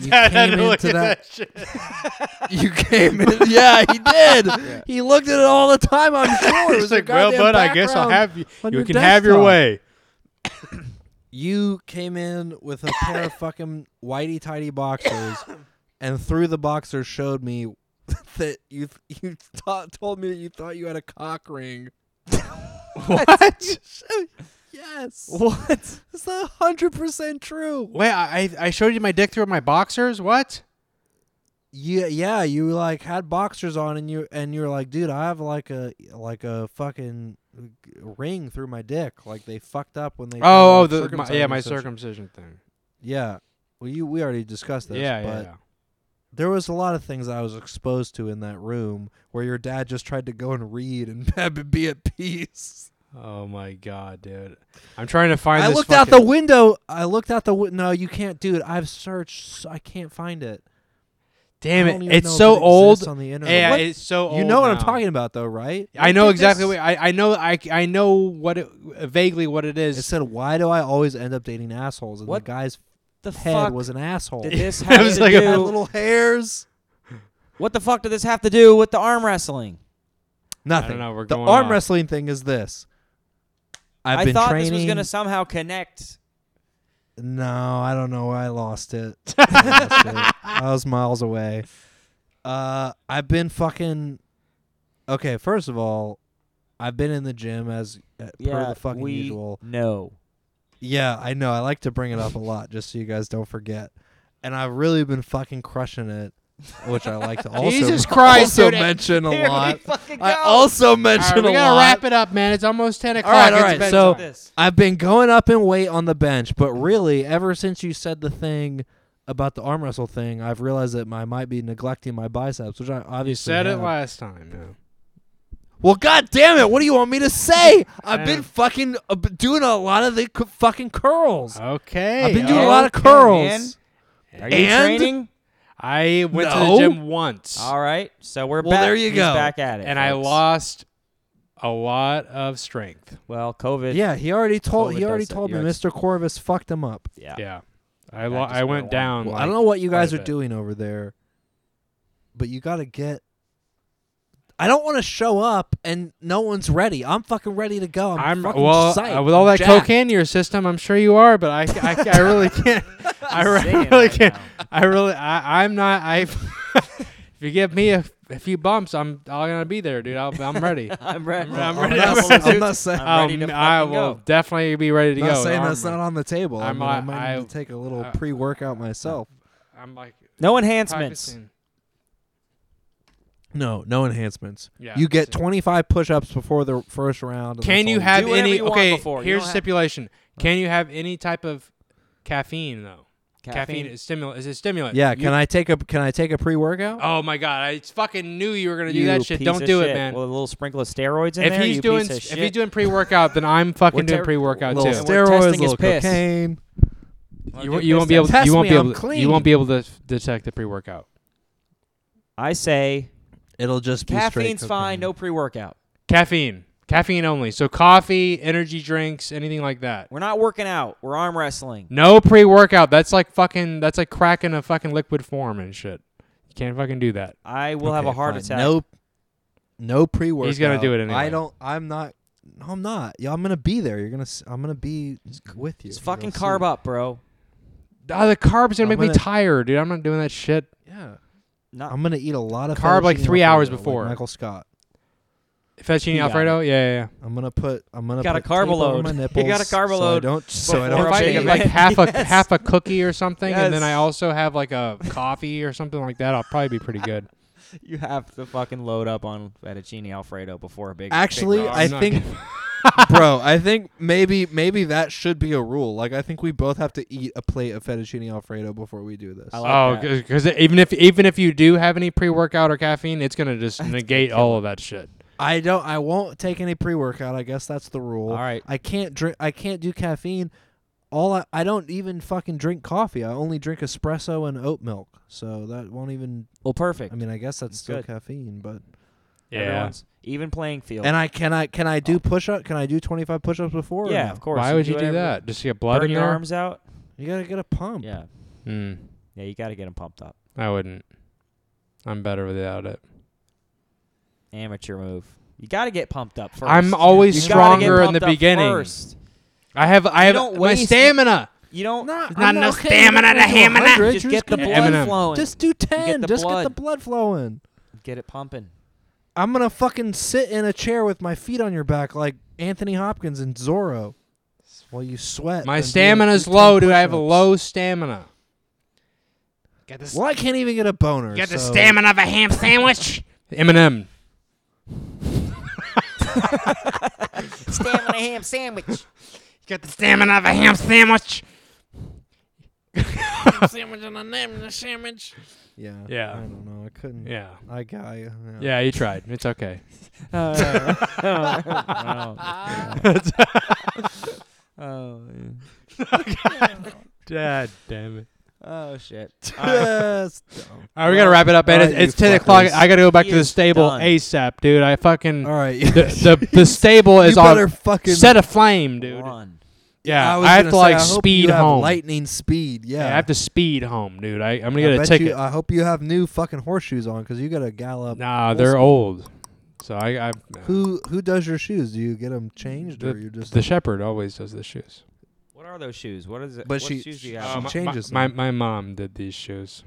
[SPEAKER 5] you
[SPEAKER 4] Dad had
[SPEAKER 5] came
[SPEAKER 4] to look
[SPEAKER 5] into
[SPEAKER 4] at
[SPEAKER 5] that,
[SPEAKER 4] that
[SPEAKER 5] *laughs*
[SPEAKER 4] shit.
[SPEAKER 5] you came in yeah
[SPEAKER 4] *laughs*
[SPEAKER 5] he did he looked at it all the time i'm sure it was
[SPEAKER 4] It's like,
[SPEAKER 5] a
[SPEAKER 4] well,
[SPEAKER 5] goddamn
[SPEAKER 4] bud, I guess I'll
[SPEAKER 5] background
[SPEAKER 4] have you.
[SPEAKER 5] on
[SPEAKER 4] You
[SPEAKER 5] your
[SPEAKER 4] can have your
[SPEAKER 5] desktop."
[SPEAKER 4] way.
[SPEAKER 5] you came in with a pair of fucking whitey tidy boxers
[SPEAKER 4] *coughs*
[SPEAKER 5] and through the boxers showed me *laughs* that you you thought, told me that you thought you had a cock
[SPEAKER 4] *laughs*
[SPEAKER 5] ring. What? *laughs* yes. What? Is that hundred percent true?
[SPEAKER 4] Wait, I I showed you my dick through my boxers. What?
[SPEAKER 5] Yeah, yeah. You like had boxers on, and you and you're like, dude, I have like a like a fucking ring through my dick. Like they fucked up when they.
[SPEAKER 4] Oh, oh,
[SPEAKER 5] like,
[SPEAKER 4] the, my,
[SPEAKER 5] circumcised
[SPEAKER 4] yeah,
[SPEAKER 5] me
[SPEAKER 4] my
[SPEAKER 5] and such.
[SPEAKER 4] circumcision thing.
[SPEAKER 5] Yeah. Well, you we already discussed this.
[SPEAKER 4] yeah,
[SPEAKER 5] but
[SPEAKER 4] yeah,
[SPEAKER 5] there was a lot of things I was exposed to in that room where your dad just tried to go and read and *laughs* have- be at peace.
[SPEAKER 4] Oh my god, dude! I'm trying to find.
[SPEAKER 5] I
[SPEAKER 4] this
[SPEAKER 5] looked out the
[SPEAKER 4] fucking-
[SPEAKER 5] window. I looked out the window. No, you can't do it. I've searched. So I can't find it.
[SPEAKER 4] Damn
[SPEAKER 5] I
[SPEAKER 4] it!
[SPEAKER 5] don't even know
[SPEAKER 4] It's
[SPEAKER 5] if
[SPEAKER 4] so
[SPEAKER 5] it
[SPEAKER 4] old.
[SPEAKER 5] exists on the internet.
[SPEAKER 4] yeah,
[SPEAKER 5] What?
[SPEAKER 4] it's so old.
[SPEAKER 5] you know what I'm
[SPEAKER 4] now.
[SPEAKER 5] talking about, though, right?
[SPEAKER 4] I know exactly.
[SPEAKER 5] this-
[SPEAKER 4] What, I I know. I I know what it, vaguely what it is.
[SPEAKER 5] It said, "Why do I always end up dating assholes?" And
[SPEAKER 6] What
[SPEAKER 5] the guy's
[SPEAKER 6] The
[SPEAKER 5] head
[SPEAKER 6] fuck
[SPEAKER 5] was an asshole.
[SPEAKER 6] did this
[SPEAKER 4] That
[SPEAKER 6] have
[SPEAKER 4] was
[SPEAKER 6] to
[SPEAKER 4] like a-
[SPEAKER 5] It *laughs* had
[SPEAKER 6] do-
[SPEAKER 5] little hairs.
[SPEAKER 6] What the fuck did this have to do with the arm wrestling?
[SPEAKER 5] Nothing.
[SPEAKER 4] know, we're
[SPEAKER 5] the
[SPEAKER 4] going
[SPEAKER 5] arm
[SPEAKER 4] off.
[SPEAKER 5] wrestling thing is this. I've
[SPEAKER 6] I
[SPEAKER 5] been
[SPEAKER 6] thought
[SPEAKER 5] training.
[SPEAKER 6] this was gonna somehow connect.
[SPEAKER 5] No, I don't know where I lost it.
[SPEAKER 6] *laughs*
[SPEAKER 5] I, lost it. I was miles away. Uh, I've been fucking. Okay, first of all, I've been in the gym as uh, per
[SPEAKER 6] Yeah,
[SPEAKER 5] the fucking
[SPEAKER 6] we
[SPEAKER 5] usual.
[SPEAKER 6] No.
[SPEAKER 5] Yeah, I know. I like to bring it up a lot just so you guys don't forget. And I've really been fucking crushing it, which I like
[SPEAKER 4] *laughs*
[SPEAKER 5] to also *laughs*
[SPEAKER 4] Jesus Christ,
[SPEAKER 5] also
[SPEAKER 4] dude. *laughs*
[SPEAKER 5] mention a lot.
[SPEAKER 6] fucking
[SPEAKER 5] I also
[SPEAKER 4] All
[SPEAKER 5] mention
[SPEAKER 4] right, we
[SPEAKER 5] a
[SPEAKER 4] gotta
[SPEAKER 5] lot.
[SPEAKER 4] wrap it up, man. It's almost ten o'clock.
[SPEAKER 5] right, all
[SPEAKER 4] It's
[SPEAKER 5] right,
[SPEAKER 4] bedtime.
[SPEAKER 5] so-
[SPEAKER 6] this.
[SPEAKER 5] I've been going up in weight on the bench, but really, ever since you said the thing about the arm wrestle thing, I've realized that I might be neglecting my biceps, which I
[SPEAKER 4] you
[SPEAKER 5] obviously
[SPEAKER 4] said it
[SPEAKER 5] have.
[SPEAKER 4] last time. Yeah.
[SPEAKER 5] Well, god damn it! What do you want me to
[SPEAKER 4] *laughs*
[SPEAKER 5] say? I've
[SPEAKER 4] Yeah.
[SPEAKER 5] been fucking uh, b- doing a lot of the c- fucking curls.
[SPEAKER 4] oh, Okay.
[SPEAKER 5] I've been doing a lot of curls.
[SPEAKER 6] man. Are you
[SPEAKER 5] And-
[SPEAKER 6] training?
[SPEAKER 4] I went to the
[SPEAKER 5] No.
[SPEAKER 4] gym once
[SPEAKER 6] All right. So we're
[SPEAKER 5] Well,
[SPEAKER 6] back.
[SPEAKER 5] there you
[SPEAKER 6] He's
[SPEAKER 5] go.
[SPEAKER 6] Back at it.
[SPEAKER 4] and I
[SPEAKER 6] folks.
[SPEAKER 4] lost a lot of strength.
[SPEAKER 6] Well, COVID.
[SPEAKER 5] Yeah, he already told
[SPEAKER 6] COVID
[SPEAKER 5] he already
[SPEAKER 6] does that.
[SPEAKER 5] told me
[SPEAKER 6] You're ex-
[SPEAKER 5] Mr. Corvus fucked him up.
[SPEAKER 6] Yeah. *laughs*
[SPEAKER 4] Yeah. I
[SPEAKER 6] Yeah,
[SPEAKER 4] lo-
[SPEAKER 6] Uh, just
[SPEAKER 4] I went
[SPEAKER 6] marijuana.
[SPEAKER 4] down.
[SPEAKER 5] Well, I
[SPEAKER 4] like-
[SPEAKER 5] don't know what you
[SPEAKER 4] quite a
[SPEAKER 5] guys are
[SPEAKER 4] bit.
[SPEAKER 5] doing over there, but you got to get. I don't want to show up and no one's ready. I'm fucking ready to go. I'm,
[SPEAKER 4] I'm
[SPEAKER 5] fucking
[SPEAKER 4] well
[SPEAKER 5] psyched.
[SPEAKER 4] uh, with all
[SPEAKER 5] I'm
[SPEAKER 4] that
[SPEAKER 5] jacked.
[SPEAKER 4] cocaine in your system. I'm sure you are, but I,
[SPEAKER 6] *laughs*
[SPEAKER 4] I, I really can't. I re-
[SPEAKER 6] singing
[SPEAKER 4] *laughs* really
[SPEAKER 6] right
[SPEAKER 4] can't.
[SPEAKER 6] now.
[SPEAKER 4] I really I, I'm not. I *laughs* if you give me a, a few bumps, I'm I'm gonna be there, dude. I'll, I'm ready.
[SPEAKER 6] I'm ready.
[SPEAKER 5] I'm
[SPEAKER 4] I'm ready.
[SPEAKER 5] not,
[SPEAKER 4] I'm
[SPEAKER 5] saying-
[SPEAKER 4] ready.
[SPEAKER 5] I'm not saying,
[SPEAKER 6] *laughs* I'm ready
[SPEAKER 4] Um,
[SPEAKER 6] to fucking
[SPEAKER 4] I will
[SPEAKER 6] go.
[SPEAKER 4] definitely be ready to
[SPEAKER 5] not
[SPEAKER 4] go.
[SPEAKER 5] saying
[SPEAKER 4] I'm
[SPEAKER 5] that's not on the table. i
[SPEAKER 4] I'm
[SPEAKER 5] mean, I
[SPEAKER 4] not-
[SPEAKER 5] might need
[SPEAKER 4] I- uh,
[SPEAKER 5] to take a little
[SPEAKER 4] I-
[SPEAKER 5] pre-workout myself.
[SPEAKER 4] I'm like
[SPEAKER 6] No enhancements.
[SPEAKER 4] practicing.
[SPEAKER 5] No, no enhancements.
[SPEAKER 4] Yeah,
[SPEAKER 5] you get
[SPEAKER 4] so-
[SPEAKER 5] 25 push-ups before the first round. and
[SPEAKER 4] Can
[SPEAKER 5] that's
[SPEAKER 4] you
[SPEAKER 5] all
[SPEAKER 4] have
[SPEAKER 6] Do whatever
[SPEAKER 4] any?
[SPEAKER 6] you want
[SPEAKER 4] okay,
[SPEAKER 6] before. You
[SPEAKER 4] here's
[SPEAKER 6] don't have-
[SPEAKER 4] stipulation. Can you have any type of caffeine though? Caffeine, is stimulant. Is a stimulant?
[SPEAKER 5] Yeah,
[SPEAKER 4] You-
[SPEAKER 5] can I take a can I take a pre-workout?
[SPEAKER 4] Oh my god! I fucking knew you were gonna do
[SPEAKER 6] You
[SPEAKER 4] that shit.
[SPEAKER 6] piece
[SPEAKER 4] Don't
[SPEAKER 6] of
[SPEAKER 4] do
[SPEAKER 6] shit.
[SPEAKER 4] it, man.
[SPEAKER 6] With a little sprinkle of steroids in
[SPEAKER 4] if
[SPEAKER 6] there.
[SPEAKER 4] he's
[SPEAKER 6] you
[SPEAKER 4] doing
[SPEAKER 6] piece of
[SPEAKER 4] if
[SPEAKER 6] shit.
[SPEAKER 4] he's doing pre workout, then
[SPEAKER 6] *laughs*
[SPEAKER 4] I'm fucking
[SPEAKER 6] We're
[SPEAKER 4] doing
[SPEAKER 6] ter-
[SPEAKER 4] pre workout
[SPEAKER 5] little
[SPEAKER 4] too.
[SPEAKER 6] st- we're
[SPEAKER 5] steroids,
[SPEAKER 6] testing his
[SPEAKER 5] little
[SPEAKER 6] piss.
[SPEAKER 5] cocaine.
[SPEAKER 4] You, you won't be able.
[SPEAKER 5] test
[SPEAKER 4] You won't
[SPEAKER 5] me,
[SPEAKER 4] be
[SPEAKER 5] I'm
[SPEAKER 4] able. To, you
[SPEAKER 5] clean.
[SPEAKER 4] won't be able to f- detect the pre workout.
[SPEAKER 6] I say
[SPEAKER 5] It'll just be straight
[SPEAKER 6] caffeine's fine.
[SPEAKER 5] cocaine.
[SPEAKER 6] No pre-workout.
[SPEAKER 4] Caffeine, caffeine only. So coffee, energy drinks, anything like that.
[SPEAKER 6] We're not working out. We're arm wrestling.
[SPEAKER 4] No pre workout. That's like fucking. That's like cracking a fucking liquid form and shit. You can't fucking do that.
[SPEAKER 6] I will have
[SPEAKER 5] Okay,
[SPEAKER 6] a heart
[SPEAKER 5] fine.
[SPEAKER 6] attack.
[SPEAKER 5] No, no pre-workout.
[SPEAKER 4] He's gonna do it anyway.
[SPEAKER 5] I don't. I'm not. No, I'm not. Yeah, I'm gonna be there. You're gonna. s- I'm gonna be with you.
[SPEAKER 6] Just
[SPEAKER 5] You're
[SPEAKER 6] fucking
[SPEAKER 5] gonna
[SPEAKER 6] carb up, bro.
[SPEAKER 4] Ah, the carbs gonna
[SPEAKER 5] I'm
[SPEAKER 4] make me
[SPEAKER 5] gonna-
[SPEAKER 4] tired, dude. I'm not doing that shit.
[SPEAKER 5] see- Yeah.
[SPEAKER 6] Not
[SPEAKER 5] I'm gonna eat a lot of
[SPEAKER 4] Carb like
[SPEAKER 5] fettuccine
[SPEAKER 4] three hours
[SPEAKER 5] alfredo, like
[SPEAKER 4] before.
[SPEAKER 5] Michael Scott.
[SPEAKER 4] Fettuccine
[SPEAKER 6] got
[SPEAKER 4] Alfredo. Yeah, yeah. yeah.
[SPEAKER 5] I'm gonna put. I'm gonna
[SPEAKER 6] Got a
[SPEAKER 5] put tape over
[SPEAKER 6] carboload.
[SPEAKER 5] My
[SPEAKER 6] *laughs* You
[SPEAKER 5] nipples
[SPEAKER 6] got a
[SPEAKER 5] So I
[SPEAKER 6] carboload
[SPEAKER 5] don't. So I
[SPEAKER 6] before
[SPEAKER 5] don't
[SPEAKER 4] if I
[SPEAKER 6] shave.
[SPEAKER 4] get
[SPEAKER 5] shave.
[SPEAKER 4] *laughs* like half a
[SPEAKER 6] Yes.
[SPEAKER 4] half a cookie or something, and then I
[SPEAKER 6] Yes.
[SPEAKER 4] also have like a coffee or something like that, I'll probably be pretty good.
[SPEAKER 6] You have to fucking load up on fettuccine alfredo before a big.
[SPEAKER 5] *laughs* Actually,
[SPEAKER 4] rock.
[SPEAKER 5] I
[SPEAKER 4] I'm not
[SPEAKER 5] think, *laughs* bro, I think maybe maybe that should be a rule. Like, I think we both have to eat a plate of fettuccine alfredo before we do this.
[SPEAKER 6] I like
[SPEAKER 4] Oh,
[SPEAKER 6] that.
[SPEAKER 4] because even if even if you do have any pre workout or caffeine, it's gonna just negate all of that shit.
[SPEAKER 5] I don't. I won't take any pre-workout. I guess that's the rule.
[SPEAKER 6] All right.
[SPEAKER 5] I can't drink. I can't do caffeine. All I, I don't even fucking drink coffee. I only drink espresso and oat milk. So that won't even.
[SPEAKER 6] Well, perfect.
[SPEAKER 5] I mean, I guess that's
[SPEAKER 6] It's
[SPEAKER 5] still
[SPEAKER 6] good.
[SPEAKER 5] caffeine, but
[SPEAKER 4] Yeah.
[SPEAKER 6] Everyone's even playing field.
[SPEAKER 5] and I can I can I do push up? Can I do twenty five push ups before? or
[SPEAKER 6] yeah,
[SPEAKER 5] no?
[SPEAKER 6] of course.
[SPEAKER 4] Why would you do
[SPEAKER 6] whatever-
[SPEAKER 4] that? Just to get blood
[SPEAKER 6] Burn
[SPEAKER 4] in
[SPEAKER 6] your
[SPEAKER 4] there?
[SPEAKER 6] arms out.
[SPEAKER 5] You gotta get a pump.
[SPEAKER 6] Yeah,
[SPEAKER 4] Hmm.
[SPEAKER 6] yeah. You got to get them pumped up.
[SPEAKER 4] I wouldn't. I'm better without it.
[SPEAKER 6] Amateur move. You got to get pumped up first.
[SPEAKER 4] I'm always
[SPEAKER 6] You gotta get
[SPEAKER 4] stronger in the
[SPEAKER 6] pumped up
[SPEAKER 4] beginning.
[SPEAKER 6] First.
[SPEAKER 4] I have I have
[SPEAKER 6] don't
[SPEAKER 4] my
[SPEAKER 6] waste it.
[SPEAKER 4] stamina.
[SPEAKER 6] You don't
[SPEAKER 5] Not,
[SPEAKER 4] Not enough stamina to hammer that.
[SPEAKER 6] just get the blood
[SPEAKER 4] Eminem.
[SPEAKER 6] flowing.
[SPEAKER 5] Just do ten.
[SPEAKER 6] the
[SPEAKER 5] Just get
[SPEAKER 6] blood.
[SPEAKER 5] the blood flowing.
[SPEAKER 6] get it pumping.
[SPEAKER 5] I'm gonna fucking sit in a chair with my feet on your back like Anthony Hopkins and Zorro, while you sweat.
[SPEAKER 4] My
[SPEAKER 5] and do-
[SPEAKER 4] stamina's
[SPEAKER 5] do
[SPEAKER 4] low,
[SPEAKER 5] 10
[SPEAKER 4] dude. I have a
[SPEAKER 5] push-ups.
[SPEAKER 4] low stamina. Get the
[SPEAKER 5] Well, I can't even get a boner.
[SPEAKER 3] Get the
[SPEAKER 5] so-
[SPEAKER 3] stamina of a ham sandwich.
[SPEAKER 4] Eminem.
[SPEAKER 6] Stamina ham sandwich.
[SPEAKER 3] Get the stamina of a ham sandwich. ham sandwich and a ham sandwich.
[SPEAKER 5] Yeah.
[SPEAKER 4] Yeah.
[SPEAKER 5] I don't know. I couldn't.
[SPEAKER 4] Yeah.
[SPEAKER 5] I got. Yeah.
[SPEAKER 4] Yeah, you tried. It's okay. *laughs*
[SPEAKER 6] Oh, yeah.
[SPEAKER 4] God damn it.
[SPEAKER 6] oh shit.
[SPEAKER 5] Yes.
[SPEAKER 4] All right, we gotta wrap it up, man.
[SPEAKER 5] All
[SPEAKER 4] it's
[SPEAKER 5] right,
[SPEAKER 4] it's
[SPEAKER 5] you
[SPEAKER 4] ten o'clock.
[SPEAKER 5] fuckers.
[SPEAKER 4] I gotta go back
[SPEAKER 6] He
[SPEAKER 4] to the
[SPEAKER 6] is
[SPEAKER 4] stable
[SPEAKER 6] done.
[SPEAKER 4] ASAP, dude. I fucking
[SPEAKER 5] All right. *laughs*
[SPEAKER 4] the the, the stable
[SPEAKER 5] you
[SPEAKER 4] is
[SPEAKER 5] better
[SPEAKER 4] on
[SPEAKER 5] fucking
[SPEAKER 4] set aflame, dude.
[SPEAKER 6] Run.
[SPEAKER 4] Yeah, I,
[SPEAKER 5] was
[SPEAKER 4] have
[SPEAKER 5] gonna
[SPEAKER 4] to
[SPEAKER 5] say,
[SPEAKER 4] like
[SPEAKER 5] I hope
[SPEAKER 4] speed
[SPEAKER 5] you have
[SPEAKER 4] home.
[SPEAKER 5] lightning speed. Yeah.
[SPEAKER 4] Yeah, I have to speed home, dude. I I'm gonna
[SPEAKER 5] I
[SPEAKER 4] get a
[SPEAKER 5] bet
[SPEAKER 4] ticket.
[SPEAKER 5] You, uh, I hope you have new fucking horseshoes on because you got to gallop.
[SPEAKER 4] nah, they're old. So I, I
[SPEAKER 5] Who who does your shoes? Do you get them changed or you just?
[SPEAKER 4] the shepherd always does the shoes.
[SPEAKER 6] What are those shoes? What is it?
[SPEAKER 5] But
[SPEAKER 6] what
[SPEAKER 5] she-
[SPEAKER 6] shoes do
[SPEAKER 5] she-
[SPEAKER 6] you
[SPEAKER 5] Uh,
[SPEAKER 6] have?
[SPEAKER 5] Um,
[SPEAKER 4] my,
[SPEAKER 5] changes
[SPEAKER 4] My,
[SPEAKER 5] them.
[SPEAKER 4] my mom did these shoes.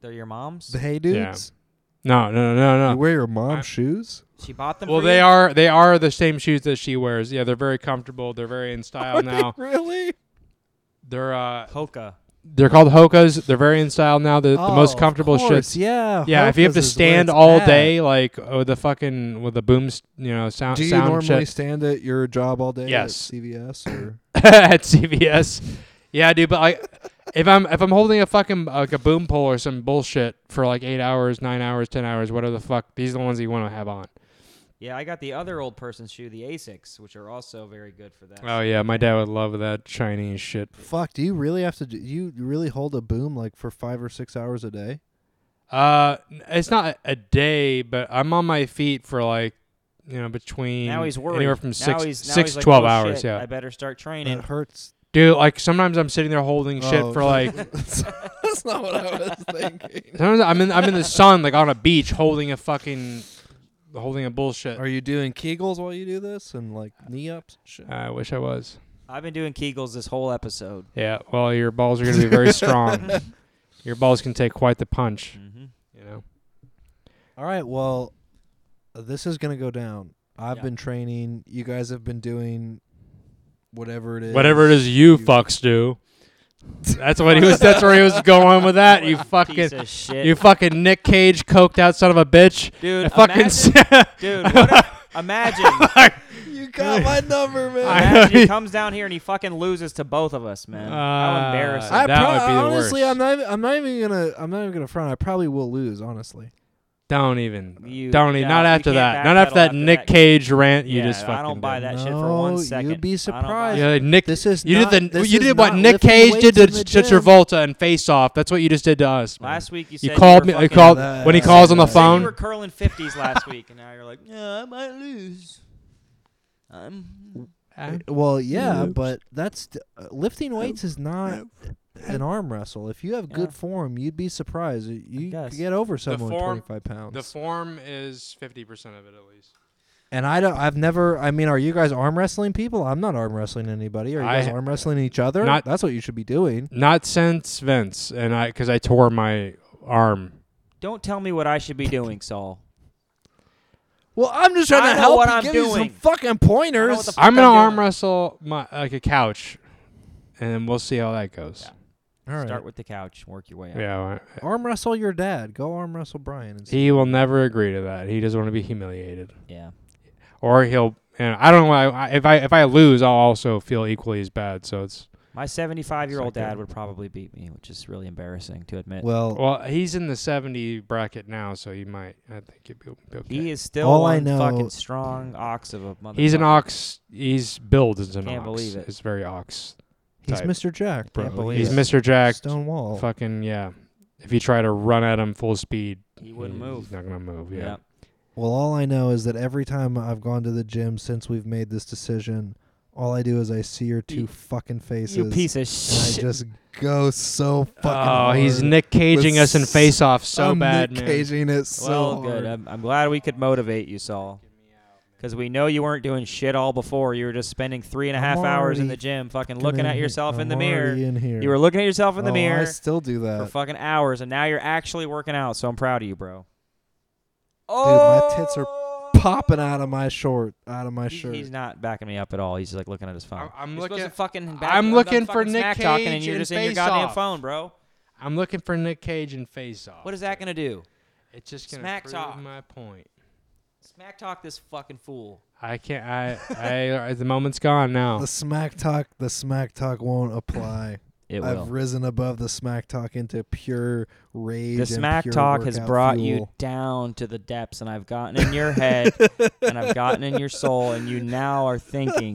[SPEAKER 6] They're your mom's.
[SPEAKER 5] the hey
[SPEAKER 4] Yeah.
[SPEAKER 5] dudes.
[SPEAKER 4] No, no, no,
[SPEAKER 5] You
[SPEAKER 4] no,
[SPEAKER 5] wear your mom's
[SPEAKER 4] I-
[SPEAKER 5] shoes.
[SPEAKER 6] She bought them.
[SPEAKER 4] no. Well,
[SPEAKER 6] for
[SPEAKER 4] they
[SPEAKER 6] you?
[SPEAKER 4] are they are the same shoes that she wears. Yeah, they're very comfortable. They're very in
[SPEAKER 5] *laughs*
[SPEAKER 4] style now.
[SPEAKER 5] Really?
[SPEAKER 4] They're uh
[SPEAKER 6] Hoka.
[SPEAKER 4] They're called Hokas. They're very in style now. The, the
[SPEAKER 6] Oh,
[SPEAKER 4] most comfortable shits.
[SPEAKER 5] Oh, Yeah.
[SPEAKER 4] Yeah, if you have
[SPEAKER 5] Hoka's
[SPEAKER 4] to
[SPEAKER 5] is where
[SPEAKER 4] stand
[SPEAKER 5] it's
[SPEAKER 4] all
[SPEAKER 5] at.
[SPEAKER 4] day, like with the fucking with the booms, you know, sound
[SPEAKER 5] Do you
[SPEAKER 4] sound
[SPEAKER 5] normally
[SPEAKER 4] shit
[SPEAKER 5] stand at your job all day?
[SPEAKER 4] Yes.
[SPEAKER 5] At CVS or
[SPEAKER 4] *laughs* at CVS. Yeah, dude. But like, if I'm if I'm holding a fucking like a boom pole or some bullshit for like eight hours, nine hours, ten hours, whatever the fuck, these are the ones you want to have on.
[SPEAKER 6] Yeah, I got the other old person's shoe, the Asics, which are also very good for that.
[SPEAKER 4] Oh yeah, my dad would love that Chinese shit.
[SPEAKER 5] *clears throat* fuck? Do you really have to? Do you really hold a boom like for five or six hours a day?
[SPEAKER 4] Uh, it's not a day, but I'm on my feet for like. You know, between
[SPEAKER 6] now he's worried.
[SPEAKER 4] anywhere from
[SPEAKER 6] now
[SPEAKER 4] six,
[SPEAKER 6] he's, now
[SPEAKER 4] six
[SPEAKER 6] he's like,
[SPEAKER 4] 12
[SPEAKER 6] "Oh,
[SPEAKER 4] hours.
[SPEAKER 6] shit,
[SPEAKER 4] yeah,
[SPEAKER 6] I better start training.
[SPEAKER 5] It hurts.
[SPEAKER 4] Dude, like sometimes I'm sitting there holding
[SPEAKER 5] Oh.
[SPEAKER 4] shit for like
[SPEAKER 5] *laughs* That's not what I *laughs* was thinking.
[SPEAKER 4] sometimes I'm in
[SPEAKER 5] *laughs*
[SPEAKER 4] I'm in the sun like on a beach holding a fucking holding a bullshit.
[SPEAKER 5] Are you doing Kegels while you do this and like knee ups? and shit?
[SPEAKER 4] I wish I was.
[SPEAKER 6] I've been doing Kegels this whole episode.
[SPEAKER 4] Yeah, well your balls are gonna be
[SPEAKER 5] *laughs*
[SPEAKER 4] very strong. Your balls can take quite the punch.
[SPEAKER 6] Mm-hmm.
[SPEAKER 4] You know.
[SPEAKER 5] All right. Well, this is gonna go down. I've
[SPEAKER 6] Yeah.
[SPEAKER 5] been training. You guys have been doing whatever it is.
[SPEAKER 4] Whatever it is you
[SPEAKER 5] *laughs*
[SPEAKER 4] fucks do. That's what he was that's where he was going with that.
[SPEAKER 6] *laughs*
[SPEAKER 4] You
[SPEAKER 6] Piece
[SPEAKER 4] fucking
[SPEAKER 6] of shit.
[SPEAKER 4] you fucking Nick Cage coked out son of a bitch.
[SPEAKER 6] Dude,
[SPEAKER 4] I *laughs* fucking s-
[SPEAKER 6] dude,
[SPEAKER 4] *laughs*
[SPEAKER 6] what if, imagine.
[SPEAKER 5] You got my number, man.
[SPEAKER 4] I-
[SPEAKER 6] *laughs* Imagine
[SPEAKER 4] *laughs* mean-
[SPEAKER 6] he comes down here and he fucking loses to both of us, man. How
[SPEAKER 4] Uh,
[SPEAKER 6] embarrassing.
[SPEAKER 5] I
[SPEAKER 4] That would be the
[SPEAKER 5] honestly,
[SPEAKER 4] worst.
[SPEAKER 5] I'm not. even- I'm not even gonna. I'm not even gonna front. I probably will lose. Honestly,
[SPEAKER 4] Don't even.
[SPEAKER 6] You-
[SPEAKER 4] don't even.
[SPEAKER 6] no,
[SPEAKER 4] not
[SPEAKER 6] you
[SPEAKER 4] after that.
[SPEAKER 6] can't
[SPEAKER 4] Not after
[SPEAKER 6] backpedal
[SPEAKER 4] that
[SPEAKER 6] after
[SPEAKER 4] Nick
[SPEAKER 6] that.
[SPEAKER 4] Cage rant. You
[SPEAKER 6] Yeah,
[SPEAKER 4] just fucking.
[SPEAKER 6] I don't buy
[SPEAKER 4] did.
[SPEAKER 6] that shit for one
[SPEAKER 5] No, you'd
[SPEAKER 6] second.
[SPEAKER 5] be
[SPEAKER 6] I don't buy
[SPEAKER 5] surprised.
[SPEAKER 6] it.
[SPEAKER 4] Yeah, Uh, Nick.
[SPEAKER 5] This is
[SPEAKER 4] you
[SPEAKER 5] not-
[SPEAKER 4] did the,
[SPEAKER 5] this
[SPEAKER 4] you
[SPEAKER 5] is
[SPEAKER 4] did what
[SPEAKER 5] not
[SPEAKER 4] Nick
[SPEAKER 5] lifting
[SPEAKER 4] Cage did
[SPEAKER 5] weights
[SPEAKER 4] to,
[SPEAKER 5] in the
[SPEAKER 4] to
[SPEAKER 5] gym.
[SPEAKER 4] Travolta and Face Off. That's what you just did to us. man.
[SPEAKER 6] Last week you said
[SPEAKER 4] you called me.
[SPEAKER 6] were
[SPEAKER 4] You
[SPEAKER 6] fucking-
[SPEAKER 4] called
[SPEAKER 5] That-
[SPEAKER 4] when he
[SPEAKER 5] that's
[SPEAKER 4] calls on the
[SPEAKER 5] right.
[SPEAKER 6] you said
[SPEAKER 4] phone.
[SPEAKER 6] You were curling fifties last week, and now you're like, yeah, I might lose. I'm
[SPEAKER 5] Uh, well, yeah, but that's uh, lifting weights is not an arm wrestle. If you have good
[SPEAKER 6] Yeah.
[SPEAKER 5] form, you'd be surprised. You
[SPEAKER 6] guess.
[SPEAKER 5] could get over someone
[SPEAKER 4] form-
[SPEAKER 5] 25 pounds.
[SPEAKER 4] form is fifty percent of it at least.
[SPEAKER 5] and I don't. I've never. I mean, are you guys arm wrestling people? I'm not arm wrestling anybody. Are you
[SPEAKER 4] I-
[SPEAKER 5] guys arm wrestling each other?
[SPEAKER 4] Not-
[SPEAKER 5] that's what you should be doing.
[SPEAKER 4] Not since Vince and I, because I tore my arm.
[SPEAKER 6] Don't tell me what
[SPEAKER 4] *coughs*
[SPEAKER 6] I should be doing, Saul.
[SPEAKER 5] Well, I'm just
[SPEAKER 6] I
[SPEAKER 5] trying to
[SPEAKER 6] know
[SPEAKER 5] help
[SPEAKER 6] what
[SPEAKER 5] you
[SPEAKER 6] I'm
[SPEAKER 5] give you some
[SPEAKER 6] doing.
[SPEAKER 5] fucking pointers.
[SPEAKER 6] the fuck
[SPEAKER 4] I'm gonna
[SPEAKER 6] I'm
[SPEAKER 4] arm
[SPEAKER 6] doing.
[SPEAKER 4] wrestle my like a couch, and we'll see how that goes.
[SPEAKER 5] All right.
[SPEAKER 6] Start with the couch, work your way
[SPEAKER 4] Yeah.
[SPEAKER 6] up.
[SPEAKER 4] I-
[SPEAKER 5] arm wrestle your dad. Go arm wrestle Brian. And
[SPEAKER 4] He will never agree to that. He doesn't want to be humiliated.
[SPEAKER 6] Yeah.
[SPEAKER 4] or he'll. And I don't know. I, I- if I if I lose, I'll also feel equally as bad. So it's
[SPEAKER 6] My seventy-five-year-old
[SPEAKER 4] Second.
[SPEAKER 6] dad would probably beat me, which is really embarrassing to admit.
[SPEAKER 5] well,
[SPEAKER 4] well, he's in the seventy bracket now, so he might. I think he'll be, be okay.
[SPEAKER 6] he is still
[SPEAKER 5] All I
[SPEAKER 6] one
[SPEAKER 5] know-
[SPEAKER 6] fucking strong ox of a motherfucker.
[SPEAKER 4] He's an ox. He's billed as an
[SPEAKER 6] Can't
[SPEAKER 4] ox.
[SPEAKER 6] believe it.
[SPEAKER 4] It's very ox.
[SPEAKER 5] he's
[SPEAKER 4] type.
[SPEAKER 5] Mr. Jack, bro.
[SPEAKER 6] Can't believe
[SPEAKER 4] He's
[SPEAKER 6] it.
[SPEAKER 4] Mr. Jack.
[SPEAKER 5] Stonewall.
[SPEAKER 4] Fucking yeah. If you try to run at him full speed,
[SPEAKER 6] He wouldn't
[SPEAKER 4] he's
[SPEAKER 6] move.
[SPEAKER 4] not gonna move. Yeah.
[SPEAKER 6] Yeah.
[SPEAKER 5] Well, all I know is that every time I've gone to the gym since we've made this decision, all I do is I see your two fucking faces.
[SPEAKER 6] You
[SPEAKER 5] *laughs*
[SPEAKER 6] piece of
[SPEAKER 5] and I
[SPEAKER 6] shit.
[SPEAKER 5] just go so fucking.
[SPEAKER 4] oh, he's
[SPEAKER 5] hard.
[SPEAKER 4] Nick Caging
[SPEAKER 5] With
[SPEAKER 4] us in
[SPEAKER 5] s-
[SPEAKER 4] Face Off so
[SPEAKER 5] I'm
[SPEAKER 4] bad,
[SPEAKER 5] Nick
[SPEAKER 4] man.
[SPEAKER 5] Caging it so
[SPEAKER 6] well, good.
[SPEAKER 5] hard.
[SPEAKER 6] I'm, I'm glad we could motivate you, Saul. Because we know you weren't doing shit all before. You were just spending three and a
[SPEAKER 5] I'm
[SPEAKER 6] half hours in
[SPEAKER 5] already
[SPEAKER 6] the gym, fucking
[SPEAKER 5] Fucking
[SPEAKER 6] looking
[SPEAKER 5] in
[SPEAKER 6] at
[SPEAKER 5] here.
[SPEAKER 6] yourself in
[SPEAKER 5] I'm
[SPEAKER 6] the
[SPEAKER 5] already
[SPEAKER 6] mirror.
[SPEAKER 5] In here.
[SPEAKER 6] You were looking at yourself in the
[SPEAKER 5] Oh, I
[SPEAKER 6] mirror
[SPEAKER 5] still do
[SPEAKER 6] for
[SPEAKER 5] that.
[SPEAKER 6] fucking hours, and now you're actually working out. So I'm proud of you, bro. Oh!
[SPEAKER 5] my tits are Popping out of my short, out of my
[SPEAKER 6] He-
[SPEAKER 5] shirt.
[SPEAKER 6] He's not backing me up at all. He's like looking at his phone.
[SPEAKER 4] I- I'm
[SPEAKER 6] You're
[SPEAKER 4] looking-
[SPEAKER 6] supposed to fucking. Back,
[SPEAKER 4] I'm
[SPEAKER 6] I'm
[SPEAKER 4] looking for Nick
[SPEAKER 6] smack talking,
[SPEAKER 4] Cage
[SPEAKER 6] and you're
[SPEAKER 4] in
[SPEAKER 6] just in your
[SPEAKER 4] Face
[SPEAKER 6] goddamn
[SPEAKER 4] Off.
[SPEAKER 6] phone, bro.
[SPEAKER 4] I'm looking for Nick Cage in Face Off.
[SPEAKER 6] What is that gonna do?
[SPEAKER 4] It's just gonna
[SPEAKER 6] Smack
[SPEAKER 4] prove
[SPEAKER 6] talk.
[SPEAKER 4] my point.
[SPEAKER 6] Smack talk this fucking fool.
[SPEAKER 4] I
[SPEAKER 5] *laughs*
[SPEAKER 4] can't. I. I. the moment's gone now.
[SPEAKER 6] Oh.
[SPEAKER 5] The smack talk, the smack talk won't apply.
[SPEAKER 6] *clears throat* It will.
[SPEAKER 5] I've risen above the smack talk into pure rage.
[SPEAKER 6] the
[SPEAKER 5] and
[SPEAKER 6] smack
[SPEAKER 5] pure
[SPEAKER 6] talk has
[SPEAKER 5] workout
[SPEAKER 6] brought you
[SPEAKER 5] fuel.
[SPEAKER 6] down to the depths, and I've gotten in your head, and I've gotten in your soul, and you now are thinking,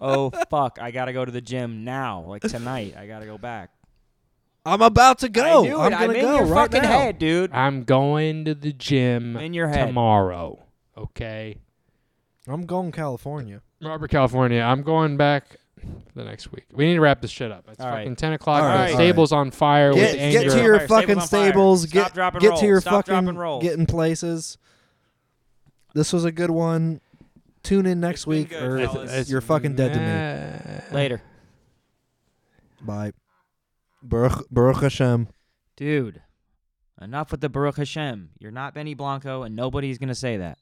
[SPEAKER 6] "Oh fuck, I gotta go to the gym now, like tonight. I gotta go back."
[SPEAKER 5] I'm about to go. am
[SPEAKER 6] I knew it.
[SPEAKER 5] Oh, gonna
[SPEAKER 6] I'm in
[SPEAKER 5] go
[SPEAKER 6] your
[SPEAKER 5] right
[SPEAKER 6] fucking
[SPEAKER 5] now.
[SPEAKER 6] head, dude.
[SPEAKER 4] I'm going to the gym
[SPEAKER 6] In your head.
[SPEAKER 4] tomorrow. Okay.
[SPEAKER 5] I'm going California.
[SPEAKER 4] Robert California, I'm going back the next week. We need to wrap this shit up. It's
[SPEAKER 6] All
[SPEAKER 4] fucking
[SPEAKER 6] right.
[SPEAKER 4] ten o'clock.
[SPEAKER 5] All
[SPEAKER 4] The
[SPEAKER 5] right.
[SPEAKER 4] stable's on fire
[SPEAKER 5] Get,
[SPEAKER 4] with
[SPEAKER 5] get
[SPEAKER 4] anger.
[SPEAKER 5] to
[SPEAKER 6] on
[SPEAKER 5] your
[SPEAKER 6] fire, stables
[SPEAKER 5] fucking
[SPEAKER 6] on fire.
[SPEAKER 5] stables.
[SPEAKER 6] Stop,
[SPEAKER 5] Get
[SPEAKER 6] drop, and
[SPEAKER 5] get
[SPEAKER 6] roll.
[SPEAKER 5] to your
[SPEAKER 6] Stop, drop,
[SPEAKER 5] fucking
[SPEAKER 6] and roll.
[SPEAKER 5] getting places. This was a good one. Tune in next
[SPEAKER 6] been
[SPEAKER 5] week,
[SPEAKER 6] good,
[SPEAKER 5] or
[SPEAKER 6] fellas. It's-
[SPEAKER 5] you're fucking dead to me.
[SPEAKER 6] Later,
[SPEAKER 5] Bye. Baruch, Baruch Hashem.
[SPEAKER 6] dude. Enough with the Baruch Hashem. You're not Benny Blanco, and nobody's gonna say that.